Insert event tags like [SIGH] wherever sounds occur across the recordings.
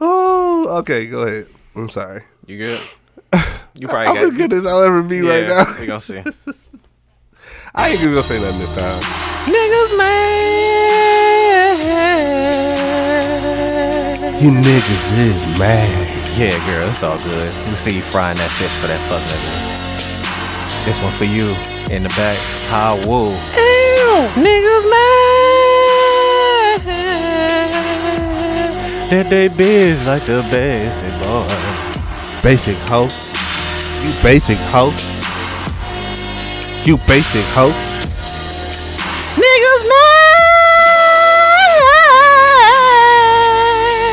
oh, okay. Go ahead. I'm sorry. [SIGHS] You good? You probably I'm as got good as I'll ever be right now. Yeah, [LAUGHS] We gonna see. I ain't gonna say nothing this time. Niggas man. You niggas is mad. Yeah, girl, it's all good. We see you frying that fish for that fuck nigga. This one for you in the back. How woo. Niggas man. That they bitch like the basic boy. Basic hoe. You basic hoe. You basic hoe. Niggas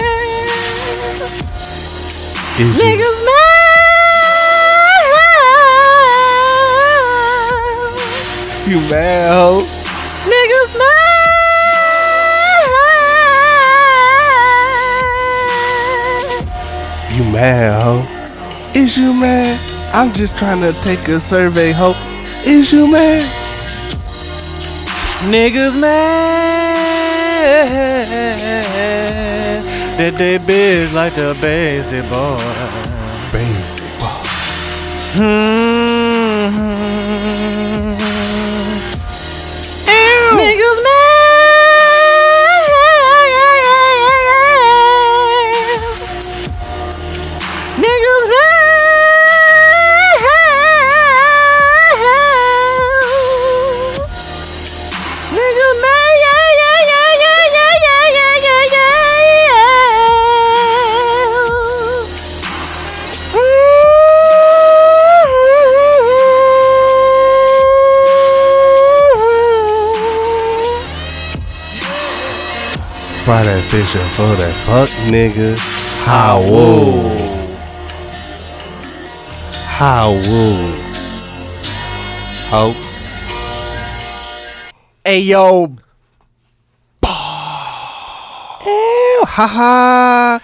mad. Is you- Niggas mad. You mad hoe. Niggas mad. You mad hoe. Is you mad? I'm just trying to take a survey hoe. Is you mad? Niggas mad. That they bitch like the basic boy. Basic hoe. Niggas Fry that fish up for that fuck nigga. How woo. How woo. Hope. Hey yo, Ew, ha ha.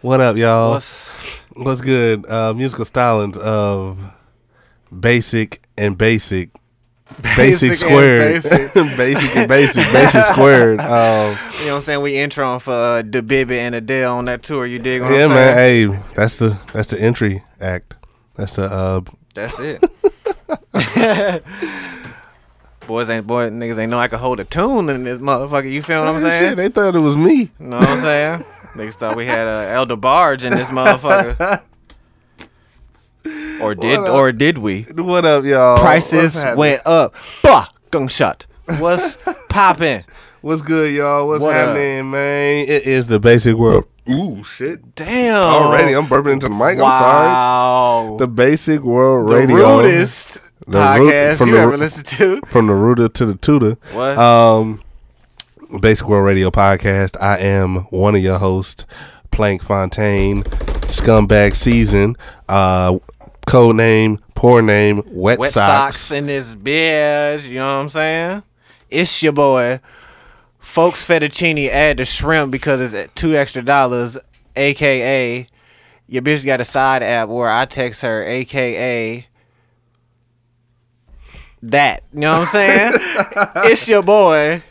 What up, y'all? What's, what's good? Uh, musical stylings of basic and basic. Basic, Basic and squared. [LAUGHS] basic. basic and basic. [LAUGHS] Basic squared. Um, you know what I'm saying? We introing for uh, the baby and Adele on that tour. You dig? What yeah, I'm man. saying? Hey, that's the that's the entry act. That's the uh, That's it. [LAUGHS] Boys ain't boy niggas ain't know I could hold a tune in this motherfucker. You feel what I'm Shit, saying? they thought it was me. You know what I'm saying? Niggas thought we had uh, Elder Barge in [LAUGHS] this motherfucker. Or did What up? or did we? Oh, What up, y'all? What's Prices happening? went up. Bah, gunshot. [LAUGHS] What's poppin'? What's good, y'all? What's What up? happening, man? It is the basic world. Ooh, shit! Damn. Already, I'm burping into the mic. I'm sorry. Wow. The basic world The radio, rudest The ru- podcast from you the ever ru- listened to. from the rooter to the tutor. What? Um, basic world radio podcast. I am one of your hosts, Plank Fontaine, scumbag season. Uh, code name, poor name, wet, wet socks. socks. in this bitch. You know what I'm saying? It's your boy, folks. Fettuccine add the shrimp because it's at two extra dollars, aka your bitch got a side app where I text her, aka that. You know what [LAUGHS] I'm saying? it's your boy.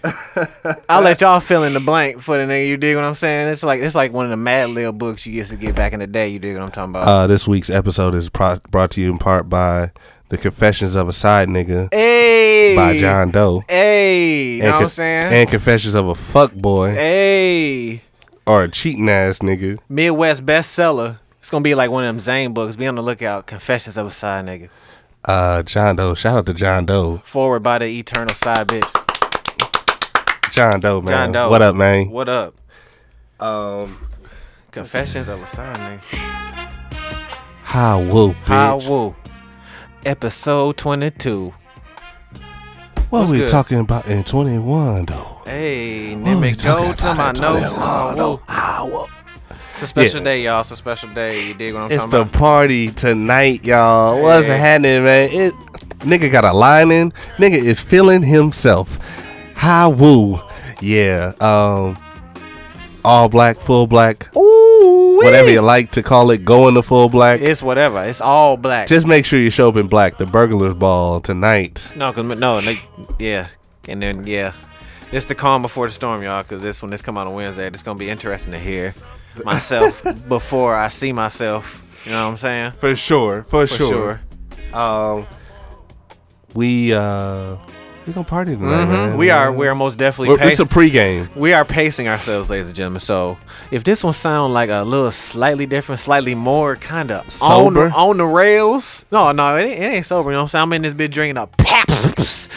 I'll let y'all fill in the blank for the nigga. You dig what I'm saying? It's like it's like one of the Mad Lib books you used to get back in the day. You dig what I'm talking about? Uh, this week's episode is pro- brought to you in part by the Confessions of a Side Nigga hey, by John Doe. Hey, you know what I'm con- saying? and confessions of a fuck boy hey, or a cheating ass nigga. Midwest bestseller. It's gonna be like one of them Zane books. Be on the lookout. Confessions of a Side Nigga. Uh, John Doe. Shout out to John Doe. Forward by the Eternal Side Bitch. John Doe, man. John Doe. What up, man? What up? Um, Confessions of a Side Nigga. how woo, bitch. How woo. Episode 22. what what's we good? talking about in twenty one though? Hey, What let me we talking go to my about in notes. 21 How though? woo. How woo. It's a special Yeah. day, y'all. It's a special day. You dig what I'm It's talking the about? party tonight, y'all. What's Hey. happening, man? It nigga got a line in. Nigga is feeling himself. Hi woo. Yeah. Um all black, full black, Ooh, whatever you like to call it, going to full black. It's whatever. It's all black. Just make sure you show up in black. The burglar's ball tonight. No, cause no, like, yeah, and then yeah, This the calm before the storm, y'all, because this when this come out on Wednesday, it's gonna be interesting to hear [LAUGHS] myself before I see myself. You know what I'm saying? for sure, for, For sure. sure. Um, we uh, we gonna party tonight, man. Mm-hmm. We are we are most definitely We're- pacing. it's a pregame. we are pacing ourselves, ladies and gentlemen. So if this one sound like a little slightly different, slightly more kind of on, Sober? on the rails, no, no, it ain't, it ain't sober. You know what I'm saying? I'm in this bitch drinking a paps.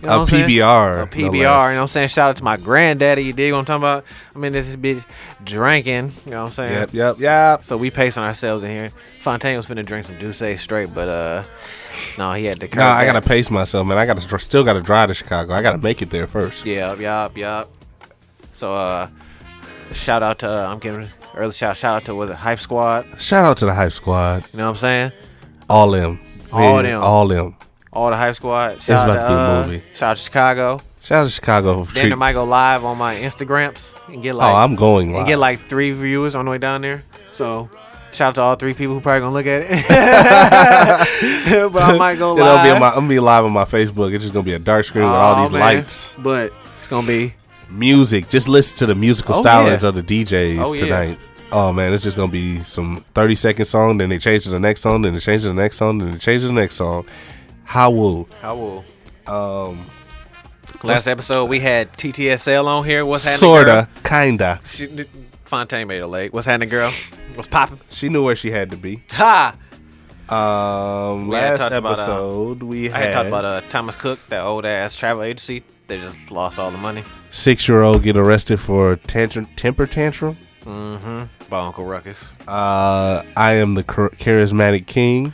You know A what I'm saying? PBR, a PBR. You no know less. what I'm saying? Shout out to my granddaddy. You dig what I'm talking about? I mean, this bitch drinking. You know what I'm saying? Yep, yep, yep. So we pacing ourselves in here. Fontaine was finna drink some Douce straight, but uh, no, he had to. [LAUGHS] curb Nah, I that. gotta pace myself, man. I gotta str- still gotta drive to Chicago. I gotta make it there first. Yep, yep, yep. So uh shout out to uh, I'm giving early shout shout out to was it Hype Squad? Shout out to the hype squad, You know what I'm saying? all them, All Man, them. all them. All the Hype Squad. Shout about out to be a uh, movie. Shout out to Chicago. Shout out to Chicago for Then treat. I might go live on my Instagrams and get like oh, I'm going and live. get like three viewers on the way down there. So shout out to all three people who probably gonna look at [LAUGHS] it. [LAUGHS] but I might go Then live. I'll be on my, I'm gonna be live on my Facebook. It's just gonna be a dark screen with all Aw, these man. lights, But it's gonna be music. Just listen to the musical Oh, stylings yeah. of the DJs Oh, yeah. tonight. Oh man, it's just gonna be some 30 second song. Then they change to the next song. Then they change to the next song. Then they change to the next song. How will I will. Um Last episode we had TTSL on here. What's happening? girl? sorta, kinda? She, Fontaine made a late. What's happening, girl? What's popping? She knew where she had to be. Ha! Um, We had last talked about, uh, episode we I had talked had, about uh, Thomas Cook, that old ass travel agency. They just lost all the money six year old get arrested for tantrum, temper tantrum. by Uncle Ruckus. Uh, I am the char- charismatic king.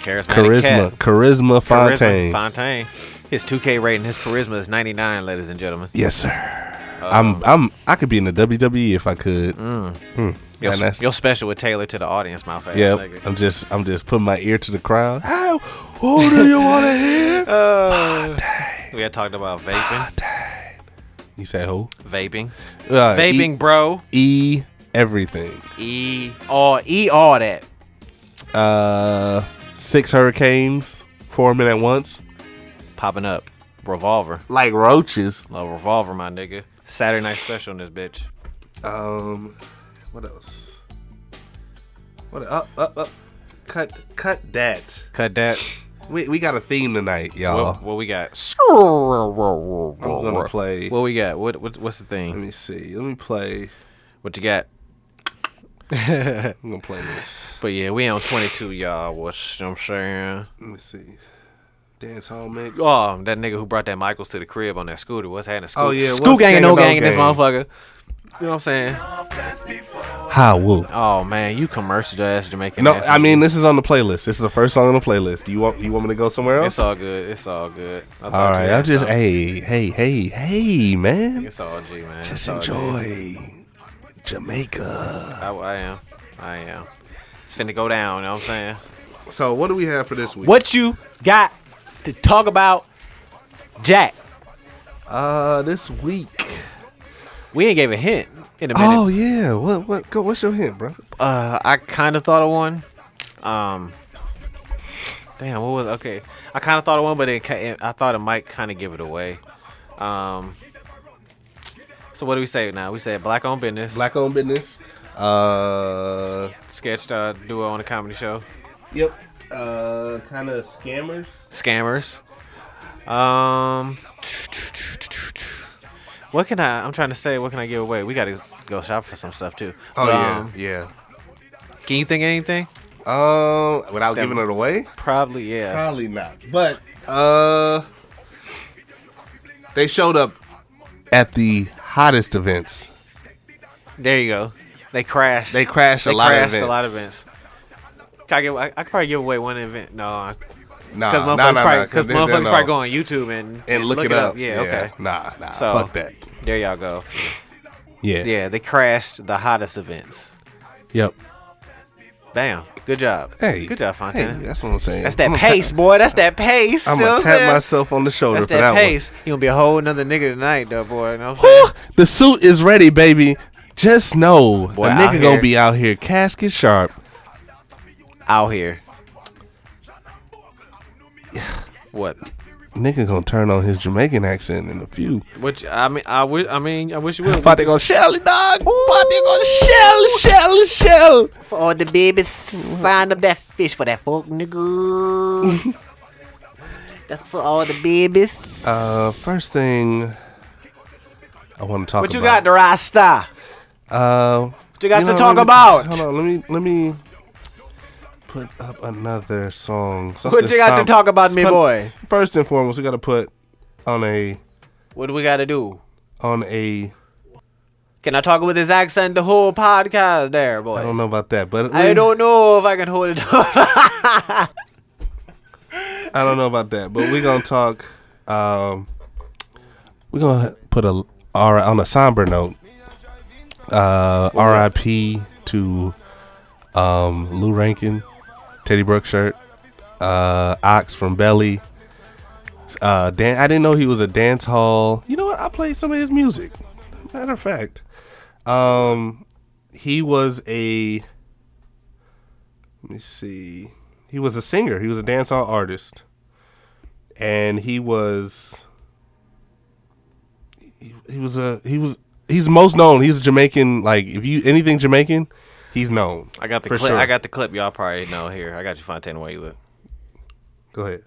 Charismatic Charisma, cat. charisma Charisma Fontaine. Fontaine. His 2K rating, his charisma is 99, ladies and gentlemen. Yes, sir. I'm, I'm, I could be in the WWE if I could. Mm. Your, And that's- your special with Taylor to the audience, my fast yep. nigga. I'm just, I'm just putting my ear to the crowd. How? Who do you want to [LAUGHS] hear? Uh, we had talked about vaping. You say who? Vaping. Uh, Vaping, bro. E, e everything. E all E all that. Uh, six hurricanes, four men at once, Popping up. Revolver. like roaches. Little revolver, my nigga. Saturday night special in this bitch. Um, what else? What up, up, up? Cut, cut that. Cut that. We we got a theme tonight, What, y'all. what we got? I'm Uh. gonna play. What we got? What, what what's the thing? Let me see. Let me play. What you got? I'm gonna play this. But yeah, we on 22, y'all. What's you know what I'm saying? Let me see. Dance hall mix. Oh, that nigga who brought that Michaels to the crib on that scooter. What's happening? Scoo- Oh, yeah, Scoo what's gang and no gang gang in and this no motherfucker. You know what I'm saying? How woo. Oh man, you commercial ass Jamaican. No, ass I nigga. mean this is on the playlist. This is the first song on the playlist. Do you want you want me to go somewhere else? it's all good. It's all good. I thought all you right. had I'm just something. hey hey hey hey man. It's all G, man. Just It's all good. enjoy Jamaica. I, I am. I am. It's finna go down. You know what I'm saying? So what do we have for this week? What you got to talk about, Jack? Uh, this week. We ain't gave a hint in a minute. Oh yeah. What what? Go, what's your hint, bro? Uh, I kind of thought of one. Um, damn, what was okay? I kind of thought of one, but it, ca- I thought it might kind of give it away. Um, so what do we say now? We said black on business, Black owned business. Uh. sketched uh, duo on a comedy show, Yep. Uh, kind of scammers. scammers. Um, what can I? I'm trying to say, what can I give away? We gotta go shop for some stuff too. Oh But, yeah, um, yeah. Can you think of anything? Um, without Them- giving it away, Probably, yeah. probably not. But uh, they showed up at the hottest events. There you go. They crashed. They crashed a lot of crashed events. a lot of events. Can I, give, I, I could probably give away one event. No, because Uh, Nah, motherfuckers, nah, nah, probably, nah, 'cause they- they motherfuckers know. probably go on YouTube and, and look, it up. Yeah, okay. Nah, nah. So- fuck that. There y'all go. Yeah. Yeah, they crashed the hottest events. Yep. Damn. Good job. Hey. Good job, Fontaine. Hey, that's what I'm saying. that's that I'm pace, boy. That's that pace. I'm You know gonna what tap saying? myself on the shoulder That's for that that one. pace. You gonna be a whole nother nigga tonight, though, boy. You know what I'm saying? Whew, the suit is ready, baby. Just know Boy, the out nigga gonna here. be out here casket sharp. Out here. What? Nigga gonna turn on his Jamaican accent in a few. Which I mean, I wish. I mean, I wish you would. Party gonna shell it, dog. Party gonna shell, shell, shell. For all the babies, find up that fish for that [LAUGHS] folk nigga. That's for all the babies. Uh, first thing I want to talk. What you got, about, the Rasta? Uh, what you got to talk about? Hold on, let me let me put up another song. [LAUGHS] [LAUGHS] What you got to talk about, me put- boy? First and foremost, we got to put on a What do we got to do? on a. Can I talk with his accent the whole podcast there, boy? I don't know about that, but I don't know if I can hold it up. I don't know about that, but we're gonna talk. Um, we're gonna put a all right on a somber note. Uh, R.I.P. to um, Lou Rankin, Teddy Brooks shirt, uh, Ox from Belly. Uh, Dan, I didn't know he was a dance hall. You know what? I played some of his music. Matter of fact, um, he was a. Let me see. He was a singer. He was a dancehall artist, and he was. He, he was a he was he's most known. He's Jamaican. Like if you anything Jamaican, he's known. I got the For clip. sure. I got the clip. Y'all probably know here. I got you, Fontaine, where you live. Go ahead.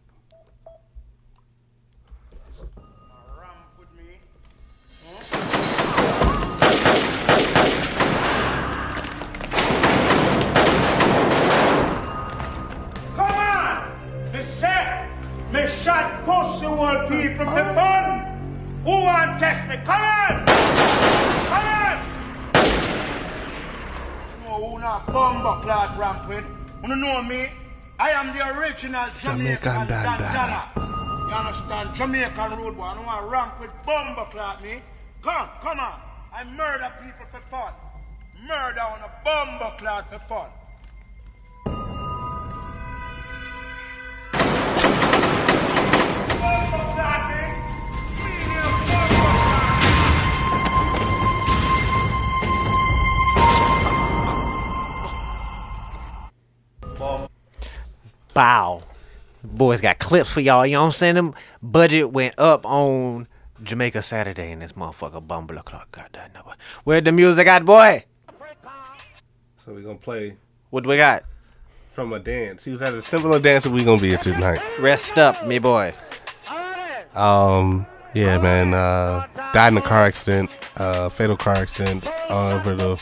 Come on! The set! Me shot push the world people from the fun! Who want test me? Come on! Come on! No, who not bomber clad rampant? You know me? I am the original Jamaican Jamaican bandana. bandana. You understand? Jamaican road boy. I don't want to ramp with bomber clad me. Come, come on. I murder people for fun. Murder on a bomber clad for fun. Bomber clad me. Me need a bomber clad. Bow. Boys got clips for y'all. You know what I'm saying? Them budget went up on Jamaica Saturday and this motherfucker Bumble O'Clock got that number. Where the music at, boy? So we're gonna play What do we got? from a dance. He was at a similar dance that we're gonna be at tonight. Rest up, me boy. Um, yeah, man. Uh, died in a car accident, uh, fatal car accident uh, over the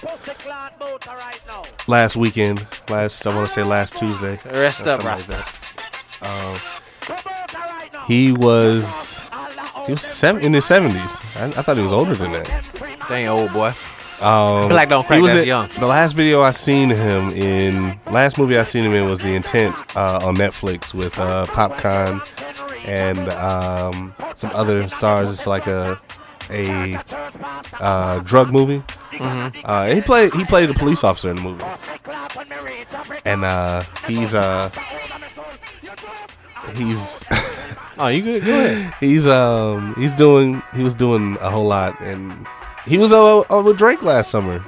last weekend. Last, I want to say last Tuesday. Rest or up, something like Rasta. that. He was he was seven, in his seventies. I, I thought he was older than that. Dang old boy. Um, Black don't crack, he was that's in- young. The last video I seen him in, last movie I seen him in was The Intent uh, on Netflix with uh, Popcorn and um, some other stars. It's like a a uh, drug movie. Mm-hmm. Uh, he played he played a police officer in the movie, and uh, he's uh he's [LAUGHS] Oh, you good? Go ahead. he's um he's doing he was doing a whole lot, and he was on, on with Drake last summer.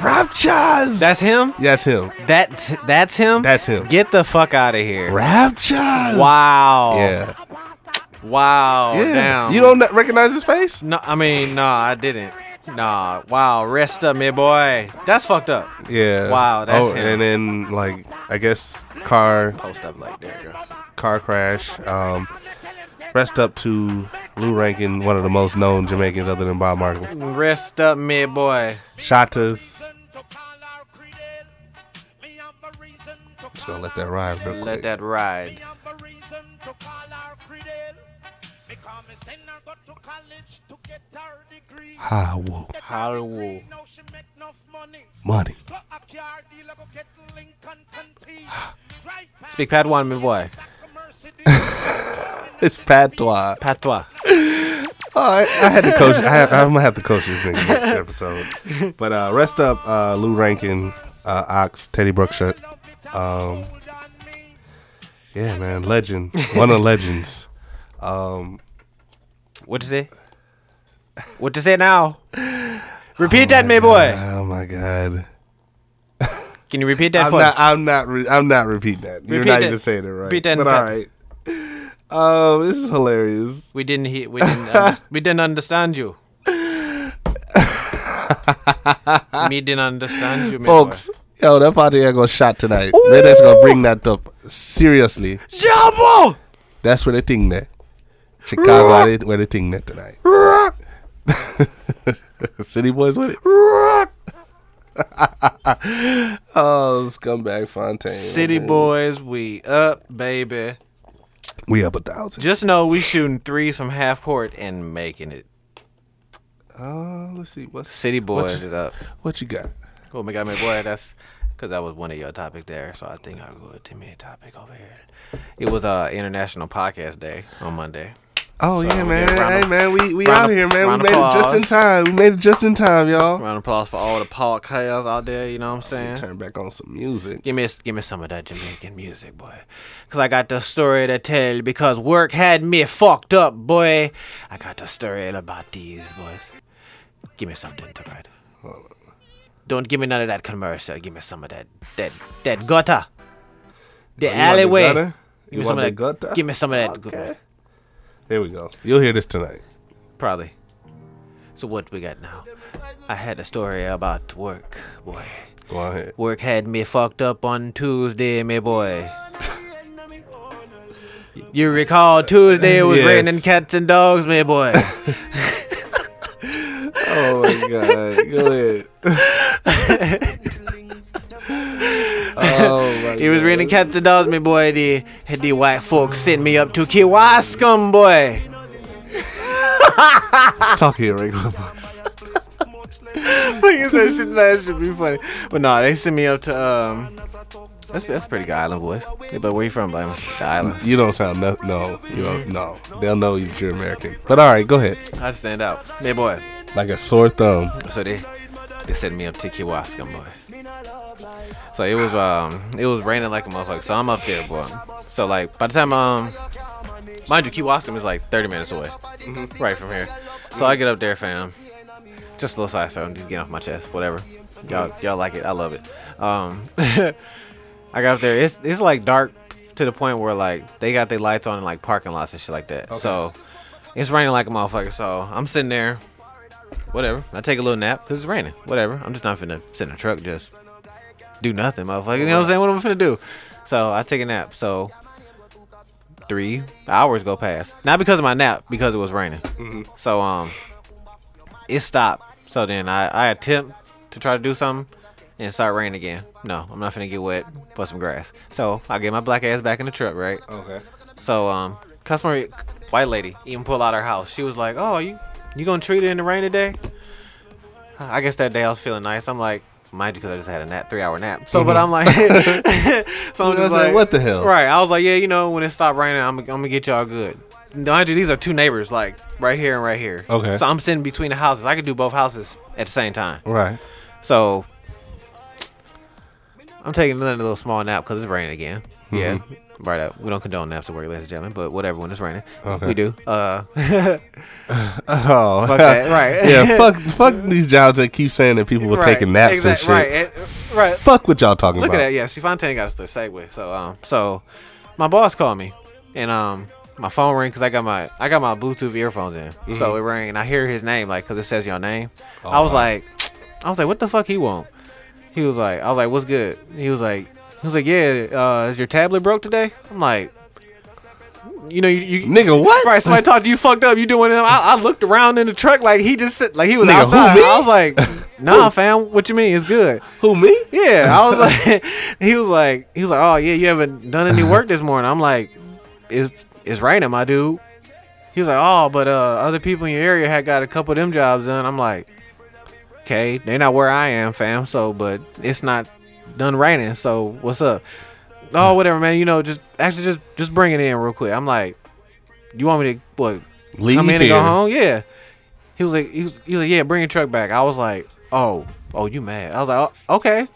Raptures. [LAUGHS] That's him. Yes, him. That's that's him. That's him. Get the fuck out of here. Raptures. Wow. Yeah. Wow. yeah. Damn. You don't recognize his face? No, I mean, no, I didn't. Nah. Wow. Rest up, me boy. That's fucked up. Yeah. Wow, that's oh, And him. then like I guess car Post up like there, girl. car crash. Um, rest up to Lou Rankin, one of the most known Jamaicans other than Bob Marley. Rest up, me boy. Shatas. Just gonna let that ride real Let quick. that ride. High wool Hollywood. money. [LAUGHS] [LAUGHS] Speak Padawan, me boy. It's patois. Patois. Oh, I, I had to coach. I have, I'm gonna have to coach this nigga [LAUGHS] next episode. But uh, rest up, uh, Lou Rankin, uh, Ox, Teddy Brookshut. Um, yeah, man, legend. One of [LAUGHS] legends. What you say? What you say now? Repeat that, me boy. Oh my god. Can you repeat that I'm for not. us? I'm not. Re- I'm not repeating that. You're Repeat not it. even saying it right. Repeat that But and all pat- right. Oh, this is hilarious. We didn't hear. We didn't. Under- we didn't [LAUGHS] understand you. me didn't understand you, me Folks, yo, that party I got shot tonight. Redhead's gonna bring that up. Seriously. Boy. Jumbo! That's where they think that. Chicago, they- where they think that tonight. [LAUGHS] City boys with it. [LAUGHS] oh, scumbag Fontaine. City man. boys, we up, baby. We up a thousand. Just know we shooting threes from half court and making it. Uh, let's see what's City boys What- is up. what you got. Cool, my guy, my boy. That's because that was one of your topic there. So I think I'll go to me topic over here. It was uh International Podcast Day on Monday. Oh yeah, we man. did round Hey of- man, we we round out of- here, man. round We of made it just in applause. time. We made it just in time, y'all. Round of applause for all the podcasts out there. You know what I'm saying? Turn back on some music. Give me, give me some of that Jamaican music, boy. Cause I got the story to tell. Because work had me fucked up, boy. I got the story about these boys. Give me something to write. Don't give me none of that commercial. Give me some of that, that, that gutter, the Oh, want the alleyway. gutter? Give You me some want of the that. gutter? Give me some of that. Okay. Here we go. You'll hear this tonight. Probably. So what we got now? I had a story about work, boy. Go on ahead. Work had me fucked up on Tuesday, me boy. [LAUGHS] you recall Tuesday it was Yes. raining cats and dogs, [LAUGHS] me boy. Oh my god. Go ahead. oh my it was raining cats and dogs, me boy. The the white folks sent me up to Kewaskum, boy. [LAUGHS] Talk here, regular voice. I guess that shit, that should be funny. But nah, they sent me up to um. That's that's a pretty good island voice. Yeah, but where you from, Blaine? The islands. You don't sound no, no. You don't no. They'll know that you're American. But all right, go ahead. I stand out, me boy. Like a sore thumb. So they they sent me up to Kewaskum, boy. So it was um it was raining like a motherfucker. So I'm up there, boy. So like by the time um mind you, Kewaskum is like 30 minutes away, right from here. So I get up there, fam. Just a little side story. I'm just getting off my chest. Whatever. Y'all y'all like it. I love it. Um, [LAUGHS] I got up there. It's it's like dark to the point where like they got their lights on in like parking lots and shit like that. So it's raining like a motherfucker. So I'm sitting there whatever. I take a little nap because it's raining. Whatever. I'm just not finna sit in a truck, just do nothing, motherfucker. You know what I'm saying? What am I finna do? So I take a nap. So three hours go past. Not because of my nap, because it was raining. So um, it stopped. So then I, I attempt to try to do something. And it start raining again. No, I'm not finna get wet for some grass. So I get my black ass back in the truck, right? Okay. So um, customer white lady even pulled out her house. She was like, "Oh, you you gonna treat it in the rain today?" I guess that day I was feeling nice. I'm like, mind you, because I just had a nap, three hour nap. So, but I'm like, [LAUGHS] [LAUGHS] so I'm Mm-hmm. I was just like, like, "What the hell?" Right. I was like, yeah, you know, when it stopped raining, I'm I'm gonna get y'all good. Mind you, these are two neighbors, like right here and right here. Okay. So I'm sitting between the houses. I could do both houses at the same time. Right. So I'm taking another little small nap because it's raining again. Mm-hmm. Yeah. Right up. We don't condone naps at work, ladies and gentlemen, but whatever when it's raining. Okay. We do. [LAUGHS] Uh [LAUGHS] Oh. fuck that. [LAUGHS] Right. yeah. [LAUGHS] Fuck. Fuck these jobs that keep saying that people were Right, taking naps and exact- shit. Right. eh, Right. Fuck what y'all talking Look about. at that. Yeah, see, Fontaine got us the segue. So, um, so my boss called me, and um, my phone rang because I got my I got my Bluetooth earphones in. So it rang, and I hear his name like because it says your name. I was Mm-hmm. Oh, wow. like, I was like, what the fuck he want? He was like, I was like, what's good? He was like, he was like, yeah, uh, is your tablet broke today? I'm like. You know, you, you Nigga, what? Right, somebody talked to you, fucked up. You doing it? I, I looked around in the truck like he just sit, like he was Nigga, who, outside. me? I [LAUGHS] was like, Nah, fam, what you mean? It's good. Who me? Yeah, [LAUGHS] I was like, [LAUGHS] he was like, he was like, oh yeah, you haven't done any work this morning. I'm like, it's it's raining, my dude. He was like, oh, but uh, other people in your area had got a couple of them jobs done. I'm like, okay, they not where I am, fam. So, but it's not done raining. So what's up? Hmm. Oh, whatever, man. You know, just actually just just bring it in real quick. I'm like, you want me to what? Leave come in and here. go home? Yeah. He was like, he was, he was like, yeah, bring your truck back. I was like, oh, oh, you mad? I was like, oh, okay.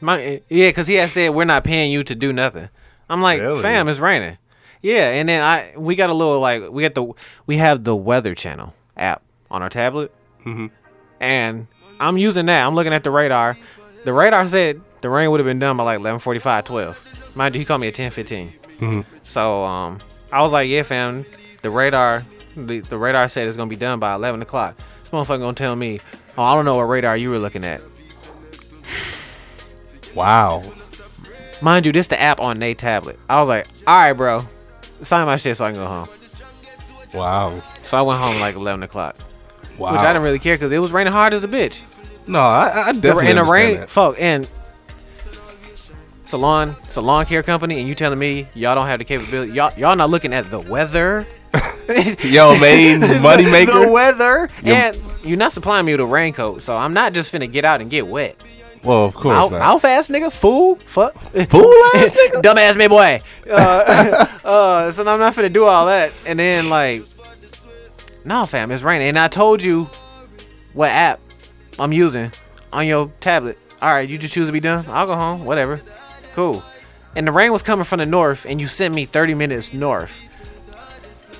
My yeah, because he had said we're not paying you to do nothing. I'm like, Really? fam, it's raining. Yeah, and then I we got a little like we got the we have the weather channel app on our tablet, mm-hmm. and I'm using that. I'm looking at the radar. The radar said the rain would have been done by like 11:45, 12. Mind you, he called me at 10:15. So um, I was like, yeah, fam. The radar, the, the radar said it's gonna be done by 11 o'clock. This motherfucker gonna tell me, oh, I don't know what radar you were looking at. Wow. Mind you, this the app on Nate tablet. I was like, all right, bro, sign my shit so I can go home. Wow. So I went home like 11 o'clock, Wow. which I didn't really care because it was raining hard as a bitch. no, I, I The, definitely and the understand rain, that. fuck, and salon, salon care company, and you telling me y'all don't have the capability, y'all, y'all not looking at the weather. Yo, [LAUGHS] main moneymaker. the weather, Your- and you're not supplying me with a raincoat, so I'm not just finna get out and get wet. well, of course Out, not. out fast, nigga, fool, fuck, [LAUGHS] Fool ass nigga. dumbass, me boy. [LAUGHS] Uh, uh, so I'm not finna do all that, and then like, no, fam, it's raining, and I told you what app I'm using on your tablet. All right, you just choose to be done. I'll go home, whatever, cool. And the rain was coming from the north, and you sent me 30 minutes north.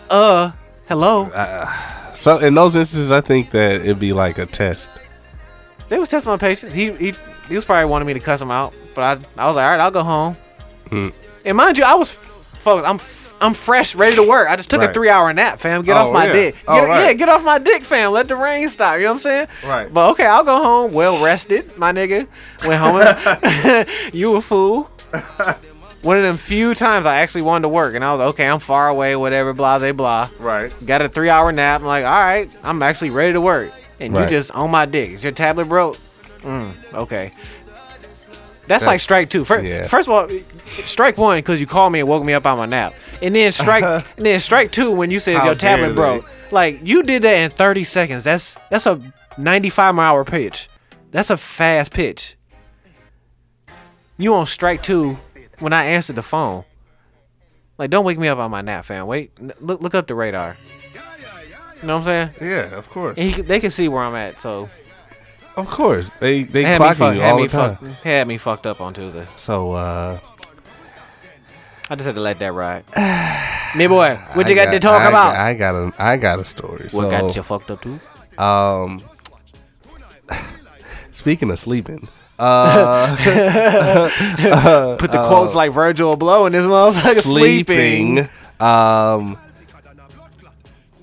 Uh, hello. [LAUGHS] So in those instances, I think that it'd be like a test. They was testing my patience. He he he was probably wanting me to cuss him out, but I I was like, all right, I'll go home. Hmm. And mind you, I was folks, I'm f- I'm fresh, ready to work. I just took a Right. three hour nap, fam. Get Oh, off my yeah. dick. Get, Oh, right. Yeah, get off my dick, fam. Let the rain stop. You know what I'm saying? Right. But okay, I'll go home, well rested, my nigga. Went home. [LAUGHS] you [LAUGHS] a fool. One of them few times I actually wanted to work, and I was like, okay, I'm far away, whatever, blah, blah, blah. Right. Got a three hour nap. I'm like, all right, I'm actually ready to work. And Right. you just on my dick. Is your tablet broke? Mm, okay. That's, like That's- strike two. First, yeah. first of all, strike one because you called me and woke me up out my nap, [LAUGHS] and then strike, and then strike two when you says How your dare tablet they. broke. Like you did that in 30 seconds. That's that's a 95 mile hour pitch. That's a fast pitch. You on strike two when I answered the phone. Like, don't wake me up on my nap, fam. Wait, n- look look up the radar. You know what I'm saying? Yeah, of course. And he, c- they can see where I'm at, so Of course. They they they had me, clocking fuck, you had, all me the time. fuck, had me fucked up on Tuesday. So uh I just had to let that ride. [SIGHS] Me boy, what I you got, to talk I, about? I got a I got a story. so what got you fucked up too? um speaking of sleeping, Put the quotes like Virgil Blow in this [LAUGHS] motherfucker sleeping. Uh, sleeping. Um,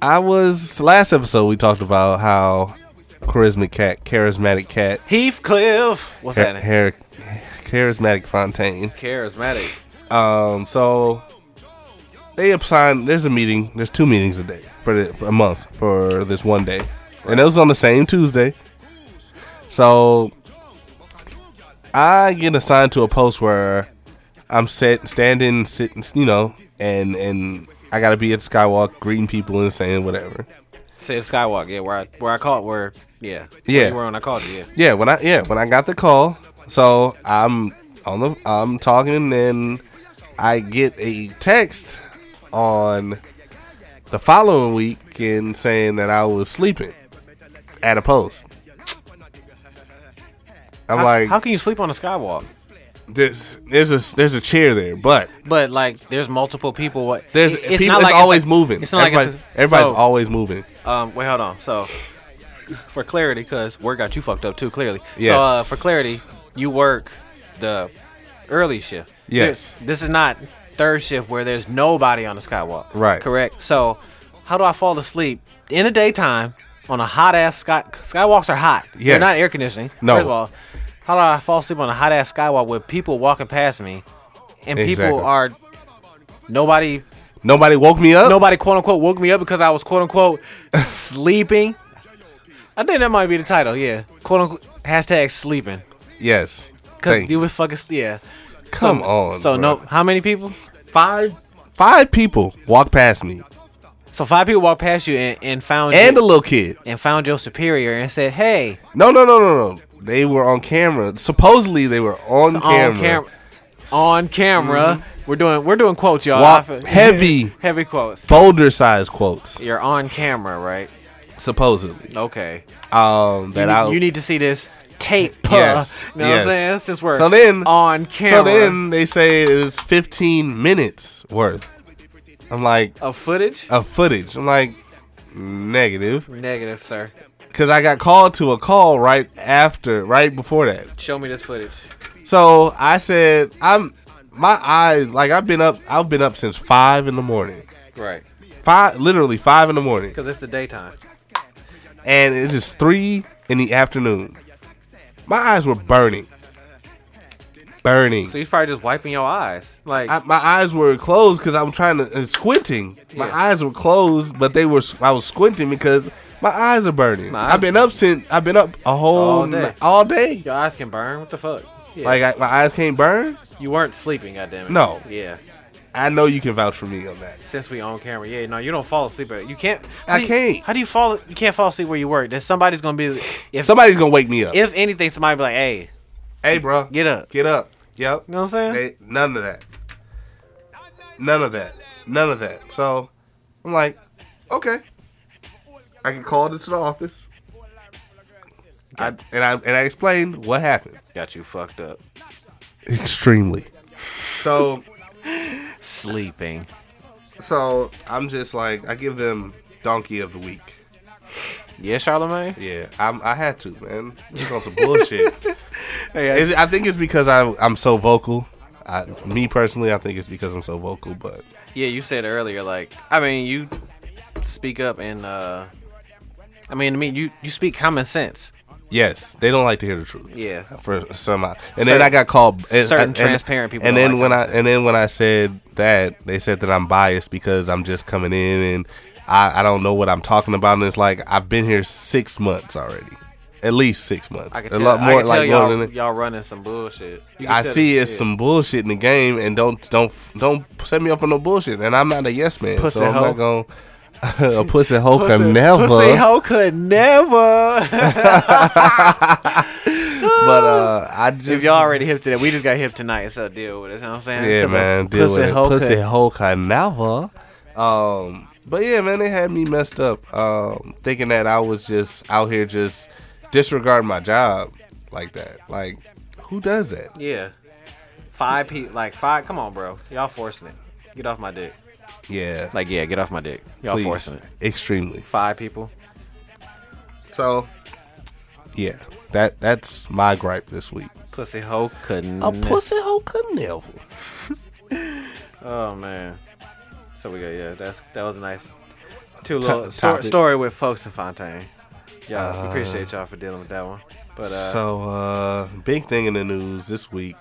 I was last episode we talked about how charismatic cat, charismatic cat, Heathcliff. What's hair, that? name? hair, charismatic Fontaine. Charismatic. Um, so they assign. There's a meeting. There's two meetings a day for, the, for a month for this one day, and it was on the same Tuesday. So I get assigned to a post where I'm set, standing, sitting, you know, and and I gotta be at the skywalk greeting people and saying whatever. Said Skywalk. Yeah, where I where I called where yeah Yeah. where you were when I called you. Yeah. Yeah, when I yeah when I got the call, so I'm on the I'm talking and I get a text on the following weekend saying that I was sleeping at a post. I'm How, like, how can you sleep on a Skywalk? there's there's a there's a chair there, but But like, there's multiple people. What there's it- people, it's always moving. It's not Everybody- like it's, everybody's so, always moving. Um, wait, hold on. So, for clarity, because work got you fucked up too. Clearly, Yes. So uh, for clarity, you work the early shift. Yes. This, this is not third shift where there's nobody on the skywalk. Right. Correct. So, how do I fall asleep in the daytime on a hot ass sky? Skywalks are hot. Yes. They're not air conditioning. No. First of all, how do I fall asleep on a hot ass skywalk with people walking past me, and Exactly. people are nobody Nobody woke me [LAUGHS] up. nobody quote unquote woke me up because I was quote unquote sleeping. I think that might be the title, yeah. Quote unquote hashtag sleeping. Yes. Cause Thank you was fucking yeah. Come so, on. So bruh. no how many people? Five? Five people walked past me So five people walked past you and, and found and a you, little kid. and found your superior and said, Hey, No, no, no, no, no. They were on camera. Supposedly they were on camera. mm-hmm. on camera on camera. We're doing we're doing quotes, y'all. Walk- Oh, I feel- heavy heavy quotes. folder size quotes, You're on camera, right? supposedly. Okay. Um, You, that I. you need to see this tape. [LAUGHS] Yes, You know yes. what I'm saying? Since we're So then- on camera. So then they say it's 15 minutes worth. I'm like of footage? of footage. I'm like negative Negative, sir. because I got called to a call right after, right before that. Show me this footage. So I said, I'm my eyes like I've been up. I've been up since five in the morning. Right. Five, literally five in the morning, Because it's the daytime. and it is three in the afternoon. My eyes were burning, burning. So he's probably just wiping your eyes. Like, I, my eyes were closed because I'm trying to uh, squinting. My Yeah. eyes were closed, but they were I was squinting because my eyes are burning. My eyes- I've been up since I've been up a whole All all day. day. all day. your eyes can burn. What the fuck? Yeah. Like I, my eyes can't burn. you weren't sleeping, goddammit. No. Yeah. I know you can vouch for me on that. Since we on camera, yeah, no, you don't fall asleep. At, you can't. I how do you- can't. How do you fall? You can't fall asleep where you work. There's somebody's gonna be. If Somebody's gonna wake me up. if anything, somebody be like, "Hey, hey, bro, get up." get up. Yep. You know what I'm saying? They, none of that. None of that. None of that. So I'm like, okay, I can call this to the office. I, and I and I explained what happened. Got you fucked up. Extremely. So Sleeping. so I'm just like I give them donkey of the week. Yeah, Charlemagne. Yeah, I'm, I had to man. Just on some bullshit. Yeah. Is it- I think it's because I I'm so vocal. I, me personally, I think it's because I'm so vocal. But Yeah, you said earlier, like, I mean, you speak up and, uh, I mean, I mean, you you speak common sense. yes, they don't like to hear the truth. Yeah. for some odd. And Certain- then I got called and- certain and- transparent people And don't then like when I and then when I said that, they said that I'm biased because I'm just coming in and I, I don't know what I'm talking about. And it's like I've been here six months already, at least six months. I can a tell, lot I more can like tell more y'all, than y'all running some bullshit. You can I tell see it- it's yeah. some bullshit in the game, and don't don't don't set me up for no bullshit. And I'm not a yes man, Pussy so I'm hoe. not gonna. [LAUGHS] a pussy hoe can never. Pussy hoe could [LAUGHS] never. But uh, I just if y'all already hip to that, we just got hip tonight, so deal with it. You know what I'm saying? yeah, Come on. man, deal Pussy with it. hoe could- Pussy hoe can never. Um, but yeah, man, they had me messed up, um, thinking that I was just out here just disregarding my job like that. Like, who does that? Yeah. Five people, like five. Come on, bro. Y'all forcing it. Get off my dick. Yeah, Like, yeah, get off my dick. Y'all please, forcing it. extremely. Five people. So, yeah, that that's my gripe this week. Mm-hmm. Pussy hoe couldn't. A pussy hoe could never. Oh man. So we got yeah. That's that was a nice two To- little sto- topic. Uh, story with folks in Fontaine. Yeah, we appreciate y'all for dealing with that one. But uh, so, uh, big thing in the news this week.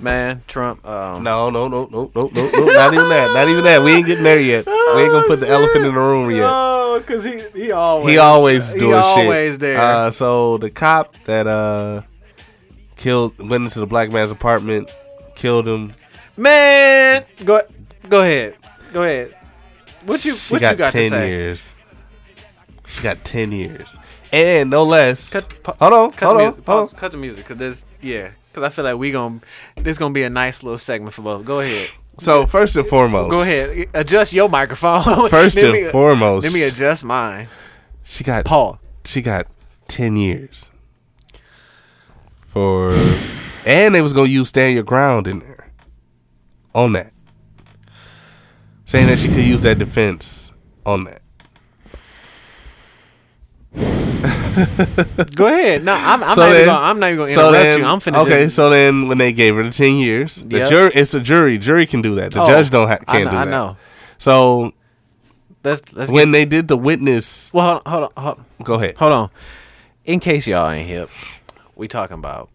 man, Trump. Um, No, no, no, no, no, no, no. Not even that. Not even that. We ain't getting there yet. we ain't gonna put the elephant in the room yet. Oh, cause he he always He always he doing shit. always there. Uh, so the cop that uh killed went into the black man's apartment, killed him. man, go go ahead, go ahead. What you She what got, you got ten to say? years. She got ten years, and no less. Cut, pa- hold on, cut hold the on, music, hold on. pause, cut the music, cause this yeah, cause I feel like we gonna this gonna be a nice little segment for both. Go ahead. So first and foremost, Go ahead. Adjust your microphone. [LAUGHS] First Let and me- foremost. Let me adjust mine. She got Paul. she got 10 years for and they was gonna use stand your ground in there on that saying that she could use that defense on that Go ahead. No, I'm, I'm So not even then- gonna, I'm not even gonna so interrupt then- you. I'm finna. okay just, so then when they gave her the 10 years the Yep. jury it's a jury jury can do that the Oh, judge don't ha- can't I know- do I that know. so let's let's. when they did the witness get, well, hold on, hold on, hold, go ahead hold on. In case y'all ain't hip, we talking about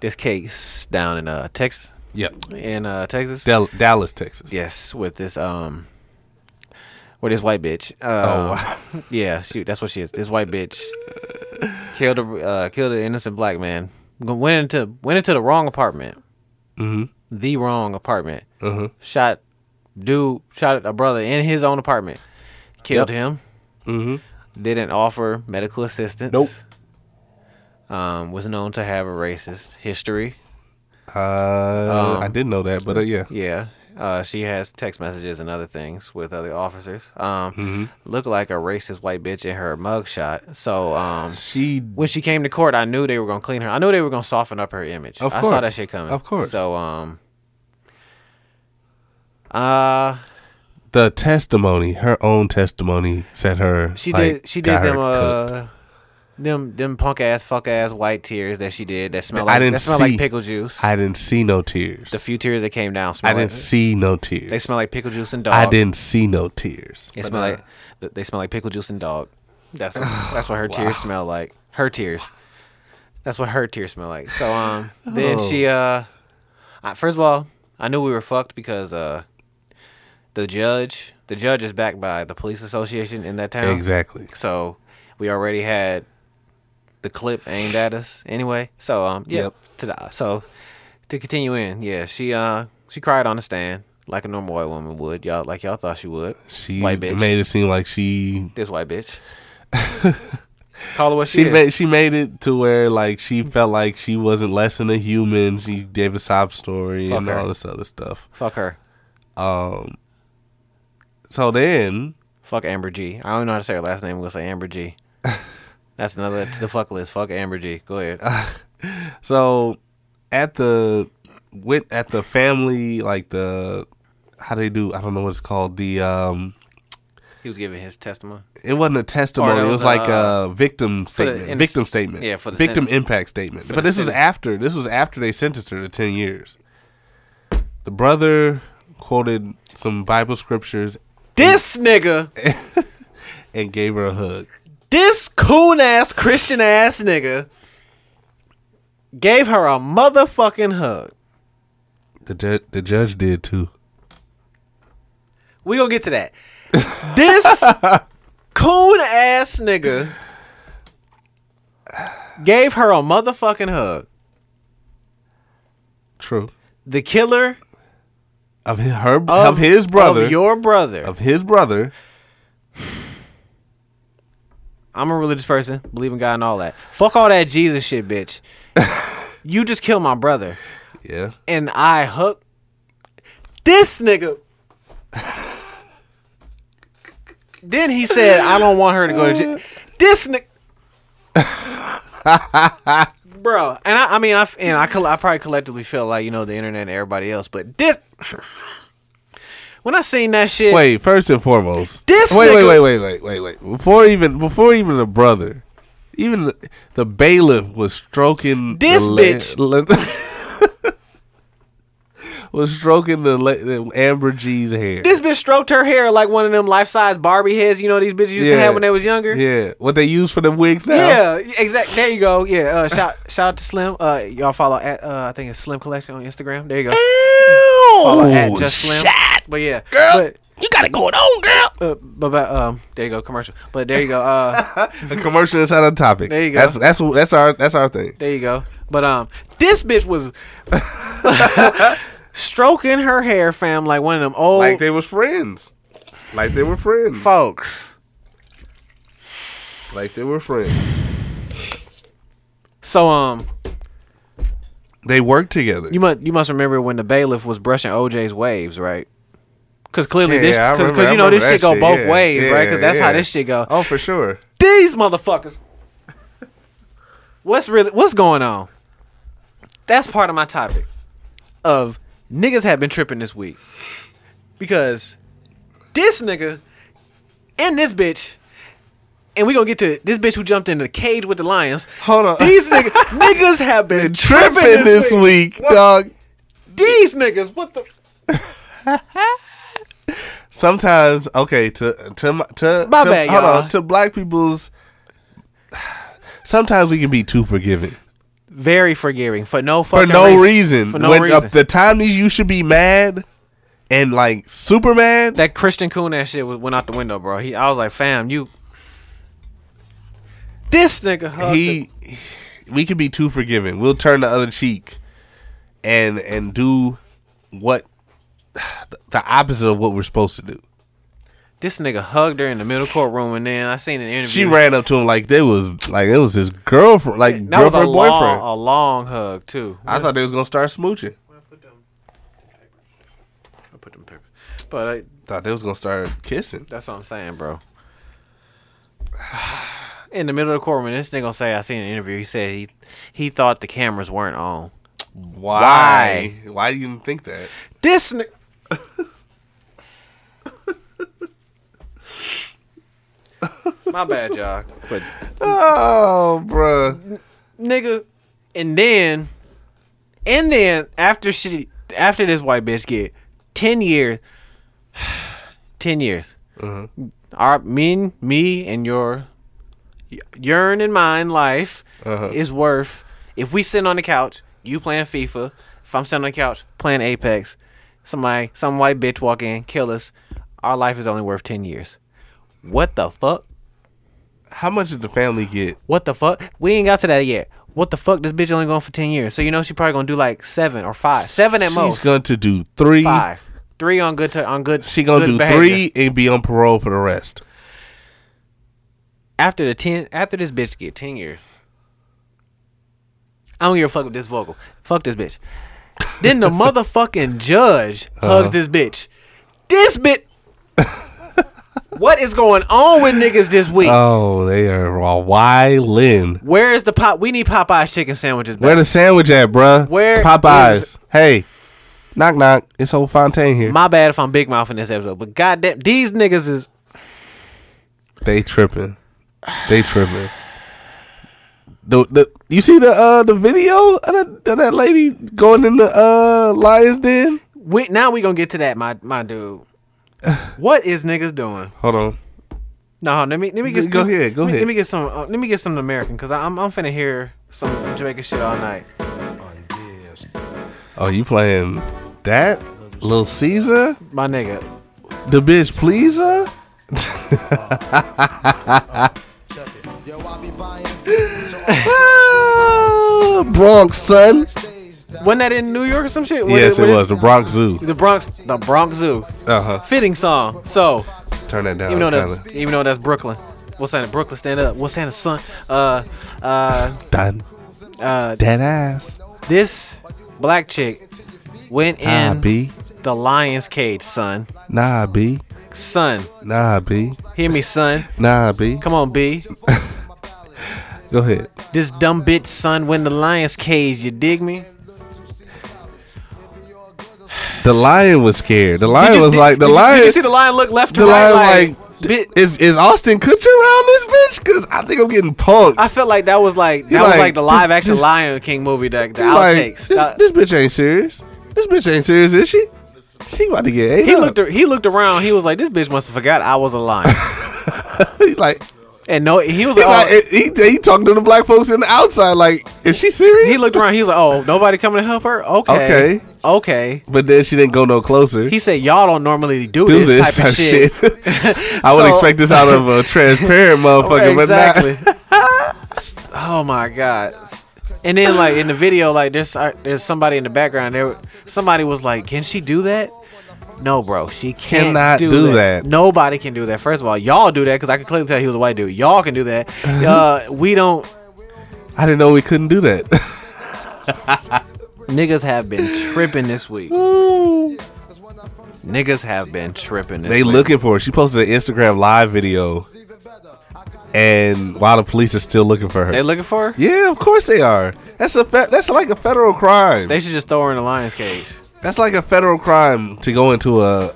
this case down in uh Texas, yep in uh Texas. Dal- Dallas Texas yes, with this um, with this white bitch. oh Uh, wow. Yeah, shoot, that's what she is. This white bitch killed a uh, killed an innocent black man. Went into went into the wrong apartment. Mm-hmm. The wrong apartment. Mm-hmm. Shot dude. Shot a brother in his own apartment. Killed Yep. him. Mm-hmm. Didn't offer medical assistance. Nope. Um, was known to have a racist history. uh, I didn't know that but uh, yeah Um, Yeah. Uh, she has text messages and other things with other officers. Um, looked like a racist white bitch in her mugshot. So, um, she when she came to court, I knew they were gonna clean her. I knew they were gonna soften up her image. Of I saw that course. shit coming. Of course. So um. Uh, the testimony, her own testimony, set her. she like, did. She did got her them. cooked. Uh, Them them punk ass fuck ass white tears that she did that smell I like didn't that smell see- like pickle juice. I didn't see no tears. the few tears that came down smell I didn't like, see no tears. they smell like pickle juice and dog. I didn't see no tears. It smell like th- they smell like pickle juice and dog. That's that's what her tears smell like. Her tears. That's what her tears smell like. So um, then she uh, I, first of all, I knew we were fucked because uh, the judge, the judge is backed by the police association in that town. Exactly. So we already had the clip aimed at us anyway. So um, yeah, Yep. ta-da. So to continue in, yeah, she uh, she cried on the stand like a normal white woman would. Y'all like y'all thought she would. She white bitch made it seem like she this white [LAUGHS] bitch. Call her what she, she is. made she made it to where like she felt like she wasn't less than a human. She gave a sob story and Fuck her. all this other stuff. Um, Fuck her. So then Fuck Amber G. I don't know how to say her last name. I'm gonna say [LAUGHS] Amber G. That's another to the fuck list. Fuck Amber G. Go ahead. Uh, So at the with at the family like the how they do I don't know what it's called the um He was giving his testimony. it wasn't a testimony that it was was uh, like a- a victim statement in- victim statement yeah, for the victim sentence. impact statement but the this is sentence. after this was after they sentenced her to 10 years the brother quoted some bible scriptures This nigga, and gave her a hug this coon ass Christian ass nigga, gave her a motherfucking hug. the ju- the judge did too We gonna get to that. This [LAUGHS] coon ass nigga gave her a motherfucking hug. true The killer of his, her of, his brother of your brother. of his brother I'm a religious person, believe in God and all that. Fuck all that Jesus shit, [LAUGHS] bitch. you just killed my brother, yeah and I hook this nigga. then he said, "I don't want her to go to jail." This nigga. Bro, and I, I mean, I f- and I, coll- I probably collectively feel like you know the internet and everybody else, but this, when I seen that shit, Wait, first and foremost. This wait, wait, nigga- wait, wait, wait, wait, wait. Before even before even the brother, even the, the bailiff was stroking the This la- [LAUGHS] bitch. la- was stroking the, la- the Amber G's hair. This bitch stroked her hair like one of them life size Barbie heads. You know these bitches used to have when they was younger. Yeah, what they use for the wigs now. Yeah, exactly. There you go. Yeah, uh, shout shout out to Slim. Uh, y'all follow at uh, I think it's Slim Collection on Instagram. There you go. Follow at Just Slim. But yeah, girl, but, you got it going on, girl. uh, but, but um, there you go commercial. But there you go. Uh, A commercial inside of the topic. There you go. That's that's that's our that's our thing. there you go. But um, this bitch was [LAUGHS] stroking her hair, fam, like one of them old Like they was friends. Like they were friends. folks. Like they were friends. So um, They worked together. You must you must remember when the bailiff was brushing OJ's waves, right? Because clearly Yeah, this, yeah, I because remember- I you know this remember shit that go shit, both yeah, ways, right? 'Cause right? Because that's yeah, how yeah. this shit go. Oh, for sure. These motherfuckers. What's really what's going on? That's part of my topic of niggas have been tripping this week because this nigga and this bitch. And we gonna get to this bitch who jumped in the cage with the lions. Hold on. These [LAUGHS] niggas, niggas have been tripping, tripping this week. week, dog. These niggas, what the Sometimes, okay, to to my- to, My to bad, hold y'all. on to black people's. Sometimes we can be too forgiving very forgiving for no for fucking no reason. For no when reason. Up the time these you should be mad and like super mad. that Christian Kuhn ass shit was- went out the window, bro. He, I was like, fam, you. This nigga, hugged he, we can be too forgiving. We'll turn the other cheek, and and do what [SIGHS] the opposite of what we're supposed to do. this nigga hugged her in the middle courtroom, and then I seen an interview. She ran up to him like they was like it was his girlfriend, like That was a girlfriend boyfriend. long, a long hug too. I thought they was gonna start smooching. I put them papers, but uh, Thought they was gonna start kissing. that's what I'm saying, bro. [SIGHS] In the middle of the courtroom, this nigga gonna say, I seen an interview. He said he he thought the cameras weren't on. Why? Why, do you even think that? This ni- My bad, y'all. But Oh, bruh. nigga, And then, and then after she, after this white bitch get ten years, [SIGHS] ten years. Our me, me and your y- yearn and mine life is worth. If we sit on the couch, you playing FIFA. If I'm sitting on the couch playing Apex, somebody, some white bitch walk in, kill us. Our life is only worth ten years. What the fuck? How much did the family get? What the fuck? We ain't got to that yet. What the fuck? This bitch only going for ten years, so you know she probably gonna do like seven or five, seven at She's most, going to do three. five, three on good t- on good. She gonna good do behavior. three and be on parole for the rest. after the ten. After this bitch get ten years, I don't give a fuck with this vocal. Fuck this bitch. [LAUGHS] then the motherfucking judge Uh-huh. hugs this bitch. This bitch. what is going on with niggas this week? Oh, they are wildin'. Where is the pop? We need Popeye's chicken sandwiches. Back. Where the sandwich at, bruh? Where Popeyes? is- hey, knock knock. It's old Fontaine here. My bad if I'm big mouth in this episode, but goddamn, these niggas is They tripping. They tripping. The, the you see the uh the video of that, of that lady going in the uh lions den. we now we gonna get to that, my [SIGHS] my dude. what is niggas doing? Hold on. No, let me let me get Go let me- ahead, go let me- ahead. Let me get some. Uh, let me get some American because I'm I'm finna hear some Jamaican shit all night. Oh, you playing that little Caesar, My nigga, the bitch pleaser? [LAUGHS] Yo, I be buying Ah, Bronx son. days that wasn't that in New York or some shit? What Yes, what it was the Bronx Zoo. The Bronx, the Bronx Zoo, Uh huh. fitting song. So Turn that down. even though kinda. that's even though that's Brooklyn, what's that? Brooklyn, stand up. What's that? Son, uh, uh, Done. uh, That ass. this black chick went Nah, in Ah, B. the lion's cage, son. Nah, B. Son, Nah, B. hear me, son. Nah, B. Come on, B. Go ahead. This dumb bitch, son, win the lion's cage. You dig me? The lion was scared. The Did lion you- was did- like the did you- lion. Did you see the lion look left to the right? lion like, like, bit, is is Austin Kutcher around this bitch? Cause I think I'm getting punked. I felt like that was like that was like, like the live this- action this- Lion King movie. That the like, outtakes. This, Uh, this bitch ain't serious. This bitch ain't serious, is she? She about to get ate he up. [LAUGHS] looked. ar- He looked around. He was like, "This bitch must have forgot I was a lion." He's like, and no, he was he's like, like, oh, and he, he talking to the black folks in the outside. Like, is she serious? he looked around. He was like, "Oh, nobody coming to help her." Okay, Okay. okay, okay. but then she didn't go no closer. He said, "Y'all don't normally do, do this, type of shit." [LAUGHS] I would So- expect this out of a transparent [LAUGHS] motherfucker, exactly. but [LAUGHS] oh my god. And then like in the video, like there's uh, there's somebody in the background. There, somebody was like, "Can she do that?" No, bro, she can't Cannot do, do that. that. Nobody can do that. First of all, y'all do that because I can clearly tell he was a white dude. Y'all can do [LAUGHS] that. Uh, we don't. not. I didn't know we couldn't do that. [LAUGHS] Niggas have been tripping this week. Niggas have been tripping. This they week. looking for her. She posted an Instagram live video, and while the police are still looking for her, They looking for her. yeah, of course they are. That's a fe- that's like a federal crime. They should just throw her in the lion's cage. That's like a federal crime to go into a.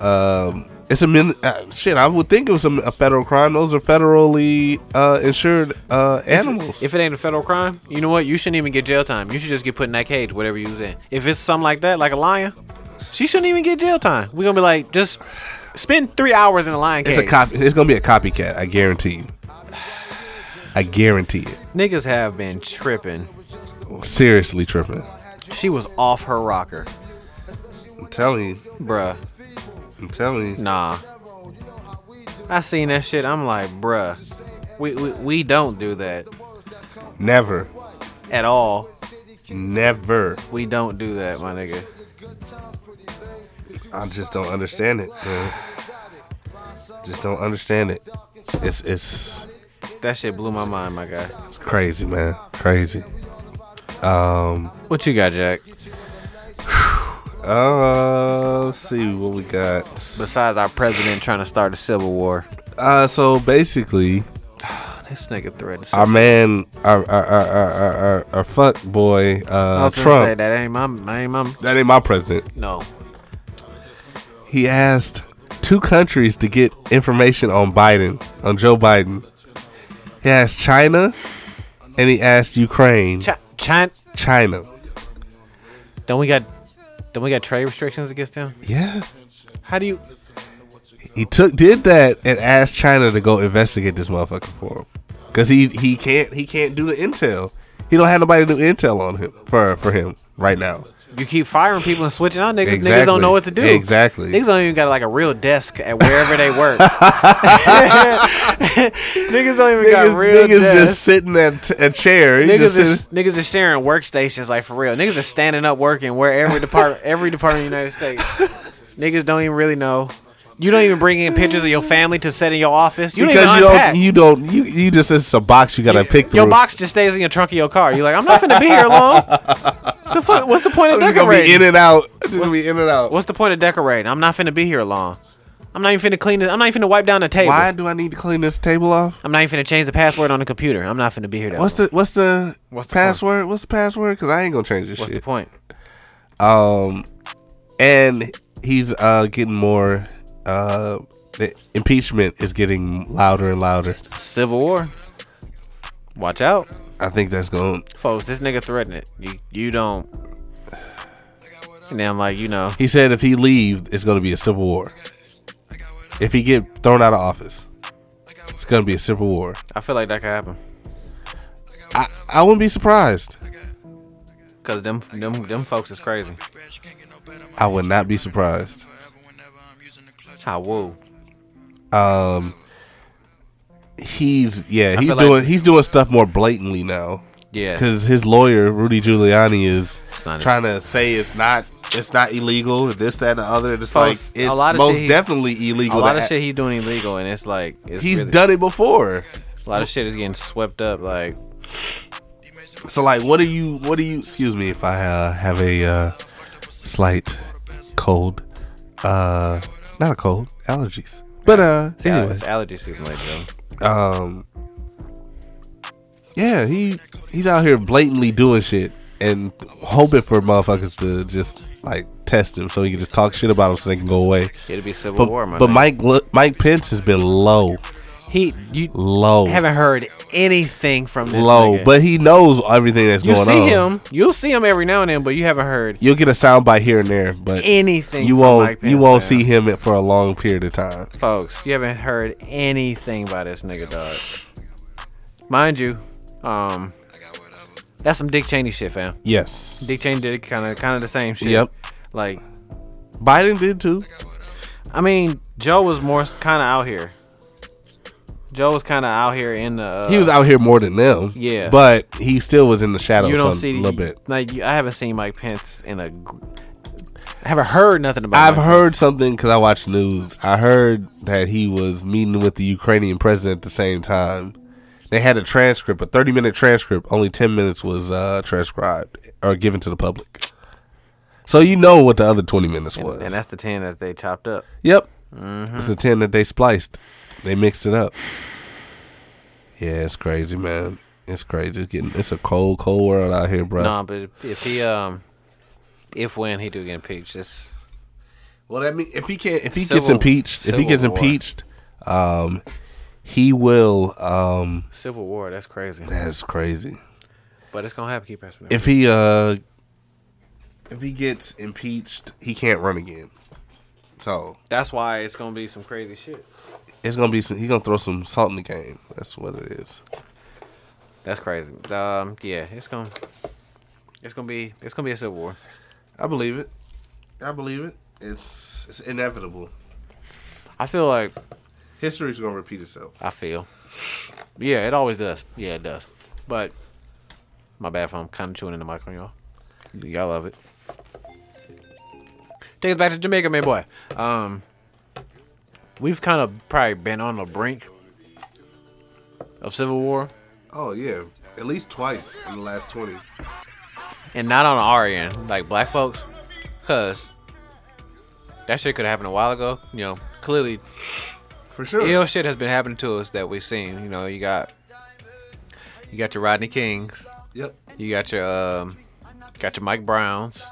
Um, it's a min- uh, shit. I would think it was a, a federal crime. Those are federally uh, insured uh, animals. If it ain't a federal crime, you know what? You shouldn't even get jail time. You should just get put in that cage, whatever you was in. If it's something like that, like a lion, she shouldn't even get jail time. We're gonna be like, just spend three hours in a lion cage. it's a copy. It's gonna be a copycat. I guarantee you. I guarantee it. Niggas have been tripping. Seriously tripping. She was off her rocker, I'm telling you. bruh. I'm telling you. Nah. I seen that shit. I'm like, bruh, we we, we don't do that Never. at all. Never. We don't do that, my nigga. I just don't understand it. Man. Just don't understand it. It's it's That shit blew my mind, my guy. it's crazy, man. Crazy. What you got, Jack? Uh, let's see what we got. Besides our president trying to start a civil war. Uh, so basically, This nigga threatened. our man, our our our our, our, our, our fuck boy, uh, I was gonna Say, Trump. That. that ain't my, that ain't my, ain't my president. no. He asked two countries to get information on Biden, on Joe Biden, He asked China, and he asked Ukraine. Chi- China. China. Don't we got? Don't we got trade restrictions against them? Yeah. How do you? He took did that and asked China to go investigate this motherfucker for him, cause he he can't he can't do the intel. He don't have nobody to do intel on him for for him right now. You keep firing people and switching out niggas. Niggas Exactly. don't know what to do. Exactly. Niggas don't even got like a real desk at wherever they [LAUGHS] work. [LAUGHS] niggas don't even Niggas, got real niggas desk. just sitting at a chair. He just niggas sitting- is niggas is sharing workstations like for real. Niggas is standing up working where every department every department in the United States. niggas don't even really know. You don't even bring in pictures of your family to set in your office. You because don't you even unpack. don't you don't you you just it's a box you gotta pick through. your box just stays in your trunk of your car. You're like, I'm not finna be here long. the fuck? What's the point of [LAUGHS] I'm just gonna be in decorating? and out. Just gonna be in and out. What's the point of decorating? I'm not finna be here long. I'm not even finna clean it. I'm not even finna wipe down the table. Why do I need to clean this table off? I'm not even finna change the password on the computer. I'm not finna be here that What's long. the what's the What's the point? password? What's the password? Cause I ain't gonna change this What's shit. the point? Um, and he's uh getting more. Uh, the impeachment is getting louder and louder. Civil war. Watch out. I think that's going. folks, this nigga threatened it. You you don't. And I'm like, you know, He said if he leave, it's going to be a civil war. If he get thrown out of office, it's going to be a civil war. I feel like that could happen. I I wouldn't be surprised. Cause them them them folks is crazy. I would not be surprised. Ah, whoa. He's yeah. He's feel like- doing he's doing stuff more blatantly now. Yeah. because his lawyer Rudy Giuliani is not- trying to say it's not it's not illegal, this, that, and the other. It's like Folks, it's a lot of shit most he- definitely illegal. a lot to of act- shit he's doing illegal, and it's like it's He's really- done it before. A lot of shit is getting swept up. Like So like, what do you? What do you? Excuse me if I uh, have a uh, slight cold. Uh, not a cold, allergies. But uh, yeah, anyway, it's allergy season, ladies and gentlemen. um, yeah, he he's out here blatantly doing shit and hoping for motherfuckers to just like test him so he can just talk shit about him so they can go away. It'll be civil war, my But, but nigga. Mike Lo- Mike Pence has been low, he you low, haven't heard anything from this low. nigga. But he knows everything that's you going see on. him, you'll see him every now and then, but you haven't heard You'll get a soundbite here and there, but anything. you from won't Mike you Pence, won't man. see him for a long period of time. folks. You haven't heard anything by this nigga, dog. Mind you, um, that's some Dick Cheney shit, fam. Yes, Dick Cheney did kind of kind of the same shit. Yep. Like Biden did too. I mean, Joe was more kind of out here. Joe was kind of out here in the. Uh, He was out here more than them. Yeah. but he still was in the shadows You don't some- see a little bit. Like you, I haven't seen Mike Pence in a. gr- I haven't heard nothing about. I've Mike heard something because I watch news. I heard that he was meeting with the Ukrainian president at the same time. They had a transcript, a 30 minute transcript. Only 10 minutes was uh, transcribed or given to the public. So you know what the other 20 minutes Pence. was. And that's Mm-hmm. the ten that they chopped up. yep. It's the 10 that they spliced, they mixed it up. Yeah, it's crazy, man. It's crazy. It's getting it's a cold, cold world out here, bro. no, but if he um, if when he do get impeached, it's Well, that mean if he can't, if he gets Civil- impeached, if he civil gets war. impeached, um, he will. Um, civil war. That's crazy. that's crazy. But it's gonna happen. Keep asking. If he uh, if he gets impeached, he can't run again. So That's why it's gonna be some crazy shit. it's gonna be. Some, he's gonna throw some salt in the game. That's what it is. That's crazy. Um, yeah, it's gonna, it's gonna be, it's gonna be a civil war. I believe it. I believe it. It's it's inevitable. I feel like History's gonna repeat itself. I feel. Yeah, it always does. Yeah, it does. But my bad if I'm kind of chewing in the mic on y'all. Y'all love it. Take us back to Jamaica, man, boy. Um, we've kind of probably been on the brink of civil war, Oh yeah, at least twice in the last twenty. and not on our end, like black folks, cause that shit could have happened a while ago. You know, clearly For sure. ill shit has been happening to us that we've seen. You know, you got you got your Rodney Kings, Yep. you got your um, got your Mike Browns,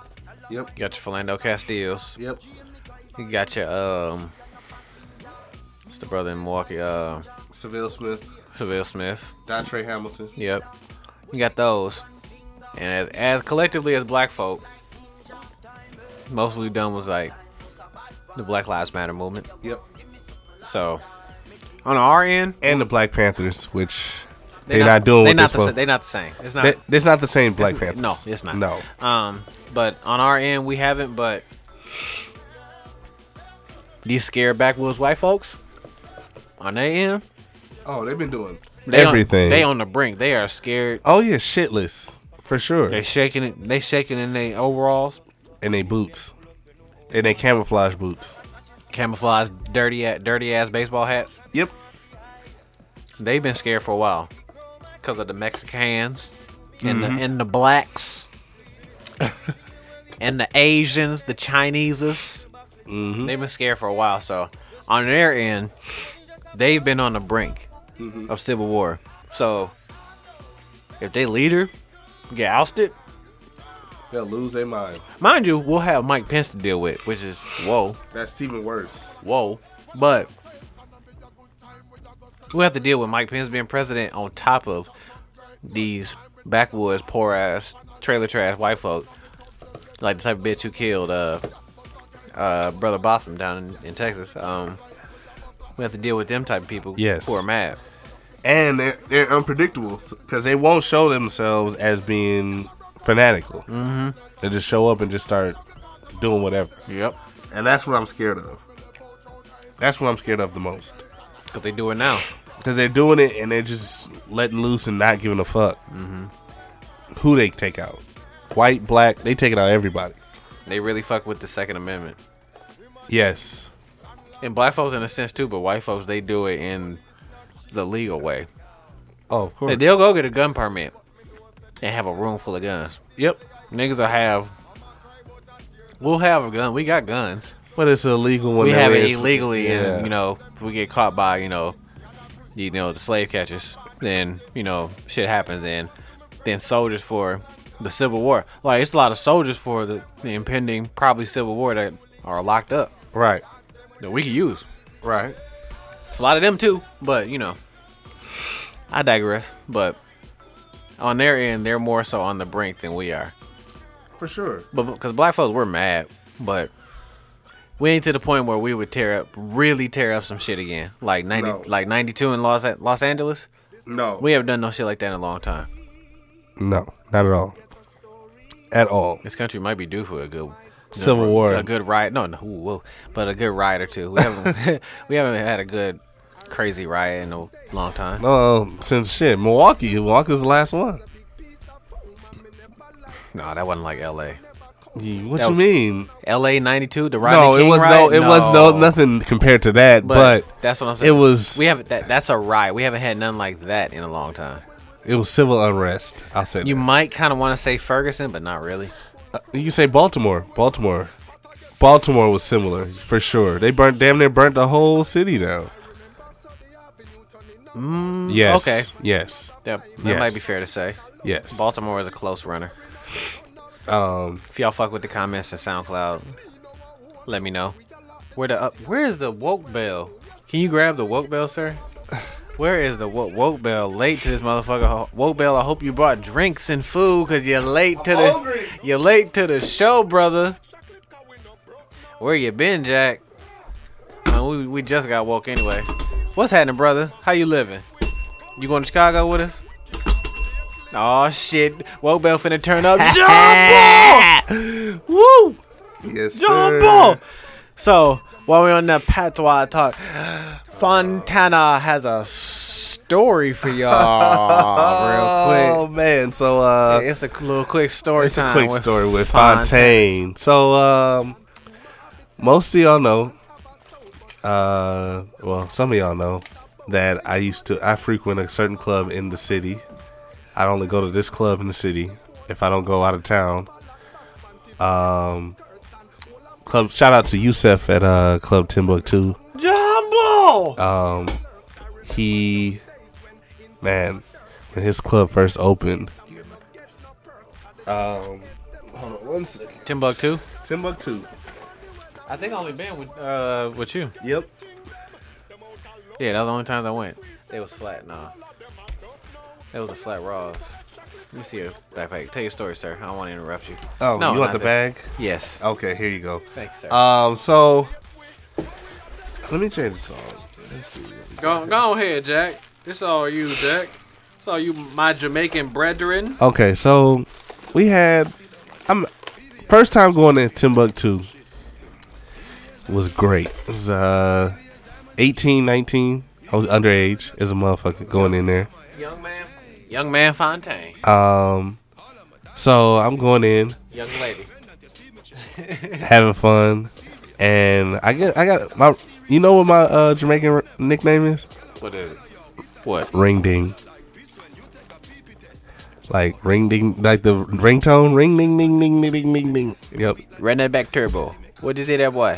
Yep. you got your Philando Castillos, Yep. you got your um, what's the brother in Milwaukee? Uh, Seville Smith. Will Smith. Dontre Hamilton. Yep. You got those. And as, as collectively as black folk, most we've done was like the Black Lives Matter movement. Yep. So on our end, And the Black Panthers, which they they're not, doing what they they're not the, sa- supposed they not the same. It's not That- That's not the same Black it's- Panthers. No, it's not. No. Um, but on our end, we haven't. But these scared backwoods white folks on their end, Oh, they've been doing they on- everything. they on the brink. They are scared. oh yeah, shitless for sure. They shaking it. They shaking in their overalls, And they boots, and they camouflage boots. camouflage, dirty, a- dirty ass baseball hats. Yep. They've been scared for a while because of the Mexicans and the and the blacks [LAUGHS] and the Asians, the Chineses. They've been scared for a while. So on their end, they've been on the brink of civil war. So if they leader get ousted, They'll lose their mind. mind you, we'll have Mike Pence to deal with, which is whoa, That's even worse. whoa, but. We have to deal with Mike Pence being president on top of these backwoods poor ass trailer trash white folk, like the type of bitch who killed uh uh brother Botham down in, in Texas. Um, we have to deal with them type of people. Yes. who are mad. And they're, they're unpredictable because they won't show themselves as being fanatical. Mm-hmm. They just show up and just start doing whatever. Yep, And that's what I'm scared of. That's what I'm scared of the most. because they do it now. Because they're doing it and they're just letting loose and not giving a fuck Mm-hmm. who they take out. White, black, they taking out everybody. They really fuck with the Second Amendment Yes. and black folks in a sense too, but white folks they do it in the legal way. Oh, of course. Like, they'll go get a gun permit and have a room full of guns. Yep. Niggas will have. We'll have a gun. We got guns. But it's illegal when we there have it is- illegally, Yeah. and you know, if we get caught by you know, you know, the slave catchers. Then you know, shit happens. Then, then soldiers for the Civil War. Like it's a lot of soldiers for the, the impending probably Civil War that are locked up Right. that we could use. Right. It's a lot of them too, but you know, I digress. But on their end, they're more so on the brink than we are. For sure. But because black folks were mad, but we ain't to the point where we would tear up, really tear up some shit again. Like ninety, No. like ninety two in Los Los Angeles. No. We haven't done no shit like that in a long time. no, not at all. At all. This country might be due for a good Civil a, War. a good riot. No, no, ooh, whoa, but a good riot or two. We haven't, [LAUGHS] we haven't had a good crazy riot in a long time. No, Um, since shit, Milwaukee. Milwaukee's the last one. No, that wasn't like L.A. Ye- What No. you mean? L.A. ninety two. The Rodney No, it King was no, riot? it was no nothing compared to that. But, that's what I'm saying. it was We haven't. That, that's a riot. We haven't had none like that in a long time. it was civil unrest. I'll say You that. might kind of want to say Ferguson, but not really. You can say Baltimore. Baltimore. Baltimore was similar for sure. They burnt damn near burnt the whole city down. yes. Mm, okay. Yes. That, that Yes. might be fair to say. Yes. Baltimore is a close runner. um. If y'all fuck with the comments and SoundCloud, let me know. Where the up? Where is the woke bell? Can you grab the woke bell, sir? Where is the woke, woke bell? Late to this motherfucker. Ho- Woke bell. I hope you brought drinks and food, cause you're late to the you're late to the show, brother. Where you been, Jack? Uh, we we just got woke anyway. What's happening, brother? How you living? You going to Chicago with us? Oh shit! Woke bell finna [LAUGHS] turn up. Jump ball! Woo! Yes. John sir. Paul. So while we're on the patois talk, Fontana has a story for y'all [LAUGHS] Oh real man. So uh. quick. It's a little quick story It's a time. quick with story with Fontaine. So, um, most of y'all know, uh, well, some of y'all know that I used to, I frequent a certain club in the city. I only go to this club in the city if I don't go out of town. Um, club, shout out to Yusef at, uh, Club Timbuktu. Jumbo. Um, he, man, when his club first opened, um, hold on one second. Timbuktu. Timbuktu. I think I only been with uh with you. Yep. Yeah, that was the only time I went. It was flat. Nah. That was a flat raw. Let me see your backpack. Tell your story, sir. I don't want to interrupt you. Oh, you want not the this. bag? Yes. Okay, here you go. Thanks, sir. Um, so let me change the song. Let's see. Go, go ahead, Jack. It's all you, Jack. It's all you, my Jamaican brethren. Okay, so we had I'm first time going to Timbuktu was great. It was uh 18, 19. I was underage as a motherfucker going in there. Young man. Young man Fontaine. Um, so I'm going in. Young lady. having fun, and I get I got my you know what my uh, Jamaican r- nickname is What is it? What? ring ding. Like ring ding, like the ringtone, ring ding ding ding ding ding ding ding. Yep, Run that back turbo. What you say that boy?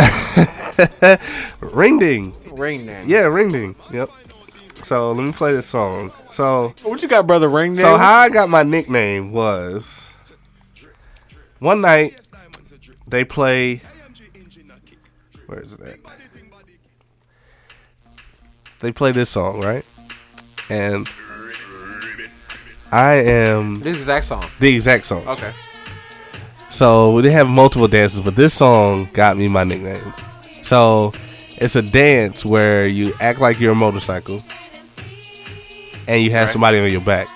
ring ding. [LAUGHS] Ring that. Yeah, ring ding. Yep. So let me play this song. So What you got, brother? Ring so how I got my nickname was one night they play. Where is that? They play this song right, and I am This exact song. the exact song. Okay. So they have multiple dances, but this song got me my nickname. So it's a dance where you act like you're a motorcycle and you have somebody on your back.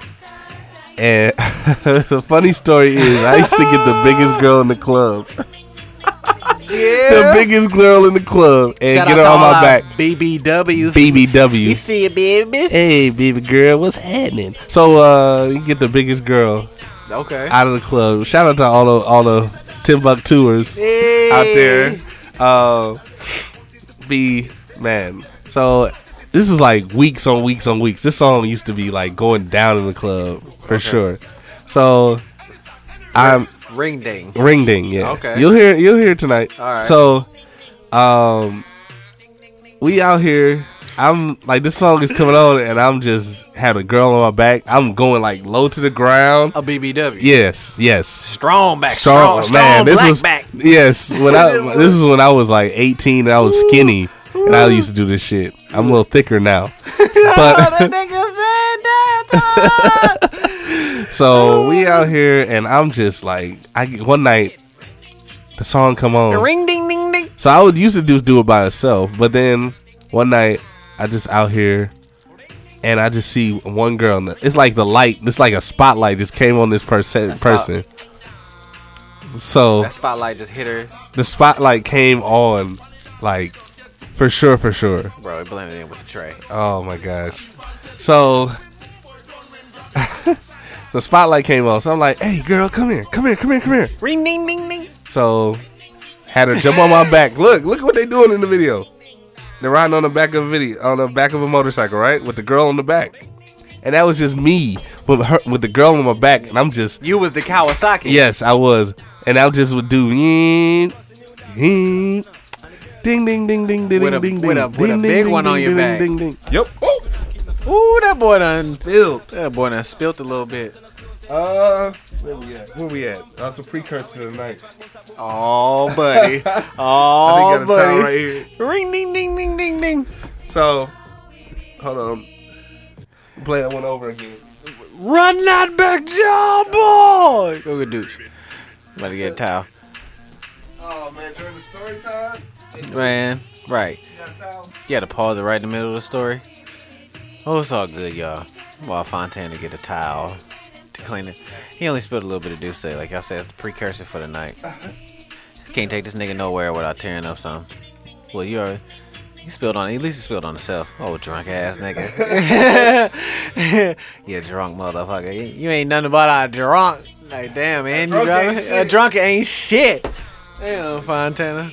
And [LAUGHS] the funny story is, I used to get the biggest girl in the club. [LAUGHS] The biggest girl in the club and Shout get her out to on all my our back. BBW. You BBW. see it, baby. Hey, baby girl, what's happening? So, uh, you get the biggest girl Okay. out of the club. Shout out to all the all the Timbuktuers out there. Uh, be man. So this is like weeks on weeks on weeks. This song used to be like going down in the club for sure. So I'm Ring ding. ring ding. Yeah. Okay. You'll hear. You'll hear tonight. All right. So, um, we out here. I'm like this song is coming on, and I'm just had a girl on my back. I'm going like low to the ground. A BBW. Yes. Yes Strong back. strong, man. Strong, strong this black was [LAUGHS] back. yes. When I this is when I was like 18 and I was skinny and I used to do this shit. I'm a little thicker now, [LAUGHS] but uh, so we out here and I'm just like I get- one night the song come on. Ring ding ding ding. So I would used to do do it by itself, but then one night I just out here and I just see one girl. in the- It's like the light. It's like a spotlight just came on this person. person. So That spotlight just hit her. the spotlight came on, like for sure, for sure. Bro, it blended in with the tray. Oh my gosh! So [LAUGHS] the spotlight came on, so I'm like, "Hey, girl, come here, come here, come here, come here." Ring ding ding ding. So had her jump on my back. Look, look what they doing in the video. They're riding on the back of a video, on the back of a motorcycle, right, with the girl on the back, and that was just me with her, with the girl on my back, and I'm just You was the Kawasaki. Yes, I was. And I just would do "Yeet, yeet." ding ding ding ding ding With a- ding ding with a- ding with a ding, big ding, one on ding, your ding, back. Ding ding. Yep. Ooh, that boy done. Built. That boy done spilt a little bit. Uh, where we at? Where we at? That's a precursor tonight. Oh, buddy. [LAUGHS] I Oh, think I got a towel buddy. right here. Ring ding ding ding ding ding. So, hold on. Play that one over again. Run that back, job boy. Go get douche. About to get a towel, Oh man, during the story time, [LAUGHS] man. Right. you got a towel. You had to pause it right in the middle of the story. Oh, it's all good, y'all. While Fontaine to get a towel to clean it. He only spilled a little bit of Douce. Like y'all said, it's the precursor for the night. Can't take this nigga nowhere without tearing up some. Well, you already. He spilled on. At least he spilled on himself. Oh, drunk ass nigga. [LAUGHS] you drunk motherfucker. You- You ain't nothing but a drunk. Like damn, man. you drunk ain't drunk. A shit. drunk ain't shit. Damn, Fontana.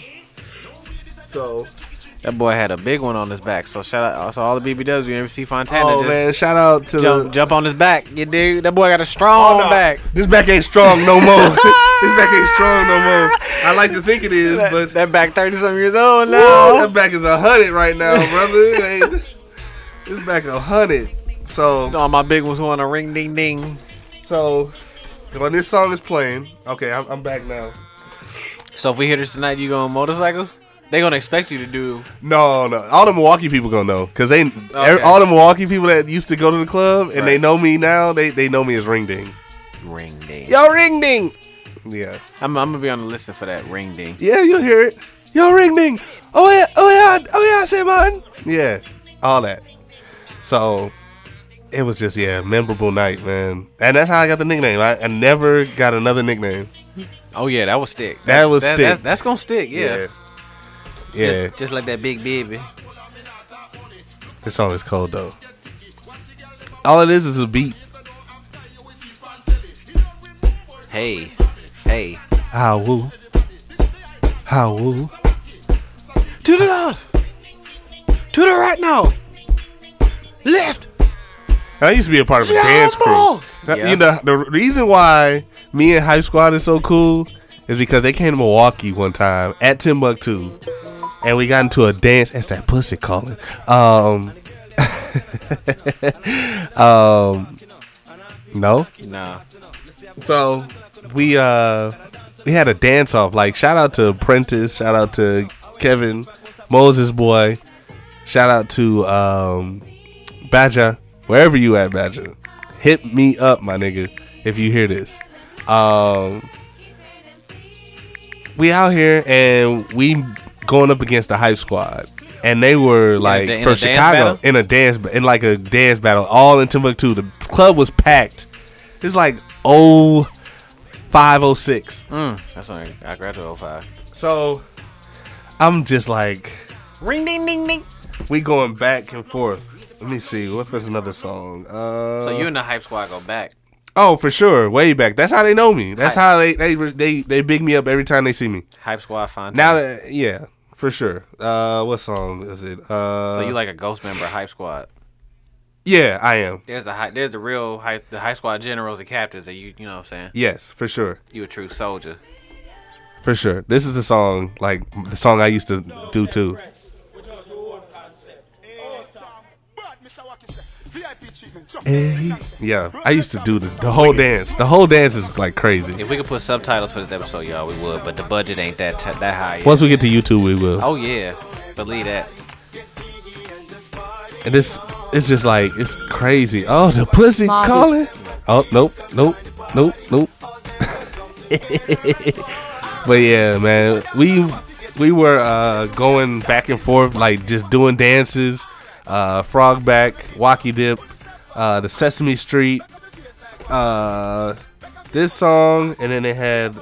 So, That boy had a big one on his back. So shout out so all the BBWs you ever see Fontana oh just man, shout out to jump the. jump on his back. You dig? That boy got a strong no. back. This back ain't strong no more. [LAUGHS] this back ain't strong no [LAUGHS] more. I like to think it is, but That back thirty some years old Woo, now. that back is a hundred right now, brother. It ain't, it's back a hundred. So, All my big ones want a ring ding ding. so when this song is playing, okay, I'm, I'm back now. So if we hit her tonight, you going motorcycle? They gonna expect you to do. No, no. All the Milwaukee people gonna know because they Okay. all the Milwaukee people that used to go to the club and they know me now. They they know me as Ring Ding. Ring ding. Yo, Ring Ding. Yeah, I'm, I'm gonna be on the list for that ring ding. yeah. You'll hear it. Yo, Ring Ding. Oh yeah, oh yeah, oh yeah. Say man. Yeah, all that. So it was just yeah, memorable night, man. And that's how I got the nickname. I, I never got another nickname. Oh yeah, that was stick. That was stick. That's, that's gonna stick. Yeah. yeah. Just, just like that big baby. This song is cold though. All it is is a beat. Hey, hey. How woo. How woo. To the left. To the right now. Left. I used to be a part of a dance crew. Jumbo! Now, Yeah. You know the reason why me and Hype Squad is so cool is because they came to Milwaukee one time at Timbuktu, and we got into a dance. That's that pussy calling. Um, [LAUGHS] um, no. Nah. So we uh we had a dance off. Like shout out to Prentice, shout out to Kevin, Moses boy, shout out to um Badger, wherever you at Badger. Hit me up, my nigga, if you hear this. Um we out here and we going up against the hype squad. And they were like da- in from a dance Chicago battle? in a dance ba- in like a dance battle, all in Timbuktu. The club was packed. It's like oh five oh six. That's when I graduated 05. So I'm just like Ring ding ding ding. we going back and forth. Let me see. What was another song? Uh, So you and the hype squad go back. oh, for sure, way back. That's how they know me. That's how they they they they big me up every time they see me. Hype squad Fontaine. Now that yeah, for sure. Uh, what song is it? Uh, so you like a ghost member of hype squad. yeah, I am. There's the high, there's the real hype the hype squad generals and captains that you you know what I'm saying. Yes, for sure, You a true soldier. for sure. This is the song like the song I used to do too. Eh, Yeah, I used to do the, the whole dance. The whole dance is like crazy. If we could put subtitles for this episode, y'all, we would. But the budget ain't that t- that high. Yet. Once we get to YouTube, we will. Oh yeah, believe that. And this it's just like it's crazy. Oh, the pussy calling. Oh, nope, nope, nope, nope. [LAUGHS] but yeah, man, we we were uh, going back and forth, like just doing dances, uh, frog back, wacky dip, uh, the Sesame Street, uh, this song, and then they had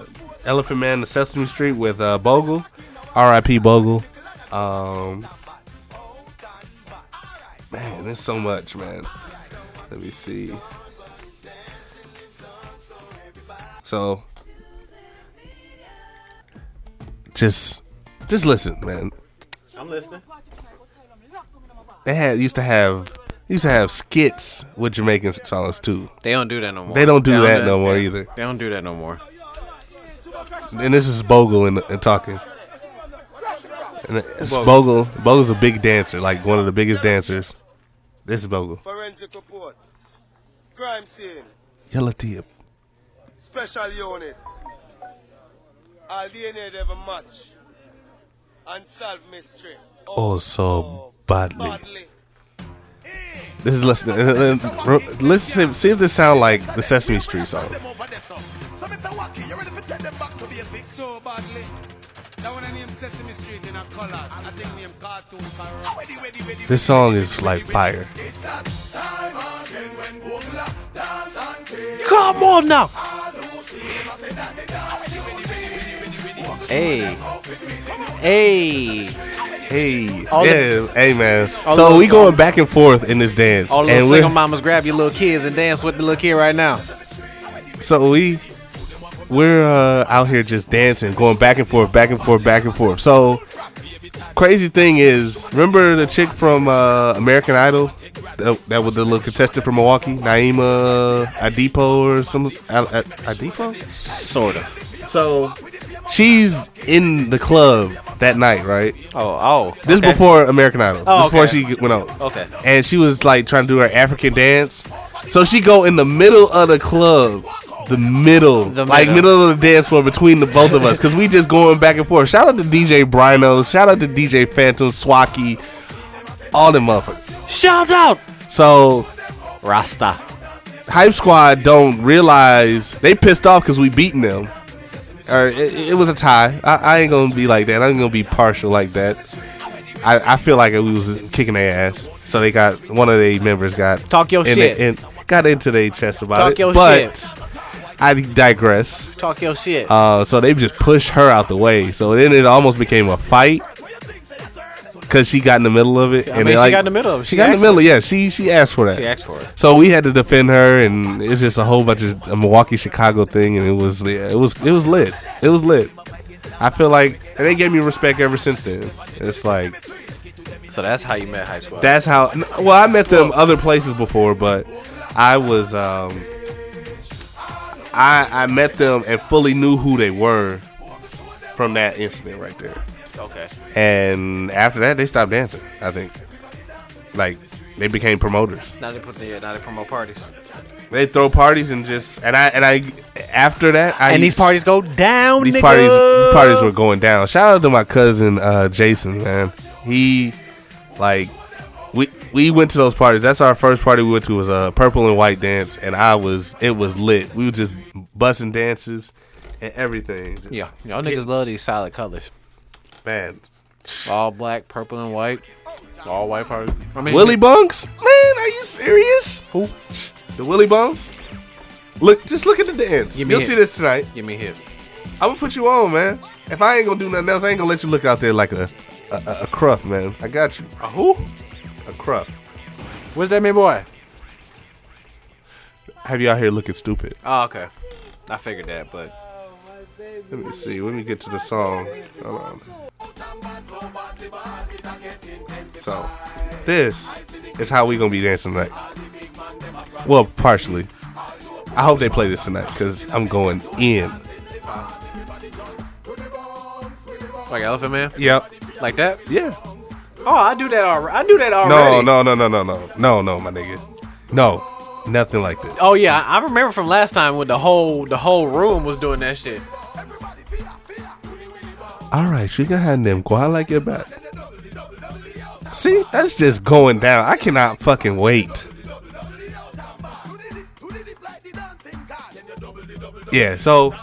Elephant Man, the Sesame Street with uh, Bogle, R.I.P. Bogle. Um, Man, there's so much, man. Let me see. So, just, just listen, man. I'm listening. They had used to have used to have skits with Jamaican songs too. They don't do that no more. They don't do that no more either. They don't do that no more. And this is Bogle and, and talking. And it's Bogle, Bogle's a big dancer, like one of the biggest dancers. This is Bogle. Forensic report. Crime scene. Yellow tip. Special unit. All DNA they ever match. Unsolved mystery. Oh, so badly. This is listen. uh, Let's see, see if this sound like the Sesame Street song. So badly. That one I name Sesame Street in a colors. I think name cartoon for This song is like fire. Come on now. Hey, hey. Hey, All yeah, hey man. all So the- we going back and forth in this dance, All those and single we're, mamas grab your little kids and dance with the little kid right now. so we we're uh, out here just dancing, going back and forth, back and forth, back and forth. So crazy thing is, remember the chick from uh, American Idol that, that was the little contestant from Milwaukee, Naima Adipo or some Ad- Ad- Adipo? Sort of. So she's in the club that night, right? Oh, oh. This is okay. before American Idol. Oh, before okay. she went out. Okay. And she was like trying to do her African dance. So she go in the middle of the club the middle, like middle. of the dance floor between the both of us, because we just going back and forth. Shout out to DJ Brino, shout out to DJ Phantom, Swacky, all them motherfuckers. Shout out So Rasta. Hype Squad don't realize they pissed off because we beating them. Or it, it was a tie. I, I ain't gonna be like that. I'm gonna be partial like that. I, I feel like we was kicking their ass. So they got one of their members got Talk your in shit. in- got into their chest about Talk it. your but I digress. Talk your shit. Uh, so they just pushed her out the way. So then it almost became a fight because she got in the middle of it. I mean, they she got in the middle of it. She, She got in the asked middle. Yeah, she she asked for that. She asked for it. So we had to defend her, and it's just a whole bunch of a Milwaukee Chicago thing, and it was it was it was lit. It was lit. I feel like and they gave me respect ever since then. It's like So that's how you met Hype Squad. that's how. n- Well, I met them other places before, but I was um, I I met them and fully knew who they were from that incident right there. okay. And after that, they stopped dancing. I think, like they became promoters. Now they put the now they promote parties. They throw parties and just and I and I after that I and these used- parties go down. these nigga. parties these parties were going down. Shout out to my cousin uh, Jason, man. He like we we went to those parties. That's our first party we went to was a purple and white dance, and I was it was lit. We were just busting dances and everything. Just, Yeah, y'all niggas love these solid colors. man. All black, purple, and white. All white parties. I mean, Willie Bunks, man, are you serious? Who? The Willie Bunks? Look, just look at the dance. Give me You'll it. see this tonight. Give me hip. I'm gonna put you on, man. If I ain't gonna do nothing else, I ain't gonna let you look out there like a a, a, a cruff, man. I got you, A Uh, who? a cruff. Where's that man boy? Have you out here looking stupid? Oh, okay. I figured that, but Let me see. Let me get to the song. Hold on. So, this is how we gonna be dancing tonight. Well, partially. I hope they play this tonight because I'm going in. like Elephant Man, Yep. like that. Yeah. Oh, I do that already. I do that No, already. no, no, no, no, no, no, no, my nigga. No, nothing like this. Oh yeah, I I remember from last time when the whole the whole room was doing that shit. All right, she can have them. Go, I like your back. See, that's just going down. I cannot fucking wait. Yeah, so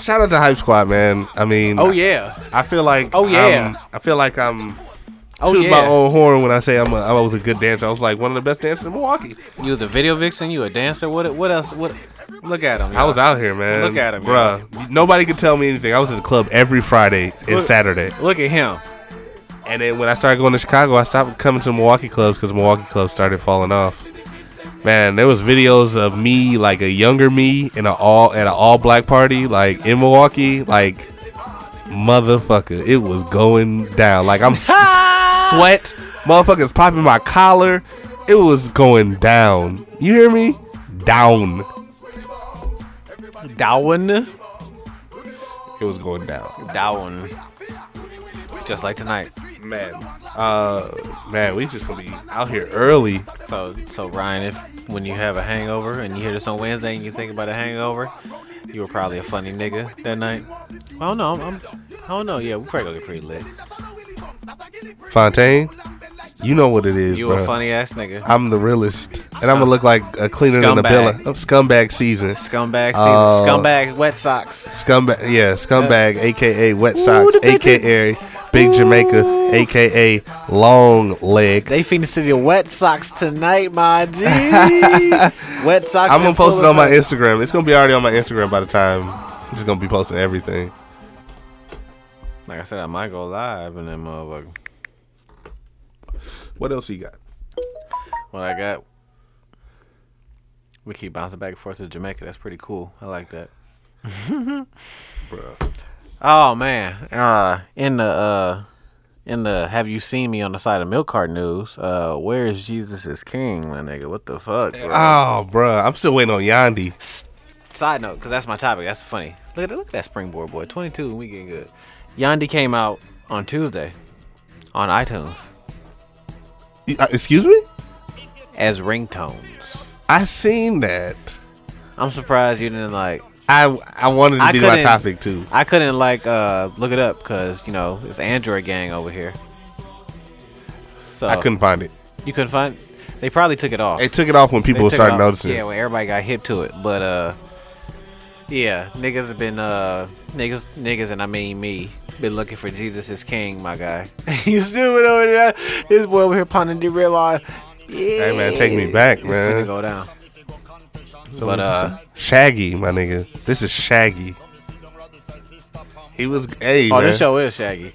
shout out to Hype Squad, man. I mean, Oh yeah. I feel like Oh, yeah. I'm- I feel like I'm Oh tooting yeah. my own horn when I say I'm a, I was a good dancer. I was like one of the best dancers in Milwaukee. You was a video vixen. You a dancer. What? What else? What? Look at him. I was out here, man. Look at him, bruh. Nobody could tell me anything. I was at the club every Friday and Look- Saturday. Look at him. And then when I started going to Chicago, I stopped coming to Milwaukee clubs because Milwaukee clubs started falling off. Man, there was videos of me, like a younger me, in a all at an all black party, like in Milwaukee, like motherfucker, it was going down. Like I'm s- s- sweat, motherfuckers popping my collar, it was going down. You hear me? Down. Down. It was going down. Down. Just like tonight. Man, uh, man, we just gonna be out here early. So, so Ryan, if when you have a hangover and you hear this on Wednesday and you think about a hangover, you were probably a funny nigga that night. I don't know. I'm, I'm, I don't know. Yeah, we probably gonna get pretty lit. Fontaine, you know what it is, You bruh. a funny ass nigga. I'm the realest, and I'm gonna look like a cleaner than a Scumbag. biller. I'm scumbag season. Scumbag, Uh, season. scumbag, wet socks. Scumbag, yeah, scumbag, aka Wet Socks, the bitches. aka Big Jamaica, aka Long Leg. They feeding the city of wet socks [LAUGHS] tonight, my G. wet socks. I'm gonna and post it on my pulling up. Instagram. It's gonna be already on my Instagram by the time. I'm just gonna be posting everything. Like I said, I might go live and then motherfucker. What else you got? What I got? We keep bouncing back and forth to Jamaica. That's pretty cool. I like that. Bruh. Oh man. Uh in the uh in the have you seen me on the side of milk cart news, uh where is Jesus is king, my nigga? What the fuck? bro? Oh, bruh, I'm still waiting on Yandi. Side note, because that's my topic. That's funny. Look at that, look at that springboard boy. 22 and we getting good. Yandi came out on Tuesday on iTunes Uh, Excuse me? as ringtones. I seen that. I'm surprised you didn't like. I I wanted to I be my couldn't- topic too. I couldn't like uh look it up because you know it's Android gang over here. So I Oh. couldn't find it. You couldn't find. They probably took it off. They took it off when people They took started off- noticing. Yeah, when everybody got hip to it, but uh, yeah, niggas have been uh, niggas, niggas, and I mean me, been looking for Jesus is King, my guy. [LAUGHS] you stupid over there. This boy over here pounding the red line. Yeah. Hey man, take me back, It's finna man. go down. So but, uh, Shaggy, my nigga, this is Shaggy. He was hey Oh, man. this show is Shaggy.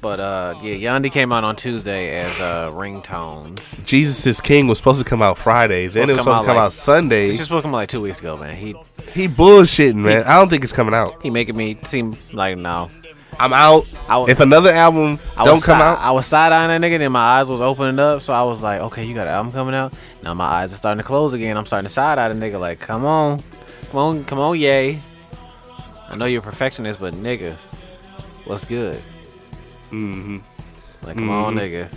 But uh, yeah, Yandi came out on Tuesday as uh, ringtones. Jesus is King was supposed to come out Friday. Then it was Supposed to come supposed to come out, like- out Sunday. It's just supposed to come like two weeks ago, man. He He bullshitting, man. I don't think it's coming out. he making me seem like no. I'm out. I was- if another album I don't was come si- out, I was side eyeing that nigga, then my eyes was opening up, so I was like, okay, you got an album coming out. Now my eyes are starting to close again. I'm starting to side eye the nigga, like, come on, come on, come on, yay. I know you're a perfectionist, but nigga, what's good? Mm-hmm. Mm-hmm. Like, come on, nigga.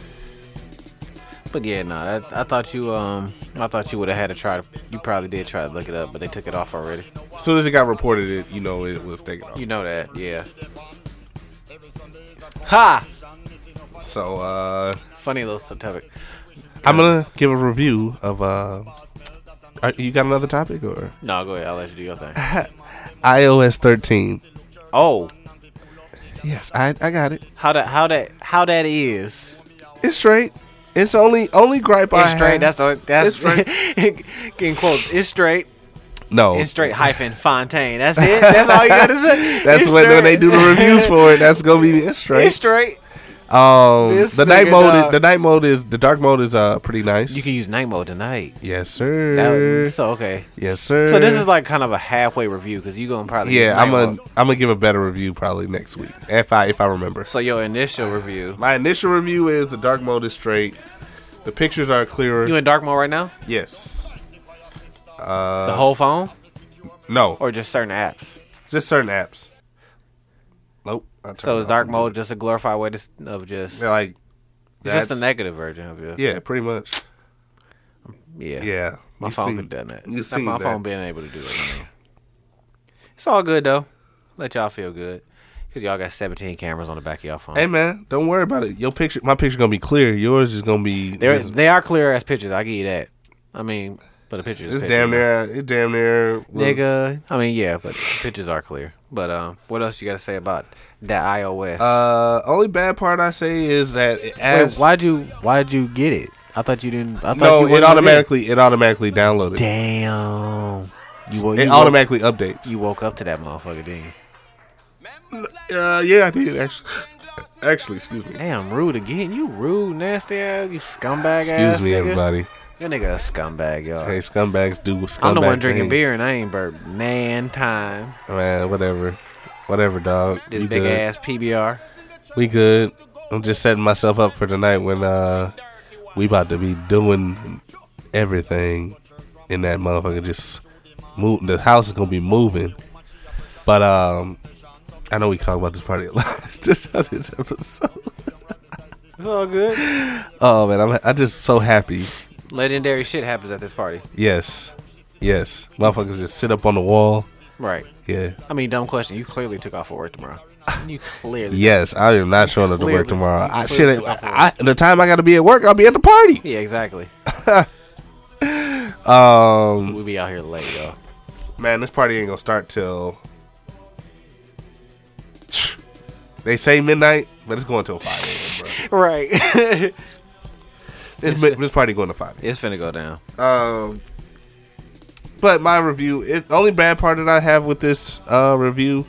But yeah, no, I, I thought you, um, I thought you would have had to try. To, you probably did try to look it up, but they took it off already. as soon as it got reported, it you know it was taken off. You know that, yeah. Ha! So uh, Funny little subtopic. I'm gonna give a review of. Uh, are, you got another topic or No, go ahead. I'll let you do your thing. iOS 13? Oh, Yes, I I got it. how that how that how that is. It's straight. It's only only gripe I It's straight. have- That's the that's It's straight. [LAUGHS] in quotes. It's straight. no. It's straight hyphen Fontaine. That's it. That's all you gotta [LAUGHS] say. That's [LAUGHS] It's what when they straight. do the reviews for it. That's gonna [LAUGHS] be it's straight. It's straight. um, this the night nigga, mode. Is, dog. the night mode is the dark mode is uh pretty nice. You can use night mode tonight. yes That sir. would- so okay. yes sir. So this is like kind of a halfway review because you gonna probably use Yeah, night I'm gonna mode. I'm gonna give a better review probably next week if I if I remember. So your initial review. My initial review is the dark mode is straight. The pictures are clearer. You in dark mode right now? yes. the Uh, whole phone No. or just certain apps? just certain apps. Nope. I turned So it is off. dark mode just a glorified way to, s- of just Yeah, like it's just the that's- negative version of it? Yeah, pretty much. Yeah. Yeah. My you phone seen- could done that. You Not seen my that. phone being able to do it. I mean. It's all good though. Let y'all feel good because y'all got 17 cameras on the back of y'all phone. Hey man, don't worry about it. Your picture, my picture, gonna be clear. Yours is gonna be. They're, just- they are clear ass pictures. I give you that. I mean, but the pictures. it's damn near. It damn near. was- Nigga, I mean, yeah, but the pictures are clear. But um, what else you got to say about that iOS? Uh, only bad part I say is that it Wait, adds. why'd you Why'd you get it? I thought you didn't. I thought you no, it wasn't gonna get automatically it automatically downloaded. Damn, you, wo- It you woke, automatically updates. you woke up to that motherfucker, didn't you? Uh, yeah, I did actually. Actually, excuse me. Damn, rude again. You rude, nasty ass. You scumbag ass. Excuse me, nigga. everybody. Your nigga a scumbag, y'all. Hey, scumbags do scumbag I'm the one drinking things. beer and I ain't burped nan time. Man, whatever, whatever, dog. This You big good. ass PBR. We good. I'm just setting myself up for tonight when uh we about to be doing everything in that motherfucker. Just move. The house is gonna be moving. But um, I know we talk about this party a lot [LAUGHS] this episode. It's all good. Oh man, I'm I'm just so happy. Legendary shit happens at this party. Yes, yes. Motherfuckers just sit up on the wall. Right. Yeah. I mean, dumb question. You clearly took off for [LAUGHS] work tomorrow. You clearly. Yes, I am not showing up to work Clearly- tomorrow. I should. clearly took off work. I, the time I got to be at work, I'll be at the party. [LAUGHS] Yeah, exactly. [LAUGHS] Um, We be out here late, y'all. man, this party ain't gonna start till. [SIGHS] They say midnight, but it's going till five. [LAUGHS] a.m., Right. bro. This, mi- this party going to five. it's finna go down. Um, but my review, it, the only bad part that I have with this uh, review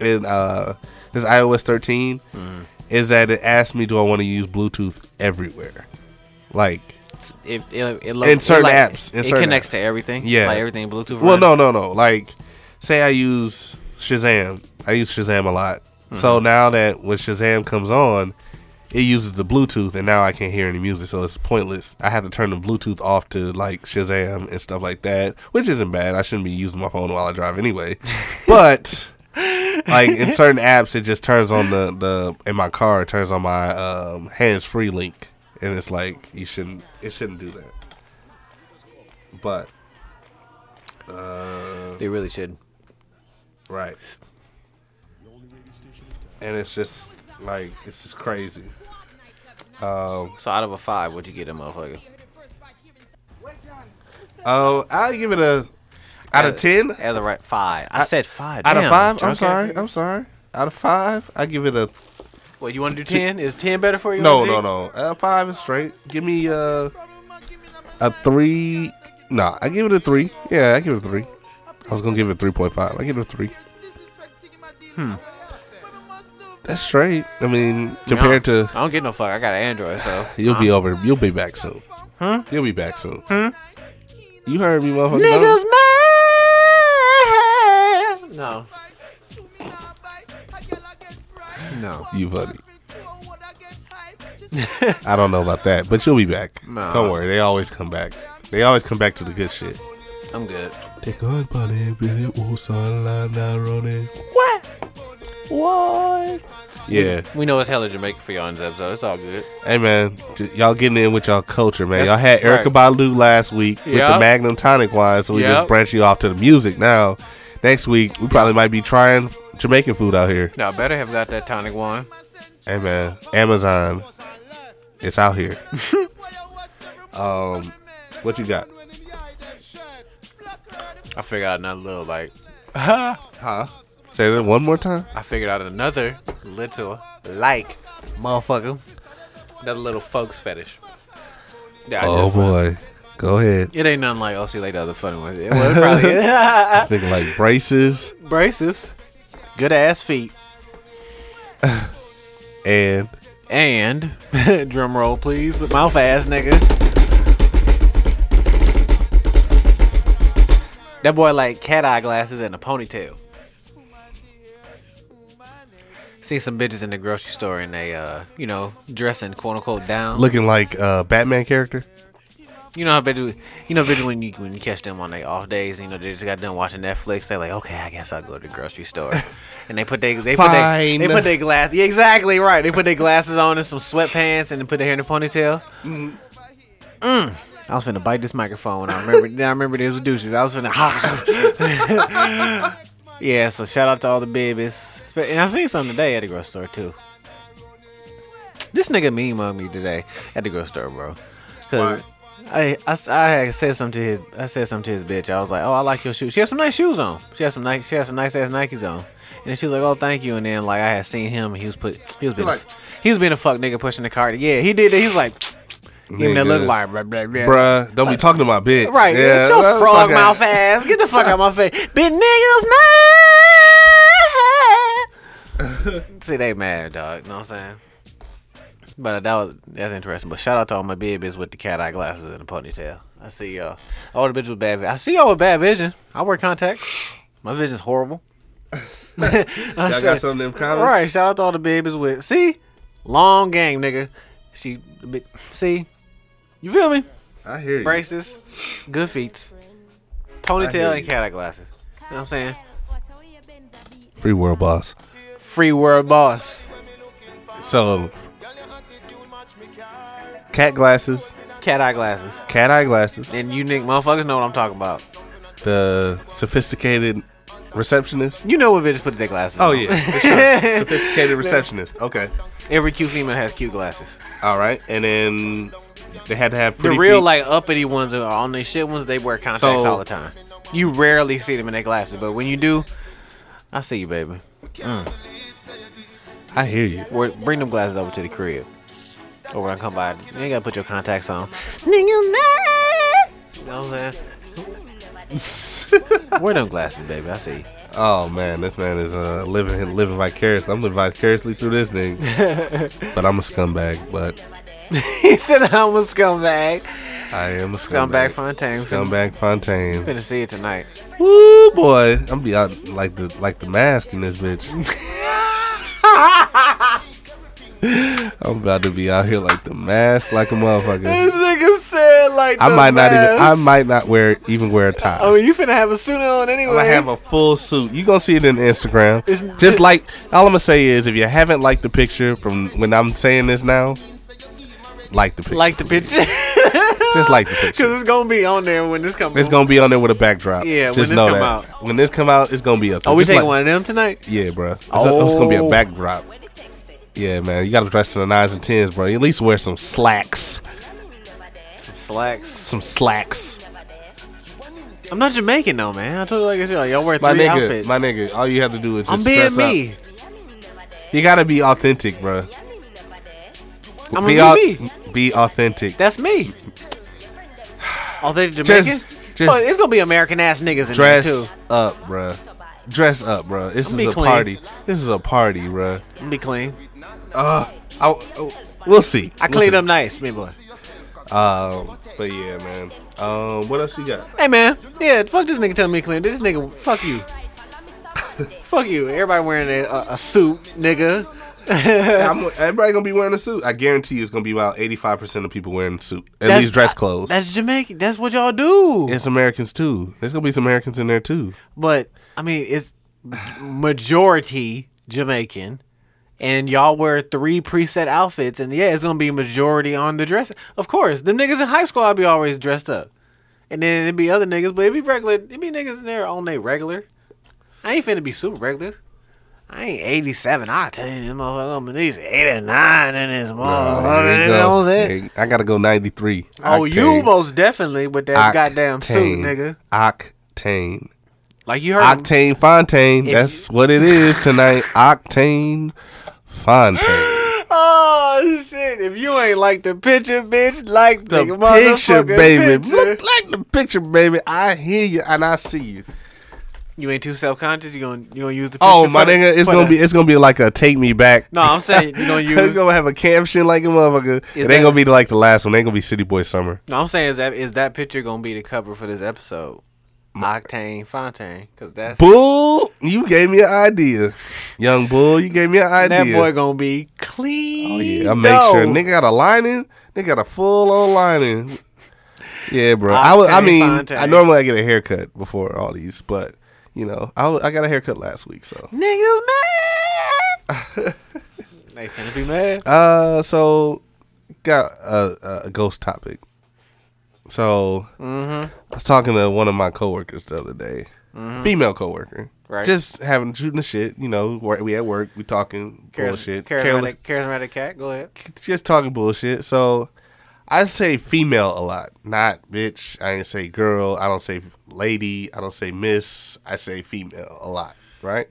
in uh, this iOS 13 is that it asked me, do I want to use Bluetooth everywhere? Like, It it, it In certain it, apps, in it certain connects apps. to everything. Yeah. Like everything Bluetooth. well, runs. no, no, no. Like, say I use Shazam. I use Shazam a lot. So now that when Shazam comes on, it uses the Bluetooth, and now I can't hear any music, so it's pointless. I have to turn the Bluetooth off to like Shazam and stuff like that, which isn't bad. I shouldn't be using my phone while I drive anyway. but like in certain apps, it just turns on the the in my car, it turns on my um, hands free link, and it's like you shouldn't. It shouldn't do that. But They really should. Right. And it's just like it's just crazy. Um, So out of a five, what'd you get, a motherfucker? oh, I give it a out of ten. As a right five. I, said five. Oh. Out of Uh, Damn, five, I'm drunk ass sorry, nigga. I'm sorry. Out of five, I give it a What you want to do? Ten? Is ten better for you? no, MG? no, no. Uh, five is straight. Give me uh, a three. Nah, I give it a three. Yeah, I give it a three. I was gonna give it a three point five. I give it a three. Hmm. That's straight. I mean, compared No, to I don't get no fuck. I got an Android, so you'll be over. You'll be back soon. Huh? You'll be back soon. You heard me, motherfucker. niggas No? mad. [LAUGHS] No, no. You funny. [LAUGHS] I don't know about that, but you'll be back. Nah. Don't worry. They always come back. They always come back to the good shit. I'm good. Take on body, really, oh, sunlight, now running. What? Yeah. We know it's hella Jamaican for y'all in this episode. It's all good. Hey man, j- y'all getting in with y'all culture, man. Y'all That's had Erica Badu last week with the Yep. Magnum Tonic wine, so we just Yep. branch you off to the music now. Next week, we probably might be trying Jamaican food out here. Now I better have got that tonic wine. Hey man, Amazon, it's out here. um, what you got? I figured out another little like. Huh? Say that one more time. I figured out another little like motherfucker. Another little folks fetish. Yeah, I Oh just went- boy, go ahead. It ain't nothing like oh see like the other funny ones. It was probably This nigga like braces [LAUGHS] braces, good ass feet, and and [LAUGHS] drum roll please, the mouth ass nigga. That boy like cat eye glasses and a ponytail. See some bitches in the grocery store and they uh you know dressing quote unquote down. looking like uh, Batman character. You know how bitches, you know bitches when you when you catch them on their off days, and, you know they just got done watching Netflix. They're like, okay, I guess I'll go to the grocery store, and they put they they put they, they Fine. put their glass. Yeah, exactly right. They put their glasses on and some sweatpants, and then put their hair in a ponytail. Mm. I was finna bite this microphone. I remember. now I remember this was douches. I was finna. [LAUGHS] yeah. So shout out to all the babies. Spe- And I seen something today at the grocery store too. This nigga meme on me today at the grocery store, bro. Cause I, I, s- I had said something to his I said something to his bitch. I was like, "Oh, I like your shoes. She had some nice shoes on. She had some nice she had some nice ass Nikes on." And then she was like, "Oh, thank you." And then like I had seen him, and he was put he was being like- he was being a fuck nigga pushing the cart. Yeah, he did that. He was like, give me that look Nigga. like blah blah blah. Bruh, don't be talking to my bitch. Right, Yeah, get your well, frog fuck mouth out. ass. Get the fuck out [LAUGHS] my face. Big niggas mad. See, they mad, dog. You know what I'm saying? But that was that's interesting. But shout out to all my babies with the cat eye glasses and the ponytail. I see y'all. All the bitches with bad vision. I see y'all with bad vision. I wear contacts. My [LAUGHS] vision's horrible. [LAUGHS] I Y'all got something in common? Right. Shout out to all the babies with see long game, nigga. She bi- see you feel me? I hear you. braces, good feet, I hear ponytail, you. and cat eye glasses. You know what I'm saying? Free world boss. Free world boss. So, cat glasses, Cat eye glasses. cat eye glasses, And you Nick motherfuckers know what I'm talking about. the sophisticated receptionist. You know what bitches put their glasses Oh, on. yeah. for sure. sophisticated receptionist. Okay. [LAUGHS] Every cute female has cute glasses. All right. And then they had to have pretty the real feet. like uppity ones are on their shit ones, they wear contacts So- all the time. You rarely see them in their glasses, but when you do, I see you, baby. I hear you. [LAUGHS] Wear- Bring them glasses over to the crib. Or when I come by, you ain't gotta put your contacts on. Nigga, man. You know what I'm saying? Wear them glasses, baby. I see. you. Oh man, this man is uh, living living vicariously. I'm living vicariously through this nigga, [LAUGHS] but I'm a scumbag. But he said I'm a scumbag. I am a Scumbag scumbag. Fontaine. Scumbag. Scumbag Fontaine. Finna see it tonight. Woo boy, I'm be out like the like the mask in this bitch. [LAUGHS] I'm about to be out here like the mask, like a motherfucker. nigga said like I might not even. I might not wear even wear a tie. Oh, you finna have a suit on anyway. I'm gonna [LAUGHS] have a full suit. You gonna see it in Instagram. It's- Just like all I'm gonna say is, if you haven't liked the picture from when I'm saying this now, like the picture. [LAUGHS] like the picture. [LAUGHS] Just like the picture. Cause it's gonna be on there when this comes. It's gonna be on there with a backdrop. Yeah, when just this know come that out. when this come out, it's gonna be a. Are Oh, we just taking like- one of them tonight? Yeah, bro. It's, a- it's gonna be a Oh. backdrop. Yeah, man, you gotta dress to the nines and tens, bro. At least wear some slacks, Slacks. some slacks. I'm not Jamaican though, man. I told you like I said, y'all wear My three nigga, outfits. my nigga. All you have to do is just I'm being dress up. me. You gotta be authentic, bro. I'ma be be au- me. Be authentic. That's me. Are they Jamaican? Just- just- oh, it's gonna be American ass niggas in there Dress too. up, bruh. Dress up, bruh. This I'm is be a clean. party. This is a party, bruh. I'm be clean. I, I- we'll see. I We'll cleaned see. up nice, me boy. Um, but yeah, man. Um, what else you [LAUGHS] got? Hey man, yeah, fuck this nigga telling me to clean. This nigga, fuck you, [LAUGHS] fuck you. Everybody wearing a, a, a suit, nigga. I'm, everybody gonna be wearing a suit. I guarantee you, it's gonna be about eighty-five percent of people wearing a suit, at That's- least dress clothes. That's Jamaican. That's what y'all do. it's Americans too. There's gonna be some Americans in there too. But I mean, it's majority Jamaican, and y'all wear three preset outfits, and yeah, it's gonna be majority on the dress. Of course, the niggas in high school, I'd be always dressed up, and then it'd be other niggas, but it'd be regular. It'd be niggas in there on they regular. I ain't finna be super regular. I ain't 87. I tell you, this motherfucker, I'm at least 89 in this Here motherfucker. you you know go. what I'm saying? Hey, I gotta go ninety-three. Oh, you most definitely with that Octane. goddamn suit, nigga. Um, Octane. Like you heard him. Octane Fontaine. That's what [LAUGHS] it is tonight. Octane Fontaine. [GASPS] Oh shit! If you ain't like the picture, bitch, like The the, motherfucking picture, baby. picture. Look like the picture, baby. I hear you and I see you. You ain't too self conscious. You gonna you gonna use the picture Oh my for the- nigga, it's for gonna the- be [LAUGHS] it's gonna be like a take me back. [LAUGHS] No, I'm saying [LAUGHS] you gonna it's use. gonna have a caption like a motherfucker. it ain't that- gonna be like the last one. It ain't gonna be City Boy Summer. No, I'm saying is that is that picture gonna be the cover for this episode? Octane Fontaine, because that's Bull, you gave me an idea, young bull. You gave me an idea. that boy gonna be clean. Oh yeah, I make sure though. nigga got a lining. Nigga got a full on lining. Yeah, bro. I was. I Octane mean, Fontaine. I normally I get a haircut before all these, but you know, I, was- I got a haircut last week, so. [LAUGHS] niggas mad. they finna be mad. Uh, so got a, a ghost topic. So I was talking to one of my coworkers the other day, female coworker. Right. Just having shooting the shit, you know. wor- We at work, we talking Charis- bullshit. Charismatic, charismatic cat. Go ahead. just talking bullshit. So I say female a lot, not bitch. I ain't say girl. I don't say lady. I don't say miss. I say female a lot, right?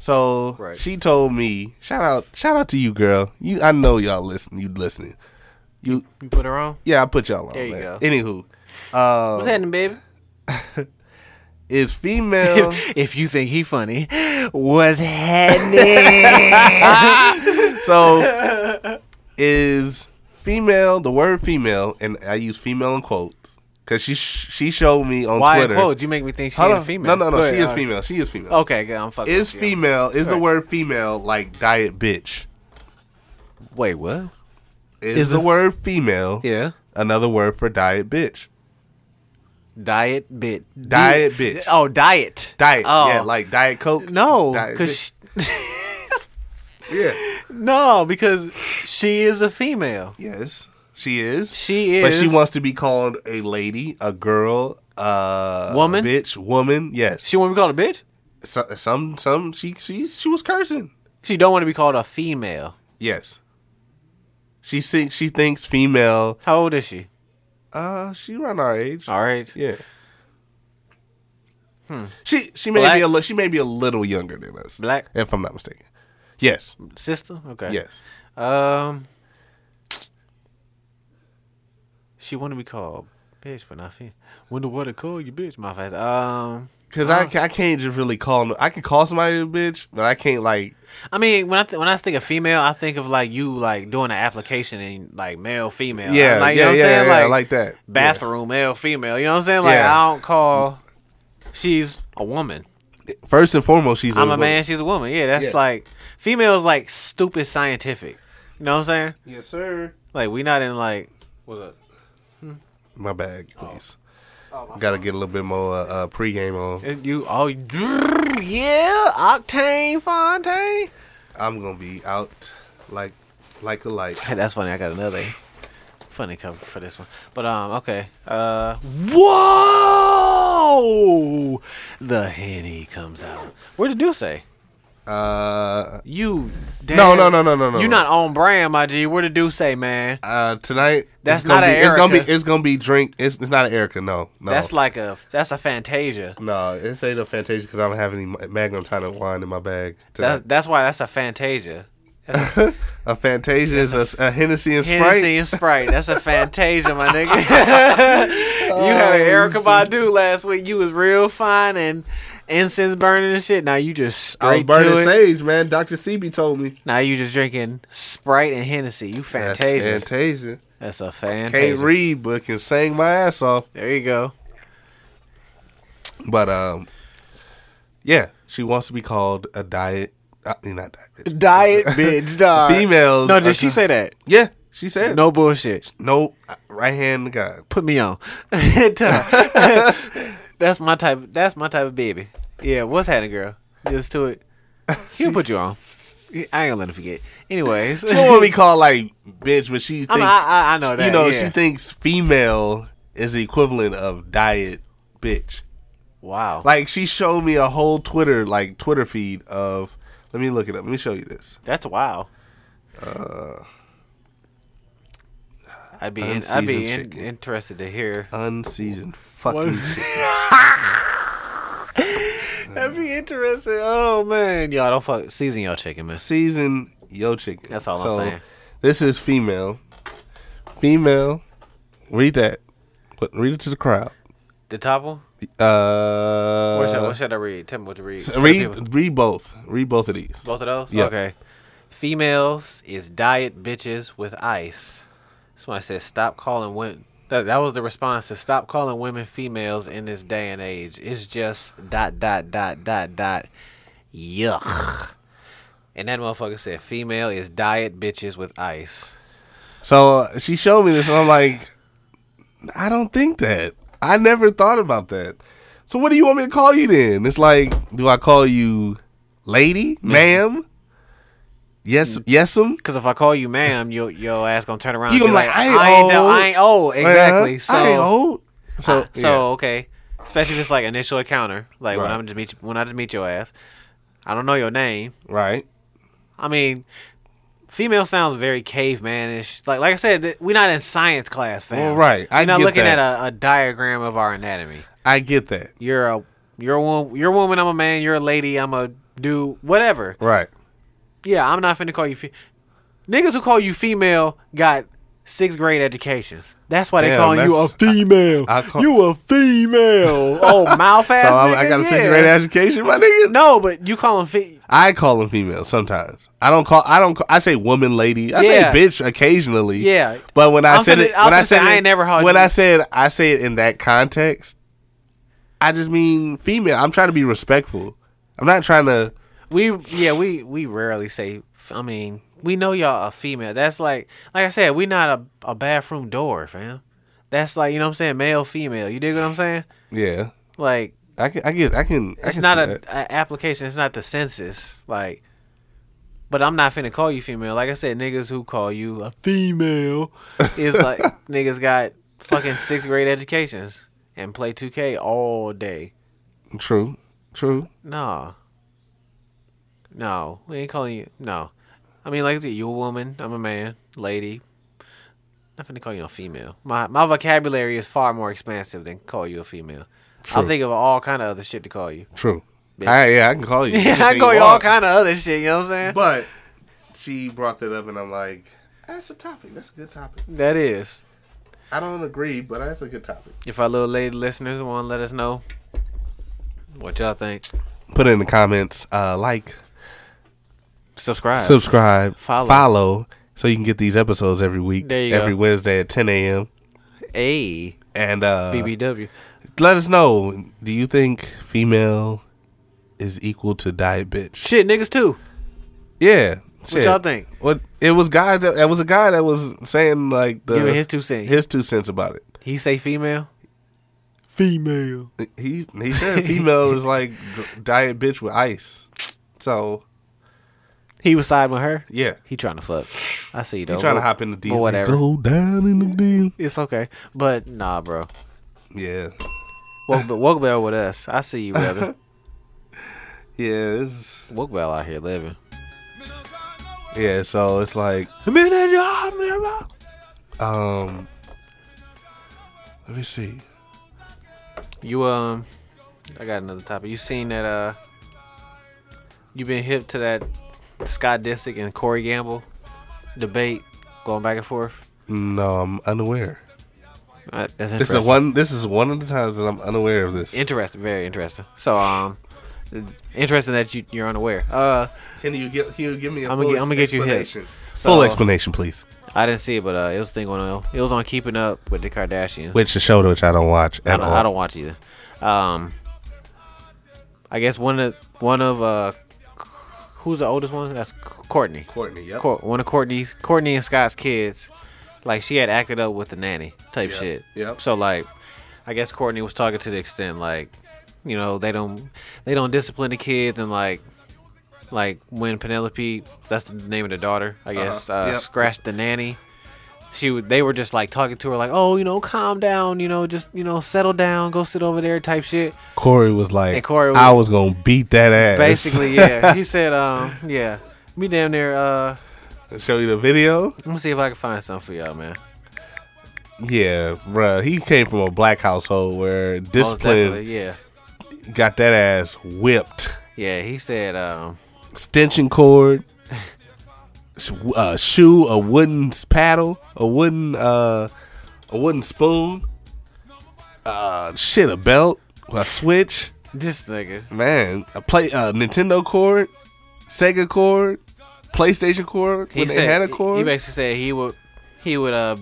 So Right. she told me, shout out, shout out to you, girl. You, I know y'all listen. You listening? You, You put her on. yeah, I put y'all on. There you man. go. Anywho, Uh, What's happening, baby? is [LAUGHS] female? if, if you think he funny, what's happening? so is female the word female? And I use female in quotes because she sh- she showed me on [LAUGHS] Why Twitter. quote? You make me think she's Hold a on. female. No, no, Go no. She ahead, is all right. female. She is female. Okay, good. I'm fucking. Is with you. female is the Right. word female like diet bitch? Wait, what? Is, Is the it- word female Yeah. another word for diet bitch? Diet bit. Diet Di- bitch. Oh, diet. Diet, Oh. yeah, like diet coke. no, Diet because Bitch. she- yeah, no, because she is a female. yes, she is. She is. but she wants to be called a lady, a girl, uh, Woman? bitch, woman. Yes, She want to be called a bitch. So- some, some. She, she, she was cursing. She don't want to be called a female. Yes, she thinks she thinks female. How old is she? Uh, she around our age. All right. Yeah. She she may Hmm. Black? be a li- she may be a little younger than us. Black? if I'm not mistaken. Yes, Sister. Okay. yes. Um. She want to be called bitch, but not female. When the water cold, you bitch, my face. Um. Because I, ca- I can't just really call. no- I can call somebody a bitch, but I can't like. I mean, when I th- when I think of female, I think of like you like doing an application and like male female. Yeah, Uh, like, yeah, yeah, you know what I'm saying? yeah, like, like that. Bathroom male female. You know what I'm saying? Like Yeah. I don't call. She's a woman. First and foremost, she's. I'm a woman. man. She's a woman. Yeah, that's Yeah. like female is like stupid scientific. You know what I'm saying? Yes, sir. Like we not in like My bag, please. Got to get a little bit more uh, uh, pregame on. it- you all yeah octane fontaine. I'm gonna be out like like a light. That's funny. I got another. Funny cover for this one, but um, okay. Uh, whoa! The henny comes out. Where did you say? Uh, You damn, no, no, no, no, no, no. You not on brand, my G. Where the do say, man? uh, tonight. That's it's gonna be, not a It's gonna be. Erica. It's gonna be drink. It's, it's not an Erica. No, no. That's like a that's a Fantasia. no. This ain't a Fantasia because I don't have any Ma- Magnum Tonic wine in my bag. That's Tonight. that's why that's a Fantasia. A Fantasia is a, a Hennessy and Sprite. Hennessy and Sprite. That's a Fantasia, [LAUGHS] my nigga. you had an Erica Badu last week. You was real fine and incense burning and shit. Now you just I straight was burning to it. sage, man. Doctor CB told me. Now you just drinking Sprite and Hennessy. You That's Fantasia. That's, Fantasia. a Fantasia. Can't read, but can sing my ass off. There you go. But um, yeah, she wants to be called a diet. Uh, not diet. [LAUGHS] Diet bitch, dog. Females. No, are did she con- say that? Yeah, she said no. No bullshit. No, uh, right hand to God. Put me on. [LAUGHS] uh, that's my type. That's my type of baby. Yeah, what's happening, girl? Just to it. He'll put you on. I ain't gonna let him forget. Anyways, She don't [LAUGHS] want to be called like bitch, but she thinks I, mean, I, I, I know that. you know yeah. she thinks female is the equivalent of diet bitch. wow, Like she showed me a whole Twitter like Twitter feed of. Let me look it up. Let me show you this. that's wow. Uh, I'd be in, I'd be unseasoned in, chicken. interested to hear. Unseasoned fucking shit. Uh, I'd be interested. Oh man, y'all don't fuck season your chicken, man. Season yo chicken. That's all I'm saying. This is female. Female. Read that. But read it to the crowd. The top one. Uh, What, should, what should I read? Tell me what to read. Tell people. read read both. Read both of these. both of those. Yeah. Okay. Females is diet bitches with ice. That's when I said stop calling women. That, that was the response to stop calling women females in this day and age. It's just dot dot dot dot dot. Yuck. And that motherfucker said female is diet bitches with ice. So uh, she showed me this, and I'm like, I don't think that. I never thought about that. So what do you want me to call you then? It's like, do I call you lady, ma'am? Yes, Mm. yes'm. Cause if I call you ma'am, your your ass gonna turn around. You and be gonna be like, I ain't ain't old. old. I ain't old. Exactly. Uh-huh. So I ain't old. So, Ah, So, okay, especially if it's like initial encounter, like when Right. I'm just meet you, when I just meet your ass, I don't know your name. yeah, right. I mean, female sounds very cavemanish. Like like I said, th- we're not in science class, fam. Well, right. I You're not get looking that. at a, a diagram of our anatomy. I get that. You're a you're a woman. You're a woman. I'm a man. You're a lady. I'm a dude. Whatever. Right. Yeah, I'm not finna call you. Fe- Niggas who call you female got sixth grade educations. That's why they Damn, calling you a that's- female. I call- you a female. [LAUGHS] oh, mouth [LAUGHS] ass. So I, I nigga, got a yeah. sixth grade education, my nigga. No, but you call them fe- I call them female sometimes. I don't call. I don't. Call, I say woman, lady. I Yeah. say bitch occasionally. Yeah. But when I I'm said finna- it, I was when I finna say, said I it- ain't never heard When you. I said I say it in that context, I just mean female. I'm trying to be respectful. I'm not trying to. we yeah we we rarely say. f- I mean, we know y'all a female. That's like like I said, we not a a bathroom door, fam. That's like you know what I'm saying, male female. You dig what I'm saying? Yeah. Like I can. I get. I can. I it's can not see a, that. a application. It's not the census. Like, but I'm not finna call you female. Like I said, niggas who call you a female is [LAUGHS] like niggas got fucking sixth grade educations and play 2K all day. True. True. No, no, we ain't calling you. No, I mean like I said, you a woman. I'm a man, lady. Not finna call you no female. My my vocabulary is far more expansive than call you a female. I'll True. think of all kind of other shit to call you. True. I, yeah, I can call [LAUGHS] [LAUGHS] you. Yeah, I anything go you all want. kind of other shit. You know what I'm saying? But she brought that up, and I'm like, that's a topic. That's a good topic. that is. I don't agree, but that's a good topic. If our little lady listeners want to let us know what y'all think, Put it in the comments. Uh, like. subscribe. subscribe, Follow. follow. so you can get these episodes every week, There you every go. Wednesday at 10 a.m. a And uh, BBW. let us know. Do you think female is equal to diet bitch? Shit, niggas too. Yeah. shit. y'all think? What it was guys that it was a guy that was saying like the Giving his two cents. his two cents about it. He say female. He [LAUGHS] he said female is like d- diet bitch with ice. So He was siding with her. Yeah. He trying to fuck. I see though. You trying to hop in the deal. But whatever. Go down in the deal. It's okay. But nah, bro. Yeah. Woke bell, woke bell with us. I see [LAUGHS] you, brother. Yeah. It's, woke bell out here living. yeah. So it's like, um, let me see. You um, I got another topic. You seen that uh, you been hip to that Scott Disick and Corey Gamble debate going back and forth? No, I'm unaware. Uh, that's This interesting. is one. This is one of the times that I'm unaware of this. Interesting, very interesting. So um, interesting that you you're unaware. Uh, Can you get? Can you give me a I'm gonna full get, I'm gonna get you hit. explanation? So, full explanation, please. I didn't see it, but uh, it was thing on it was on Keeping Up with the Kardashians. Which the show which I don't watch at I don't, all. I don't watch either. Um, I guess one of one of uh, who's the oldest one? That's Courtney. Courtney. Yep. Cour- one of Courtney's Courtney and Scott's kids, like she had acted up with the nanny type Yep, shit. yep. So like, I guess Courtney was talking to the extent like, you know, they don't they don't discipline the kids and like. Like when Penelope, that's the name of the daughter, I guess, uh Uh-huh, yep. scratched the nanny. She, would- they were just like talking to her, like, "Oh, you know, calm down, you know, just you know, settle down, go sit over there," type shit. Corey was like, And Corey was- I was gonna beat that ass. Basically, yeah. He said, um, yeah, me damn near. Uh, [LAUGHS] show you the video. let me see if I can find something for y'all, man. Yeah, bruh. He came from a black household where Most discipline Oh, definitely, yeah. got that ass whipped. Yeah, he said, um, Extension cord, s- a shoe, a wooden s- paddle, a wooden uh, a wooden spoon. Uh, shit, a belt, a switch. this nigga. Man, a play a Nintendo cord, Sega cord, PlayStation cord. He when said, they had a he- cord, He basically said he would, he would, uh,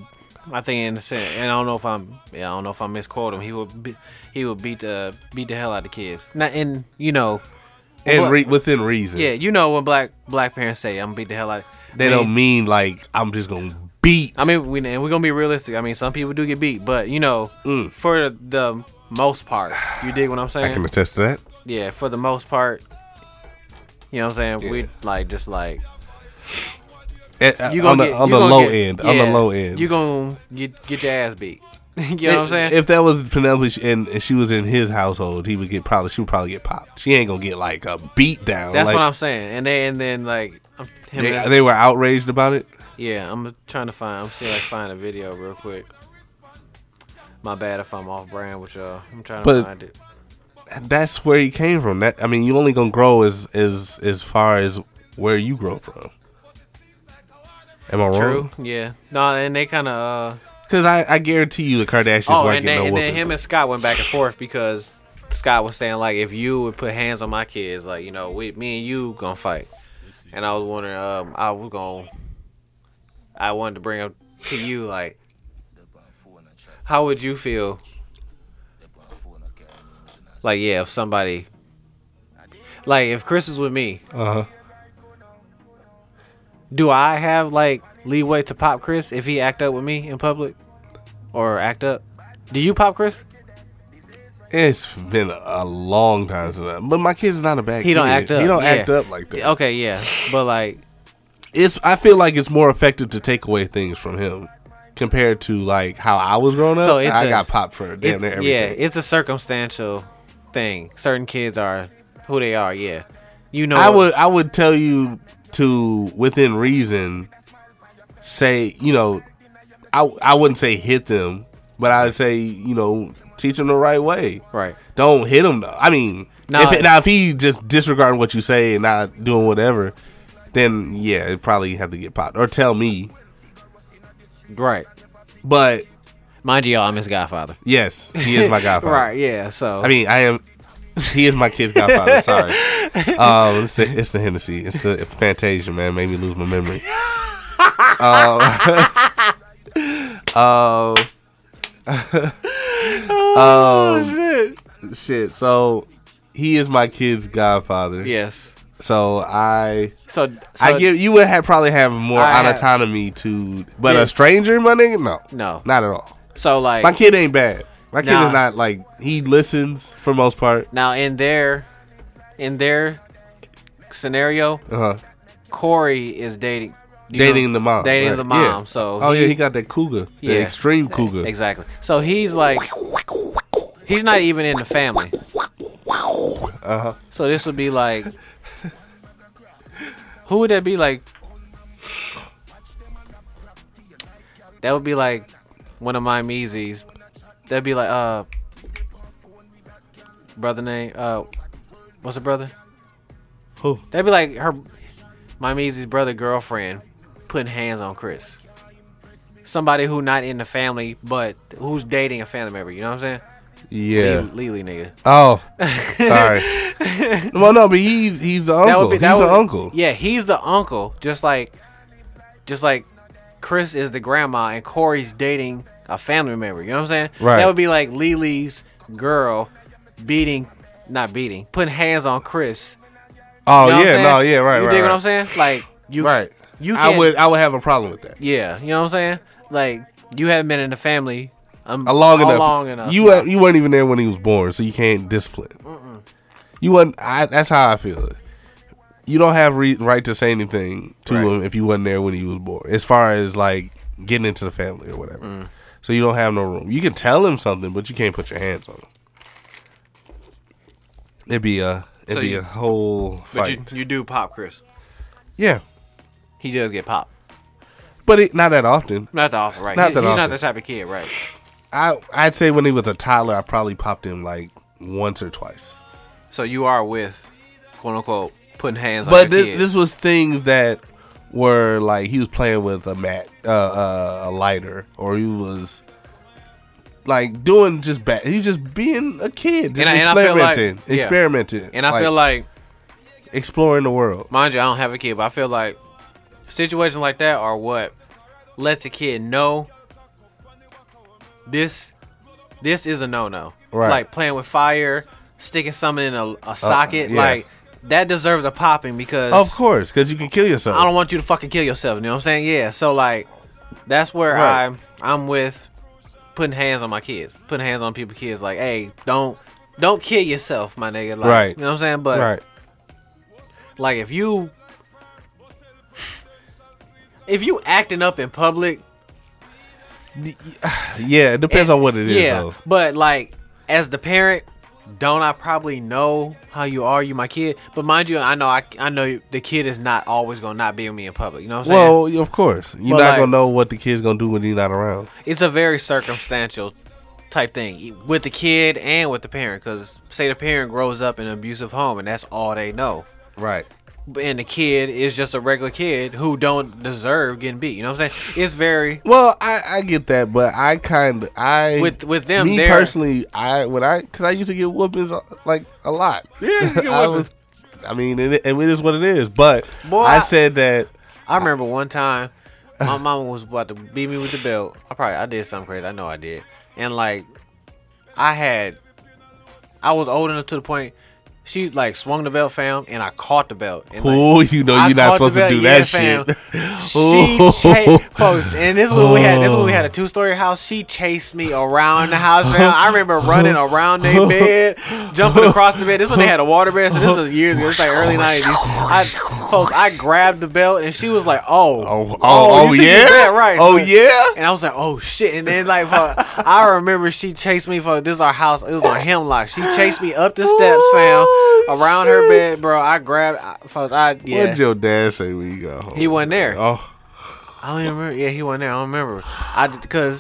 I think in the sense, and I don't know if I'm, yeah, I don't know if I misquote him. He would, be, he would beat the, beat the hell out of the kids. Not in, you know, and re- within reason. yeah, you know when black black parents say, "I'm gonna beat the hell out." of They I mean, don't mean like I'm just gonna beat. I mean, we and we're gonna be realistic. I mean, some people do get beat, but you know, Mm. for the most part, you dig what I'm [SIGHS] saying? I can attest to that. yeah, for the most part, you know what I'm saying? Yeah. We like just like Eh, uh, you on gonna the, get, on you the gonna low get- end, on the yeah, low end. You gonna you get your ass beat. [LAUGHS] you know what I'm saying? If that was Penelope sh- and, and she was in his household, he would get probably she would probably get popped. She ain't gonna get like a beat down. That's like, what I'm saying. And then and then like I'm, him They, and- they were outraged about it. yeah, I'm trying to find. I'm seeing like find a video real quick. My bad if I'm off brand with y'all. I'm trying to But- find it. That's where he came from. That I mean, you only gonna grow as as as far as where you grow from. Am I True. wrong? Yeah. No, and they kind of. Uh, Because I, I guarantee you, the Kardashians Oh, weren't and, getting then, and no then him and whoopings. Scott went back and forth because Scott was saying like, if you would put hands on my kids, like you know, we, me and you gonna fight. And I was wondering, um, I was gonna, I wanted to bring up to you like, how would you feel? Like yeah, if somebody, like if Chris is with me, Uh-huh. do I have like leeway to pop Chris if he act up with me in public, or act up? Do you pop Chris? It's been a, a long time since that. But my kid's not a bad He don't kid. act up. He don't yeah. act up like that. Okay, yeah, but like, It's I feel like it's more effective to take away things from him compared to like how I was growing up. So So it's I a- got popped for [LAUGHS] damn it- near everything. yeah, it's a circumstantial thing. Certain kids are who they are. Yeah, you know, I would I would tell you to within reason say, you know, I I wouldn't say hit them, but I'd say, you know, teach them the right way. right. Don't hit him though. I mean, No. if, now if he just disregarding what you say and not doing whatever, then yeah, it probably have to get popped or tell me. Right. But Mind you, y'all, I'm his godfather. yes, he is [LAUGHS] my godfather. Right. Yeah. So I mean, I am. He is my kid's godfather. [LAUGHS] Sorry. Um, it's, the, it's the Hennessy. It's the Fantasia, man. Made me lose my memory. [LAUGHS] [LAUGHS] Oh, Um, um, um, shit. So he is my kid's godfather. yes. So I, So, so I give you would have probably have more I have- autonomy to, but Yeah. a stranger, my nigga, no, No. not at all. so like My kid ain't bad. My kid Nah. is not like he listens for most part. now in their in their scenario, Uh huh. Corey is dating you dating know, the mom. Dating right, the mom. yeah. So oh yeah, he got that cougar, yeah, the extreme cougar. Exactly. So he's like he's not even in the family. Uh-huh. So this would be like who would that be like? That would be like one of my Meezies. That'd be like uh brother name uh what's her brother? Who? That'd be like her my Meezy's brother girlfriend putting hands on Chris. Somebody who not in the family but who's dating a family member, you know what I'm saying? Yeah. Lily, nigga. Oh, [LAUGHS] sorry. well, no, but he he's the uncle. he's an uncle. Yeah, he's the uncle. Just like, just like, Chris is the grandma and Corey's dating a family member. You know what I'm saying? Right. That would be like Lily's girl beating, not beating, putting hands on Chris. Oh You know what I'm yeah, saying? no, yeah, right, You right. right. dig what I'm saying? Like you, Right. You I can't- would I would have a problem with that. Yeah, you know what I'm saying? Like you haven't been in the family. Um, A long a enough. Long enough. You wa- you weren't even there when he was born, so you can't discipline. You weren't. I, that's how I feel. it. You don't have re- right to say anything to Right. him if you wasn't there when he was born. As far as like getting into the family or whatever. Mm. So you don't have no room. You can tell him something, but you can't put your hands on him. It'd be a it'd So be you- a whole But fight. you, you do pop Chris. yeah, He does get popped. but it, not that often. Not the often, right? Not He- that he's often. not the type of kid, right? I I'd say when he was a toddler, I probably popped him like once or twice. So you are with, quote unquote, putting hands on But your this, kid. this was things that were like he was playing with a mat, uh, uh, a lighter, or he was like doing just bad. He was just being a kid, just And I- and I feel like- experimenting, yeah. experimenting, and I feel like, exploring the world. mind you, I don't have a kid, but I feel like situations like that are what lets a kid know this this is a no no. Right. Uh, Like playing with fire, sticking something in a, a socket, yeah. like that deserves a popping because Of course, because you can kill yourself. I don't want you to fucking kill yourself. You know what I'm saying? Yeah. So like, that's where Right. I'm. I'm with putting hands on my kids, putting hands on people's kids. Like, hey, don't don't kill yourself, my nigga. Like, Right. You know what I'm saying? But right. like, if you if you acting up in public, Yeah, it depends on what it is. yeah. though. But like, as the parent. Don't I probably know how you are? You my kid, but mind you, I know I, I know the kid is not always gonna not be with me in public. You know what I'm saying? Well, of course, you're But, not like- gonna know what the kid's gonna do when you're not around. it's a very circumstantial type thing e, with the kid and with the parent because say the parent grows up in an abusive home and that's all they know Right. and the kid is just a regular kid who don't deserve getting beat you know what i'm saying it's very Well, I, I get that, but I kind of I With- with them, Me they're- personally, I when I because I used to get whoopings like a [LAUGHS] lot. Yeah, [LAUGHS] I was. I mean, it, it is what it is. But Boy, I I- said [LAUGHS] that i remember one time my mama was about to beat me with the belt i probably i did something crazy i know i did and like i had i was old enough to the point she like swung the belt fam and i caught the belt and like, oh, you know, I you're not caught the supposed to bell- do yeah, that fam. shit. She chased, folks, and this is when we had this is when we Oh. had a two story house. She chased me around the house. Fam. I remember running around their bed, jumping across the bed. This one they had a water bed, so this was years ago. It's like early Oh, nineties. I, folks, I grabbed the belt, and she was like, "Oh, [LAUGHS] Oh, oh, oh, you think yeah, it's that, right? Oh So- yeah. and I was like, "Oh shit!" And then like, for, I remember she chased me for this. Is our house. It was on Hemlock. She chased me up the steps, fam, Oh, around her bed, bro. I grabbed, I, folks. I yeah. What'd your dad say when you got home? He wasn't there. Oh, I don't even remember. Yeah, he wasn't there. I don't remember. I because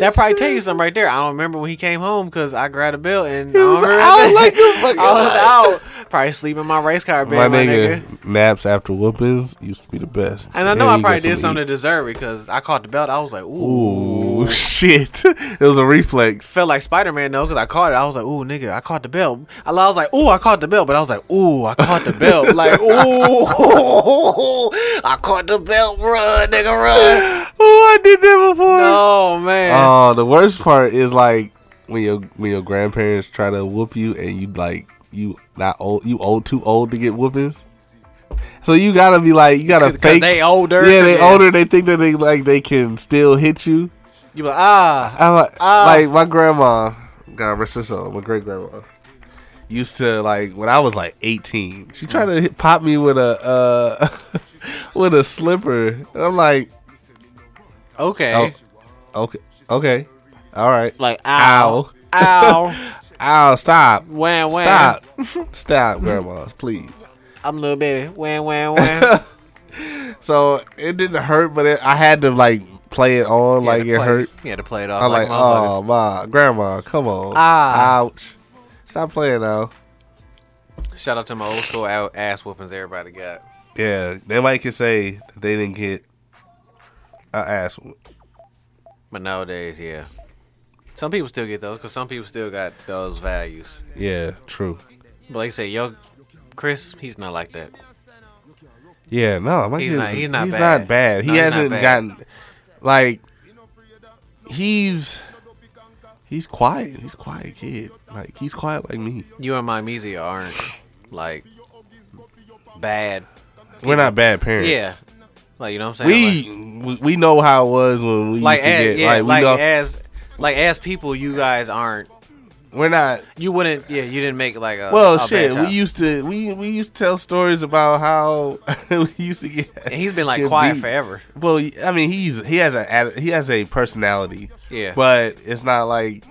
that probably tell you something right there. I don't remember when he came home because I grabbed a bill and I don't was remember out that. like [LAUGHS] a fucking I was out, probably sleeping in my race car bed, my my, nigga, nigga. naps after whoopings used to be the best. And I know Yeah, I you probably got some did to something eat. to deserve it because I caught the belt. I was like, ooh. [LAUGHS] Ooh, [LAUGHS] shit! [LAUGHS] It was a reflex. Felt like Spider Man though, because I caught it. I was like, "Ooh, nigga, I caught the belt." I was like, "Ooh, I caught the belt," but I was like, "Ooh, I caught [LAUGHS] the belt." Like, "Ooh, I caught the belt, run, [LAUGHS] nigga, run!" Oh, I did that before. Oh man, Oh, the worst part is like when your when your grandparents try to whoop you and you like you not old you old too old to get whoopings. So you gotta be like you gotta 'Cause fake. they older. yeah, they older. They think that they like they can still hit you. You be like, ah, I'm like, like my grandma, God rest her soul, my great grandma used to like when I was like 18. She tried to hit, pop me with a uh, [LAUGHS] with a slipper, and I'm like, Okay. oh, okay, okay, all right, Like ow, ow, [LAUGHS] ow, ow, stop, wham wham. stop, stop, grandmas, please. I'm little baby. [LAUGHS] Wham wham wham. So it didn't hurt, but it, I had to like play it on, like it hurt. You had to play it off. I'm like, like, motherfucker. oh my grandma, come on, Ah. ouch, stop playing now. Shout out to my old school out- ass whoopings everybody got. Yeah, they might can say that they didn't get a ass. whoop. But nowadays, yeah. Some people still get those because some people still got those values. Yeah, true. But like I said, yo, Chris, he's not like that. Yeah, no, my He's kid- not- he's not he's bad. not bad. No, he he's not hasn't bad. gotten like he's he's quiet. He's a quiet kid. Like he's quiet like me. You and my Mizzy aren't like bad. We're not bad parents. Yeah. Like, you know what I'm saying? We we- we know how it was when we like, used like, to as, get yeah, like we like, know as like as people, you guys aren't. we're not You wouldn't. Yeah, you didn't make like a. a well bad shit we child. used to we we used to tell stories about how [LAUGHS] we used to get [LAUGHS] and he's been like get quiet beat. forever. Well, I mean, he's he has a atti- he has a personality. Yeah. But it's not like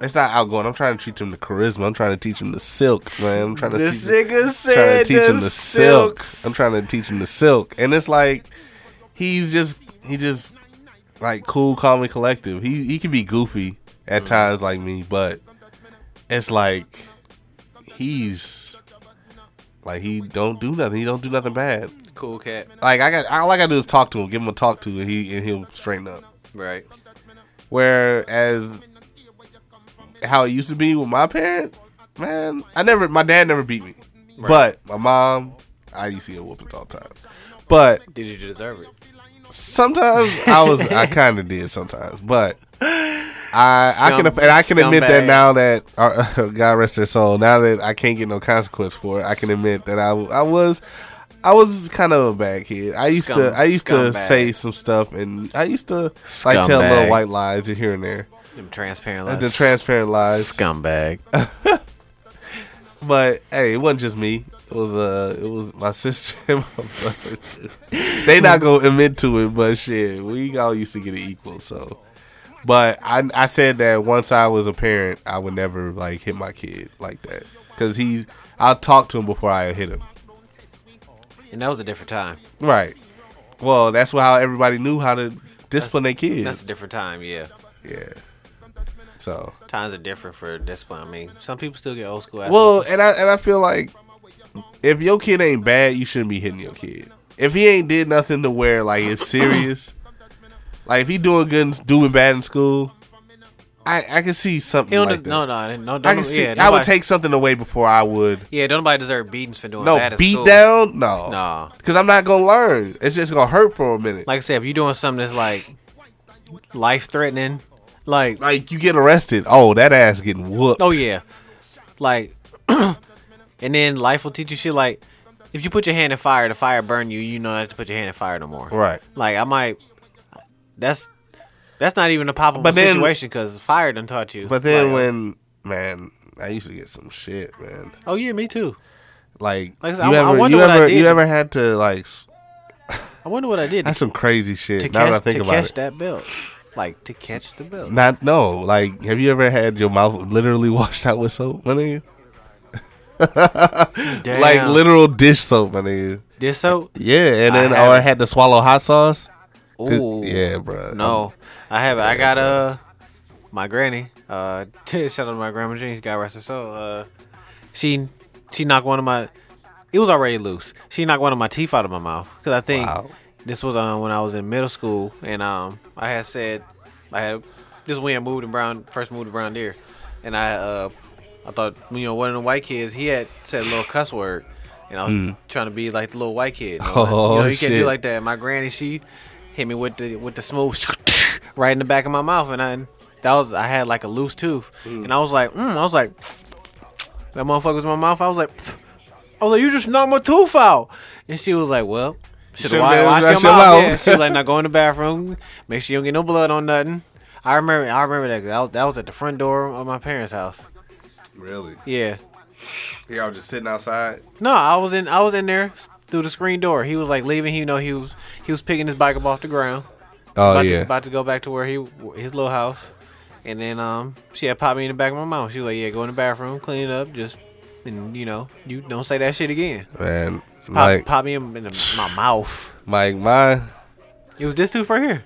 it's not outgoing. I'm trying to teach him the charisma. I'm trying to teach him the silks, man. I'm trying to this teach him, nigga trying to said teach him the silks. silks. I'm trying to teach him the silk, and it's like he's just he just like cool, calm, and collective. He he can be goofy at Mm. times like me, but it's like he's like he don't do nothing. He don't do nothing bad. Cool cat. Like I got all I gotta do is talk to him, give him a talk to, and he and he'll straighten up. Right. Whereas how it used to be with my parents, man, I never my dad never beat me. But my mom, I used to get whoopings all the time. But Did you deserve it? sometimes I [LAUGHS] was I kinda did sometimes. But I I can and I can admit that scumbag. now that uh, God rest their soul, now that I can't get no consequence for it, I can admit that I I was I was kind of a bad kid. I used Scum- to I used to scumbag. say some stuff and I used to like tell little Scumbag. white lies here and there. Them transparent. Like lies. the transparent lies. scumbag. But hey, it wasn't just me. It was uh it was my sister [LAUGHS] and my brother too. They not gonna admit to it, but shit, we all used to get it equal, so but I I said that once I was a parent, I would never like hit my kid like that. Cause he's I'll talk to him before I hit him. [LAUGHS] And that was a different time. Right. Well, that's how everybody knew how to discipline their kids. That's a different time. Yeah. yeah. So Times are different for discipline. I mean, some people still get old school. ass Well, and I and I feel like if your kid ain't bad, you shouldn't be hitting your kid. If he ain't did nothing to where like it's serious, like if he doing good, and doing bad in school, I I can see something He don't like de- that. no, no, no, no. I can see. yeah, I would nobody- take something away before I would. Yeah, don't nobody deserve beatings for doing No bad at beat school. down, no, Nah. because I'm not gonna learn. It's just gonna hurt for a minute. Like, Like I said, if you're doing something that's like life threatening, like you get arrested. Oh, that ass getting whooped. oh yeah, like, [CLEARS THROAT] and then life will teach you shit. Like, if you put your hand in fire, the fire burn you. You know not to put your hand in fire no more. Right. Like I might. That's that's not even a pop But up then- situation because fire done taught you. But then Like, uh, when man, I used to get some shit, man. oh yeah, me too. Like, Like I you said, I- I ever, wonder you what I ever, did. you ever had to like s- I wonder what I did to, That's some crazy shit. to now catch, that I think to about catch it. that belt, like to catch the belt. Not no, like have you ever had your mouth literally [LAUGHS] washed out with soap, my nigga? [LAUGHS] Damn. Like literal dish soap, my nigga. This so Yeah, and I then or haven't. had to swallow hot sauce. 'Cause- ooh Yeah, bro. No, I haven't. I got uh my granny. Uh, [LAUGHS] shout out to my grandma Jean. God rest her soul. Uh, she she knocked one of my. It was already loose. She knocked one of my teeth out of my mouth because I think Wow. this was um when I was in middle school and um I had said I had this is when I moved to Brown first moved to Brown Deer and I uh I thought you know one of the white kids he had said a little cuss word and I was trying to be like the little white kid. You know, Mm. like, [LAUGHS] Oh, you, know, you can't shit. do like that. My granny she hit me with the with the smooth [LAUGHS] right in the back of my mouth and I that was I had like a loose tooth and I was like mm, I was like that motherfucker was in my mouth. I was like, I was like, you just knocked my tooth out. And she was like, well, should Should've have washed been your mouth. washed your mouth. Yeah. She was like, now go in [LAUGHS] the bathroom. Make sure you don't get no blood on nothing. I remember, I remember that. 'cause That was, that was at the front door of my parents' house. really. Yeah, Y'all just sitting outside. No, I was in I was in there s- through the screen door. He was like leaving. He, you know, he was he was picking his bike up off the ground. Oh about yeah. to, about to go back to where he his little house, and then um she had popped me in the back of my mouth. She was like, "Yeah, go in the bathroom, clean it up, just and you know you don't say that shit again." Man, Pop, Mike, pop me in, in the, my mouth. Mike, my It was this tooth right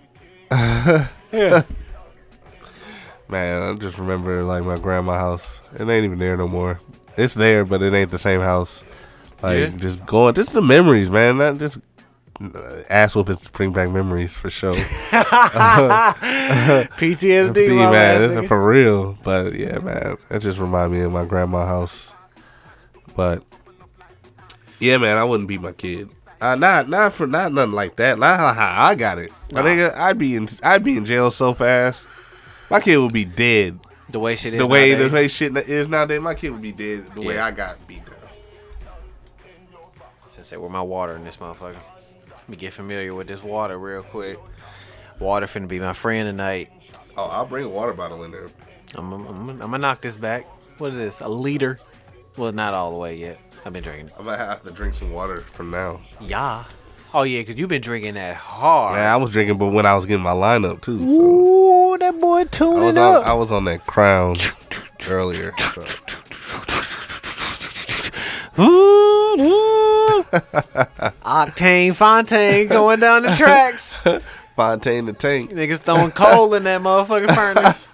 here. man, I just remember like my grandma house. It ain't even there no more. It's there, but it ain't the same house. Like Yeah. just going, just the memories, man. Not just uh, ass whoopings bring back memories for sure. [LAUGHS] PTSD, D, my man, ass this nigga. is for real. But yeah, man, that just remind me of my grandma house. But yeah, man, I wouldn't beat my kid. Uh, not not for not nothing like that. Not how, how I got it. My nigga, I'd be in I'd be in jail so fast. My kid would be dead. the way shit is. the way nowadays. the way shit is nowadays, my kid would be dead. The way I got beat down. Just say, where my water in this motherfucker? Let me get familiar with this water real quick. Water finna be my friend tonight. Oh, I'll bring a water bottle in there. I'm, I'm, I'm, I'm gonna knock this back. What is this? A liter? Well, not all the way yet. I've been drinking. I'm gonna have to drink some water from now. Yeah. Oh yeah, cause you've been drinking that hard. Man, I was drinking, but when I was getting my lineup too, so. Ooh, that boy tuning I was on, up. I was on that crown earlier. so. Ooh, ooh. Octane Fontaine going down the [LAUGHS] tracks. Fontaine the Tank. Niggas throwing coal in that motherfucking furnace.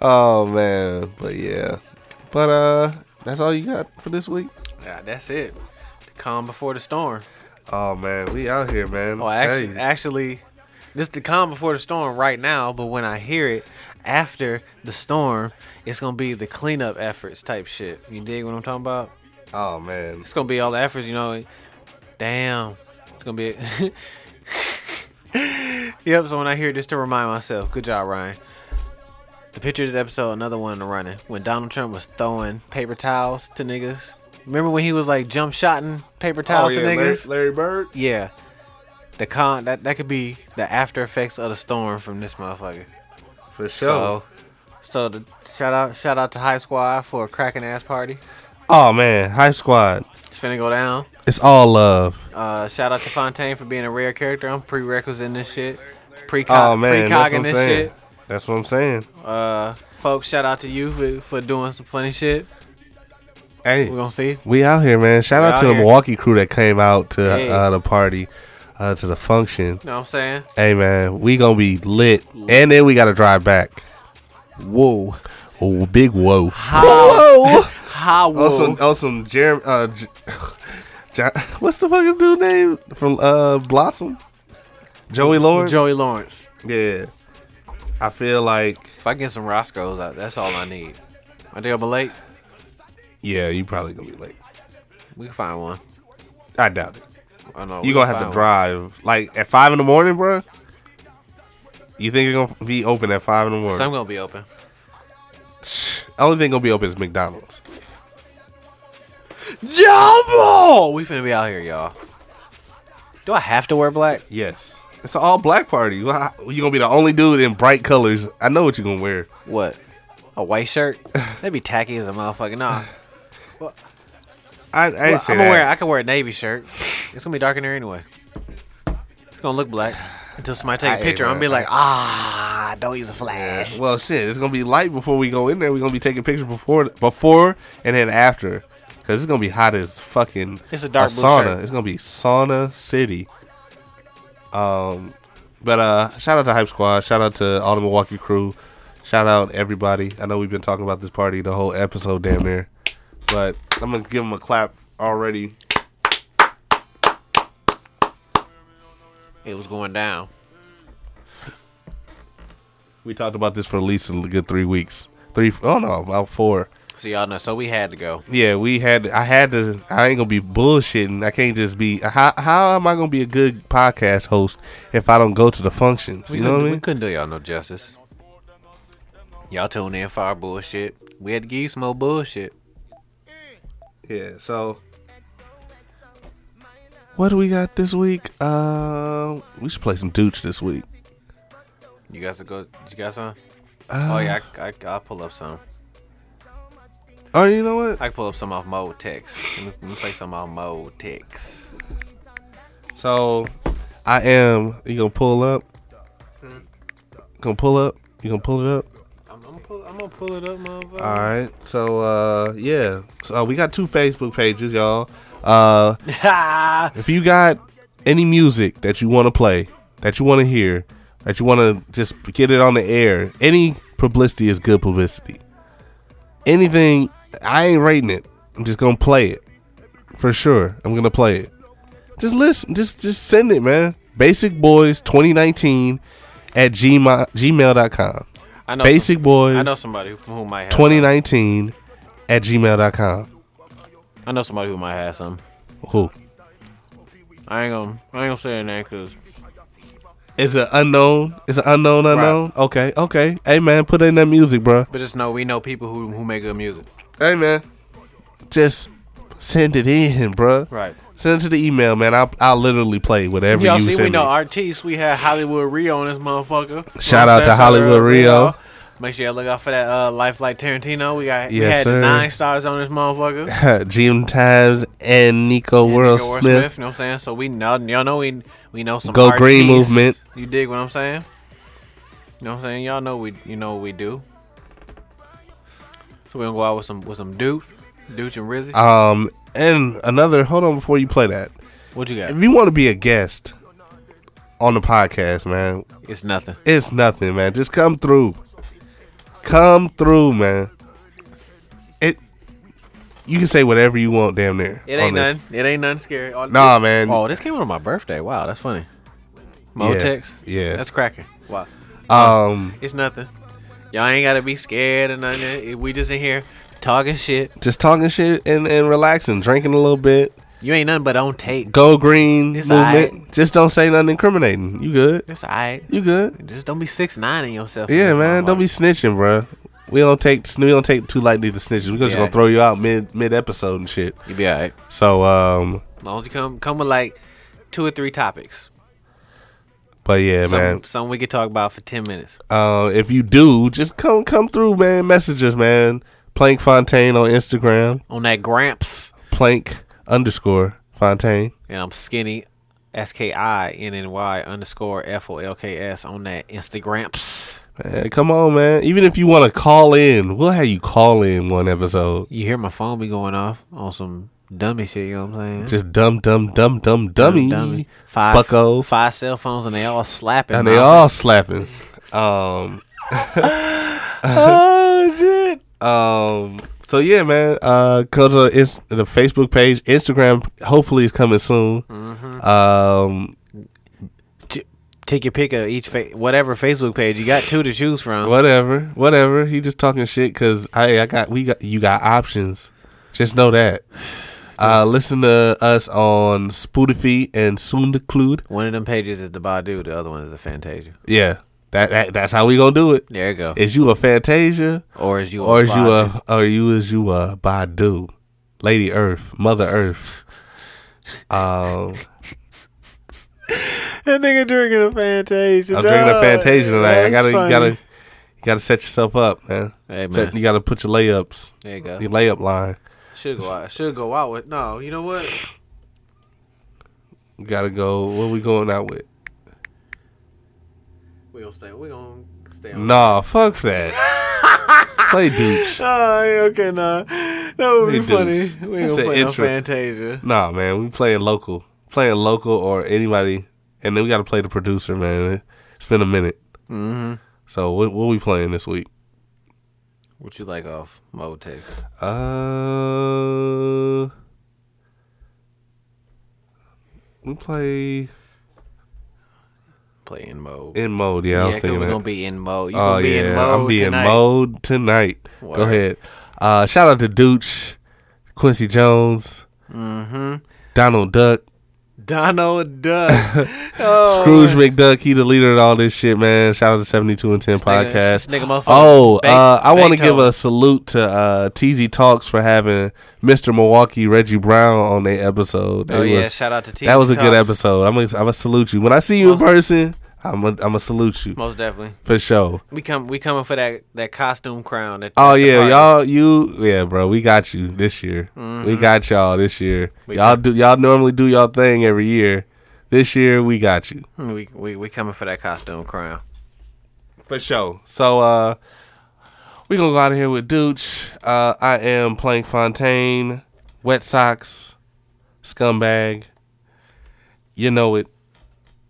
Oh man, but yeah, but uh, that's all you got for this week. [LAUGHS] Yeah, that's it. The calm before the storm. Oh man, we out here, man. Well, I tell Oh, actually, you. actually, this the calm before the storm right now. But when I hear it after the storm, it's gonna be the cleanup efforts type shit. You dig what I'm talking about? oh man, It's gonna be all the efforts, you know. Damn, it's gonna be. [LAUGHS] yep. So when I hear this, to remind myself, good job, Ryan. The picture of this episode, another one in the running. When Donald Trump was throwing paper towels to niggas. Remember when he was like jump shotting Oh, paper towels to niggas? Larry, Larry Bird. Yeah. The con that that could be the after effects of the storm from this motherfucker. For sure. So so the shout out shout out to Hype Squad for a cracking ass party. oh man, Hype Squad. It's finna go down. It's all love. Uh shout out to Fontaine for being a rare character. I'm prerequisite in this shit. Pre Oh man, that's what precogging I'm this saying. shit. That's what I'm saying. Uh folks, shout out to you for, for doing some funny shit. Hey, We're gonna see. We out here, man. Shout We out out to the here. Milwaukee crew that came out to Hey. uh, the party, uh, to the function. You know what I'm saying? Hey man, we gonna be lit, and then we gotta drive back. Whoa, oh big whoa, [LAUGHS] whoa! How on Oh, some, on some Jeremy, uh, J- [LAUGHS] J- what's the fucking dude name from uh Blossom? Joey Lawrence. Joey Lawrence. yeah. I feel like If I get some Roscoe's, I- that's all I need. I think I'll be late. yeah, you probably gonna be late. We can find one. I doubt it. I know. we You gonna can have to find one. drive like at five in the morning, bro. You think it's gonna be open at five in the morning? Some gonna be open. Only thing gonna be open is McDonald's. Jumbo! Oh, we finna be out here, y'all. Do I have to wear black? Yes. It's an all black party. You how- you gonna be the only dude in bright colors. I know what you're gonna wear. What? A [LAUGHS] white shirt? That'd be tacky as a motherfucker. Nah. I, I ain't Well, say I'm that. wear. I can wear a navy shirt. It's gonna be dark in there anyway. It's gonna look black until somebody take Hey, a picture. I'm gonna be man. like, ah, don't use a [LAUGHS] Yeah. flash. Uh, Well, shit. It's gonna be light before we go in there. We're gonna be taking pictures before, before, and then after, because it's gonna be hot as fucking. It's a dark blue sauna. shirt. It's gonna be sauna city. Um, but uh, shout out to Hype Squad. Shout out to all the Milwaukee crew. Shout out everybody. I know we've been talking about this party the whole episode, damn near. But I'm gonna give them a clap already. It was going down. We talked about this for at least a good three weeks. Three, oh no, about four. So y'all know. So we had to go. Yeah, we had. I had to. I ain't gonna be bullshitting. I can't just be. How how am I gonna be a good podcast host if I don't go to the functions? We you know couldn't- what I We mean? couldn't do y'all no justice. Y'all tuned in for our bullshit. We had to give you some more bullshit. Yeah. So, what do we got this week? Uh, we should play some douche this week. uh? Uh, You guys to go. You got some? oh yeah, I, I, I'll pull up some. Oh, you know what? I can pull up some off Mo Tex. Let me, let me play some off Mo Tex. So I am. You gonna pull up? Gonna pull up? You gonna pull it up? I'm, I'm, pull, I'm gonna pull it up, motherfucker. All right. So uh, yeah. So we got two Facebook pages, y'all. Uh, if you got any music that you want to play, that you want to hear, that you want to just get it on the air, any publicity is good publicity. Anything, I ain't rating it. I'm just gonna play it for sure. I'm gonna play it. Just listen. Just just send it, man. Basic Boys 2019 at gmail gmail.com. [LAUGHS] I know Basic some- Boys. I know somebody who, who might have some. 2019 at gmail.com. I know somebody who might have some. Who? I ain't gonna I ain't gonna say their name because Is it unknown? Is it unknown unknown? Okay, okay. Hey man, put in that music, bro. but just know we know people who who make good music. Hey man. Just send it in, bro. Right. Send it to the email, man. I'll, I'll literally play whatever Y'all you see, send we know me. artists. We had Hollywood Rio on this motherfucker. Shout You out know what I'm to saying? Hollywood Rio. Make sure y'all look out for that uh, Life Like Tarantino. We got we Yes, had sir. nine stars on this motherfucker. [LAUGHS] And Jim Times and Nico And World Nigga Will Smith. You know what I'm saying? So we know y'all know we we know some Go Green artists. movement. You dig what I'm saying? You know what I'm saying? Y'all know we you know what we do. So we gonna go out with some with some Duke, Duke and Rizzy. Um, and another. Hold on before you play that. what you got? If you want to be a guest on the podcast, man, It's nothing. It's nothing, man. Just come through. Come through, man. It. You can say whatever you want, damn near. It on ain't this. none. It ain't none scary. All- Nah, man. Oh, this came out on my birthday. Wow, that's funny. Motex. yeah. That's cracking. Wow. Um, It's nothing. Y'all ain't gotta be scared or nothing. We just in here talking shit. just talking shit and, and relaxing, drinking a little bit. You ain't nothing but on tape. Go green It's movement. aight. Just don't say nothing incriminating. You good? It's alright. You good? Just don't be six nine in yourself. in Yeah, this man. Don't be motherfucker. snitching, bruh. We don't take we don't take too lightly to snitches. We're just Yeah. gonna throw you out mid mid episode and shit. You be alright. So um, As long as you come come with like two or three topics. but yeah, man. Something, something we could talk about for ten minutes. Uh, if you do, just come come through, man. Messages, man. Plank Fontaine on Instagram. On that Gramps. Plank underscore Fontaine. And I'm skinny S K I N N Y underscore F O L K S on that Instagrams. Man, come on, man. Even if you want to call in, we'll have you call in one episode. You hear my phone be going off on some dummy shit, you know what I'm saying? Just dumb, dumb, dumb, dumb, dummy. Five, Bucko. Five cell phones and they all slapping. and they mouth. all slapping. Um, Oh shit. um. So yeah, man. Uh, go to the, ins- the Facebook page, Instagram. Hopefully, is coming soon. Um, Take your pick of each fa- whatever Facebook page you got. Two to choose from. Whatever, whatever. He just talking shit because I, I got we got you got options. Just know that. Uh, listen to us on Spotify and Sundaclude. One of them pages is the Badu, the other one is the Fantasia. Yeah, that, that that's how we gonna do it. There you go. Is you a Fantasia or is you or is you Badu. a or you is you a Badu, Lady Earth, Mother Earth? [LAUGHS] Um, That nigga drinking a Fantasia. I'm drinking a dog. Fantasia tonight. I That's gotta you funny. gotta you gotta set yourself up, man. Hey, man. Set- you gotta put your layups, There you go. your layup line. Should go out. Should go out with no. You know what? You gotta go. What we going out with? We gonna stay. We gonna stay. on. Nah, fuck that. [LAUGHS] Play Dooch. Oh, yeah, okay, nah. That would Hey, be funny. dudes. We That's gonna an play no intro. Fantasia. Nah, man, we playing local. Playing local or anybody. And then we got to play the producer, man. It's been a minute. Mm-hmm. So what, what we playing this week? What you like off Motex? Uh, we play Play in mode. in mode. Yeah, I was 'cause thinking we that. gonna be in mode. You oh gonna be yeah, in mode I'm being tonight. mode tonight. Go Word. ahead. Uh, shout out to Dooch, Quincy Jones, Mm-hmm. Donald Duck. [LAUGHS] Donald Duck. Oh, Scrooge McDuck, he the leader of all this shit, man. Shout out to 72 and 10 nigga- this podcast. nigga motherfucker oh, bait- uh, I want to Beethoven. give a salute to uh, TZ Talks for having Mr. Milwaukee Reggie Brown on their episode. Oh It yeah, was- shout out to T. that was a good episode. I'm gonna, I'm gonna salute you. When I see you in person, I'm gonna I'm salute you Most definitely. for sure. We come we coming for that that costume crown. That, Oh at the yeah, party. y'all, you, yeah, bro, we got you this year. Mm-hmm. We got y'all this year. y'all do, y'all normally do y'all thing every year. This year, we got you We we we coming for that costume crown. for sure. So, uh, we gonna go out of here with Dooch. Uh, I am Plank Fontaine, Wet Socks, Scumbag. You know it.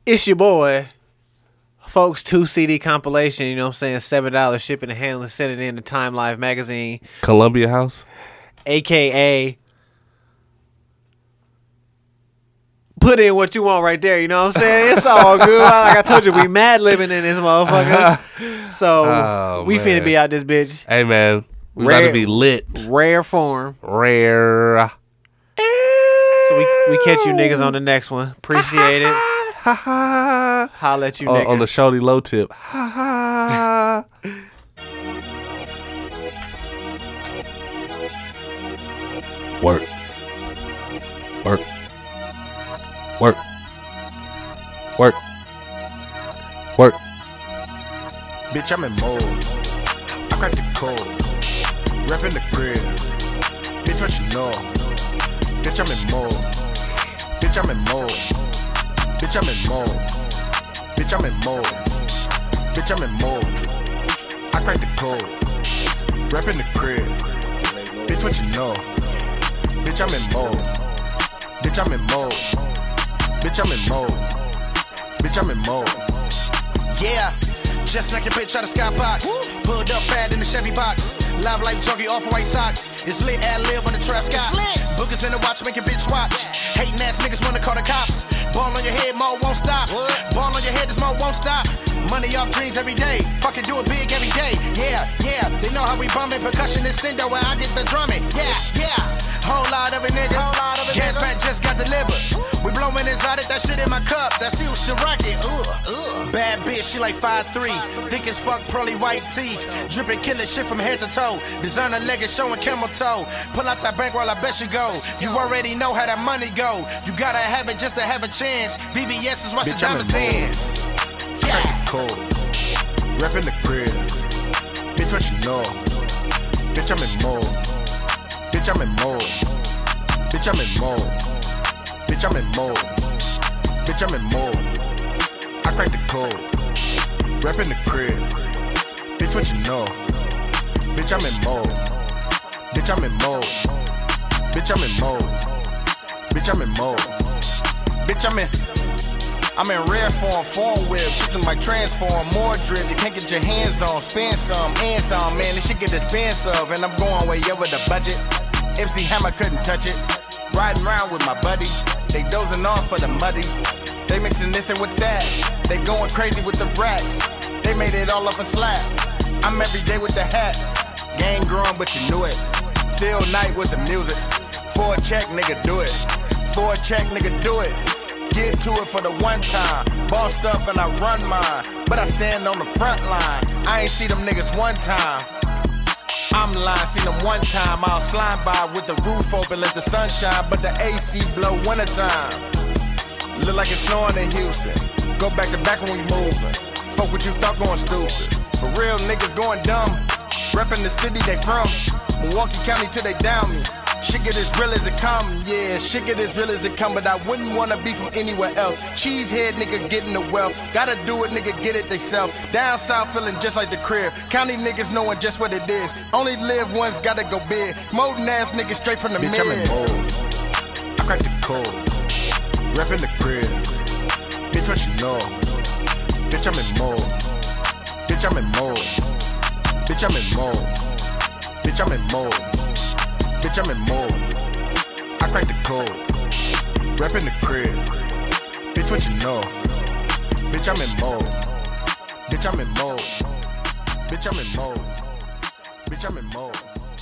It's your boy. Folks, two CD compilation, you know what I'm saying? $7 shipping and handling, send it in to Time Life Magazine, Columbia House. aka Put in what you want right there, you know what I'm saying? [LAUGHS] It's all good. Like I told you, we mad living in this [LAUGHS] motherfucker. So Oh, we man. finna be out this bitch. Hey man, we about to Rare- be lit. Rare form. Rare. So we, we catch you niggas on the next one. Appreciate it. Ha ha. Holla at you On, niggas. on the shorty low tip. [LAUGHS] Ha ha. Work. Work. Work. Work. Work. Bitch, I'm in mode. I cracked the code. Rep in the crib. Bitch, what you know? Bitch, I'm in mode. Bitch, I'm in mode. Bitch, I'm in mode. Bitch, I'm in mode. Bitch, I'm in mode. I cracked the code. Rep in the crib. Bitch, what you know? Bitch, I'm in mode. Bitch, I'm in mode. Bitch, I'm in mode. Bitch, I'm in mode. Yeah, just like your bitch out of skybox. Pulled up fat in the Chevy box. Live like junkie off white socks. It's lit ad lib on the trap sky. Boogers in the watch, make your bitch watch. Hating ass niggas wanna call the cops. Ball on your head, mo won't stop. Ball on your head, this mo won't stop. Money off dreams every day. Fucking do it big every day. Yeah, yeah. They know how we bumming percussion is thin though where I get the drumming. Yeah, yeah. Whole lot of a nigga. Gas pack just got delivered. We blowing exotic, that shit in my cup. That's Houston rocket. Ugh, ugh. Bad bitch, she like 5'3. Thick as fuck, pearly white teeth. Dripping killer shit from head to toe. Designer leggings showing camel toe. Pull out that bankroll, I bet you go. You already know how that money go. You gotta have it just to have a chance. VVS is watch the diamonds dance. Yeah. Cold. Rep in the crib. Bitch, what you know? Bitch, I'm in mode. Bitch, I'm in mode. Bitch, I'm in mode. Bitch, I'm in mode. Bitch, I'm in mode. I crack the code. Rep in the crib. Bitch, what you know? Bitch, I'm in mode. Bitch, I'm in mode. Bitch, I'm in mode. Bitch, I'm in mode. Bitch, I'm in. I'm in rare form, form whip, shifting like transform, more drip. You can't get your hands on, spend some, and some, man. This shit get expensive, and I'm going way over the budget. MC Hammer couldn't touch it. Riding round with my buddy, they dozing off for the muddy. They mixing this and with that, they going crazy with the racks. They made it all up a slap. I'm every day with the hats, gang growing, but you knew it. Phil Knight with the music, for a check, nigga, do it. For a check, nigga, do it. Get to it for the one time. Bossed up and I run mine. But I stand on the front line. I ain't see them niggas one time. I'm lying, seen them one time. I was flying by with the roof open, let the sun shine. But the AC blow wintertime. Look like it's snowing in Houston. Go back to back when we moving. Fuck what you thought going stupid. For real niggas going dumb. Reppin' the city they from. Milwaukee County till they down me. Shit get as real as it come, yeah. Shit get as real as it come, but I wouldn't wanna be from anywhere else. Cheesehead nigga getting the wealth. Gotta do it, nigga, get it theyself. Down south feeling just like the crib. County niggas knowing just what it is. Only live once, gotta go big. Molding ass niggas straight from the Bitch, mid. i crack the code. Reppin' the crib. Bitch, what you know? Bitch, I'm in mode. Bitch, I'm in mode. Bitch, I'm in mode. Bitch, I'm in mode. Bitch, I'm in mode. I crack the code. Reppin' the crib. Bitch, what you know? Bitch, I'm in mode. Bitch, I'm in mode. Bitch, I'm in mode. Bitch, I'm in mode.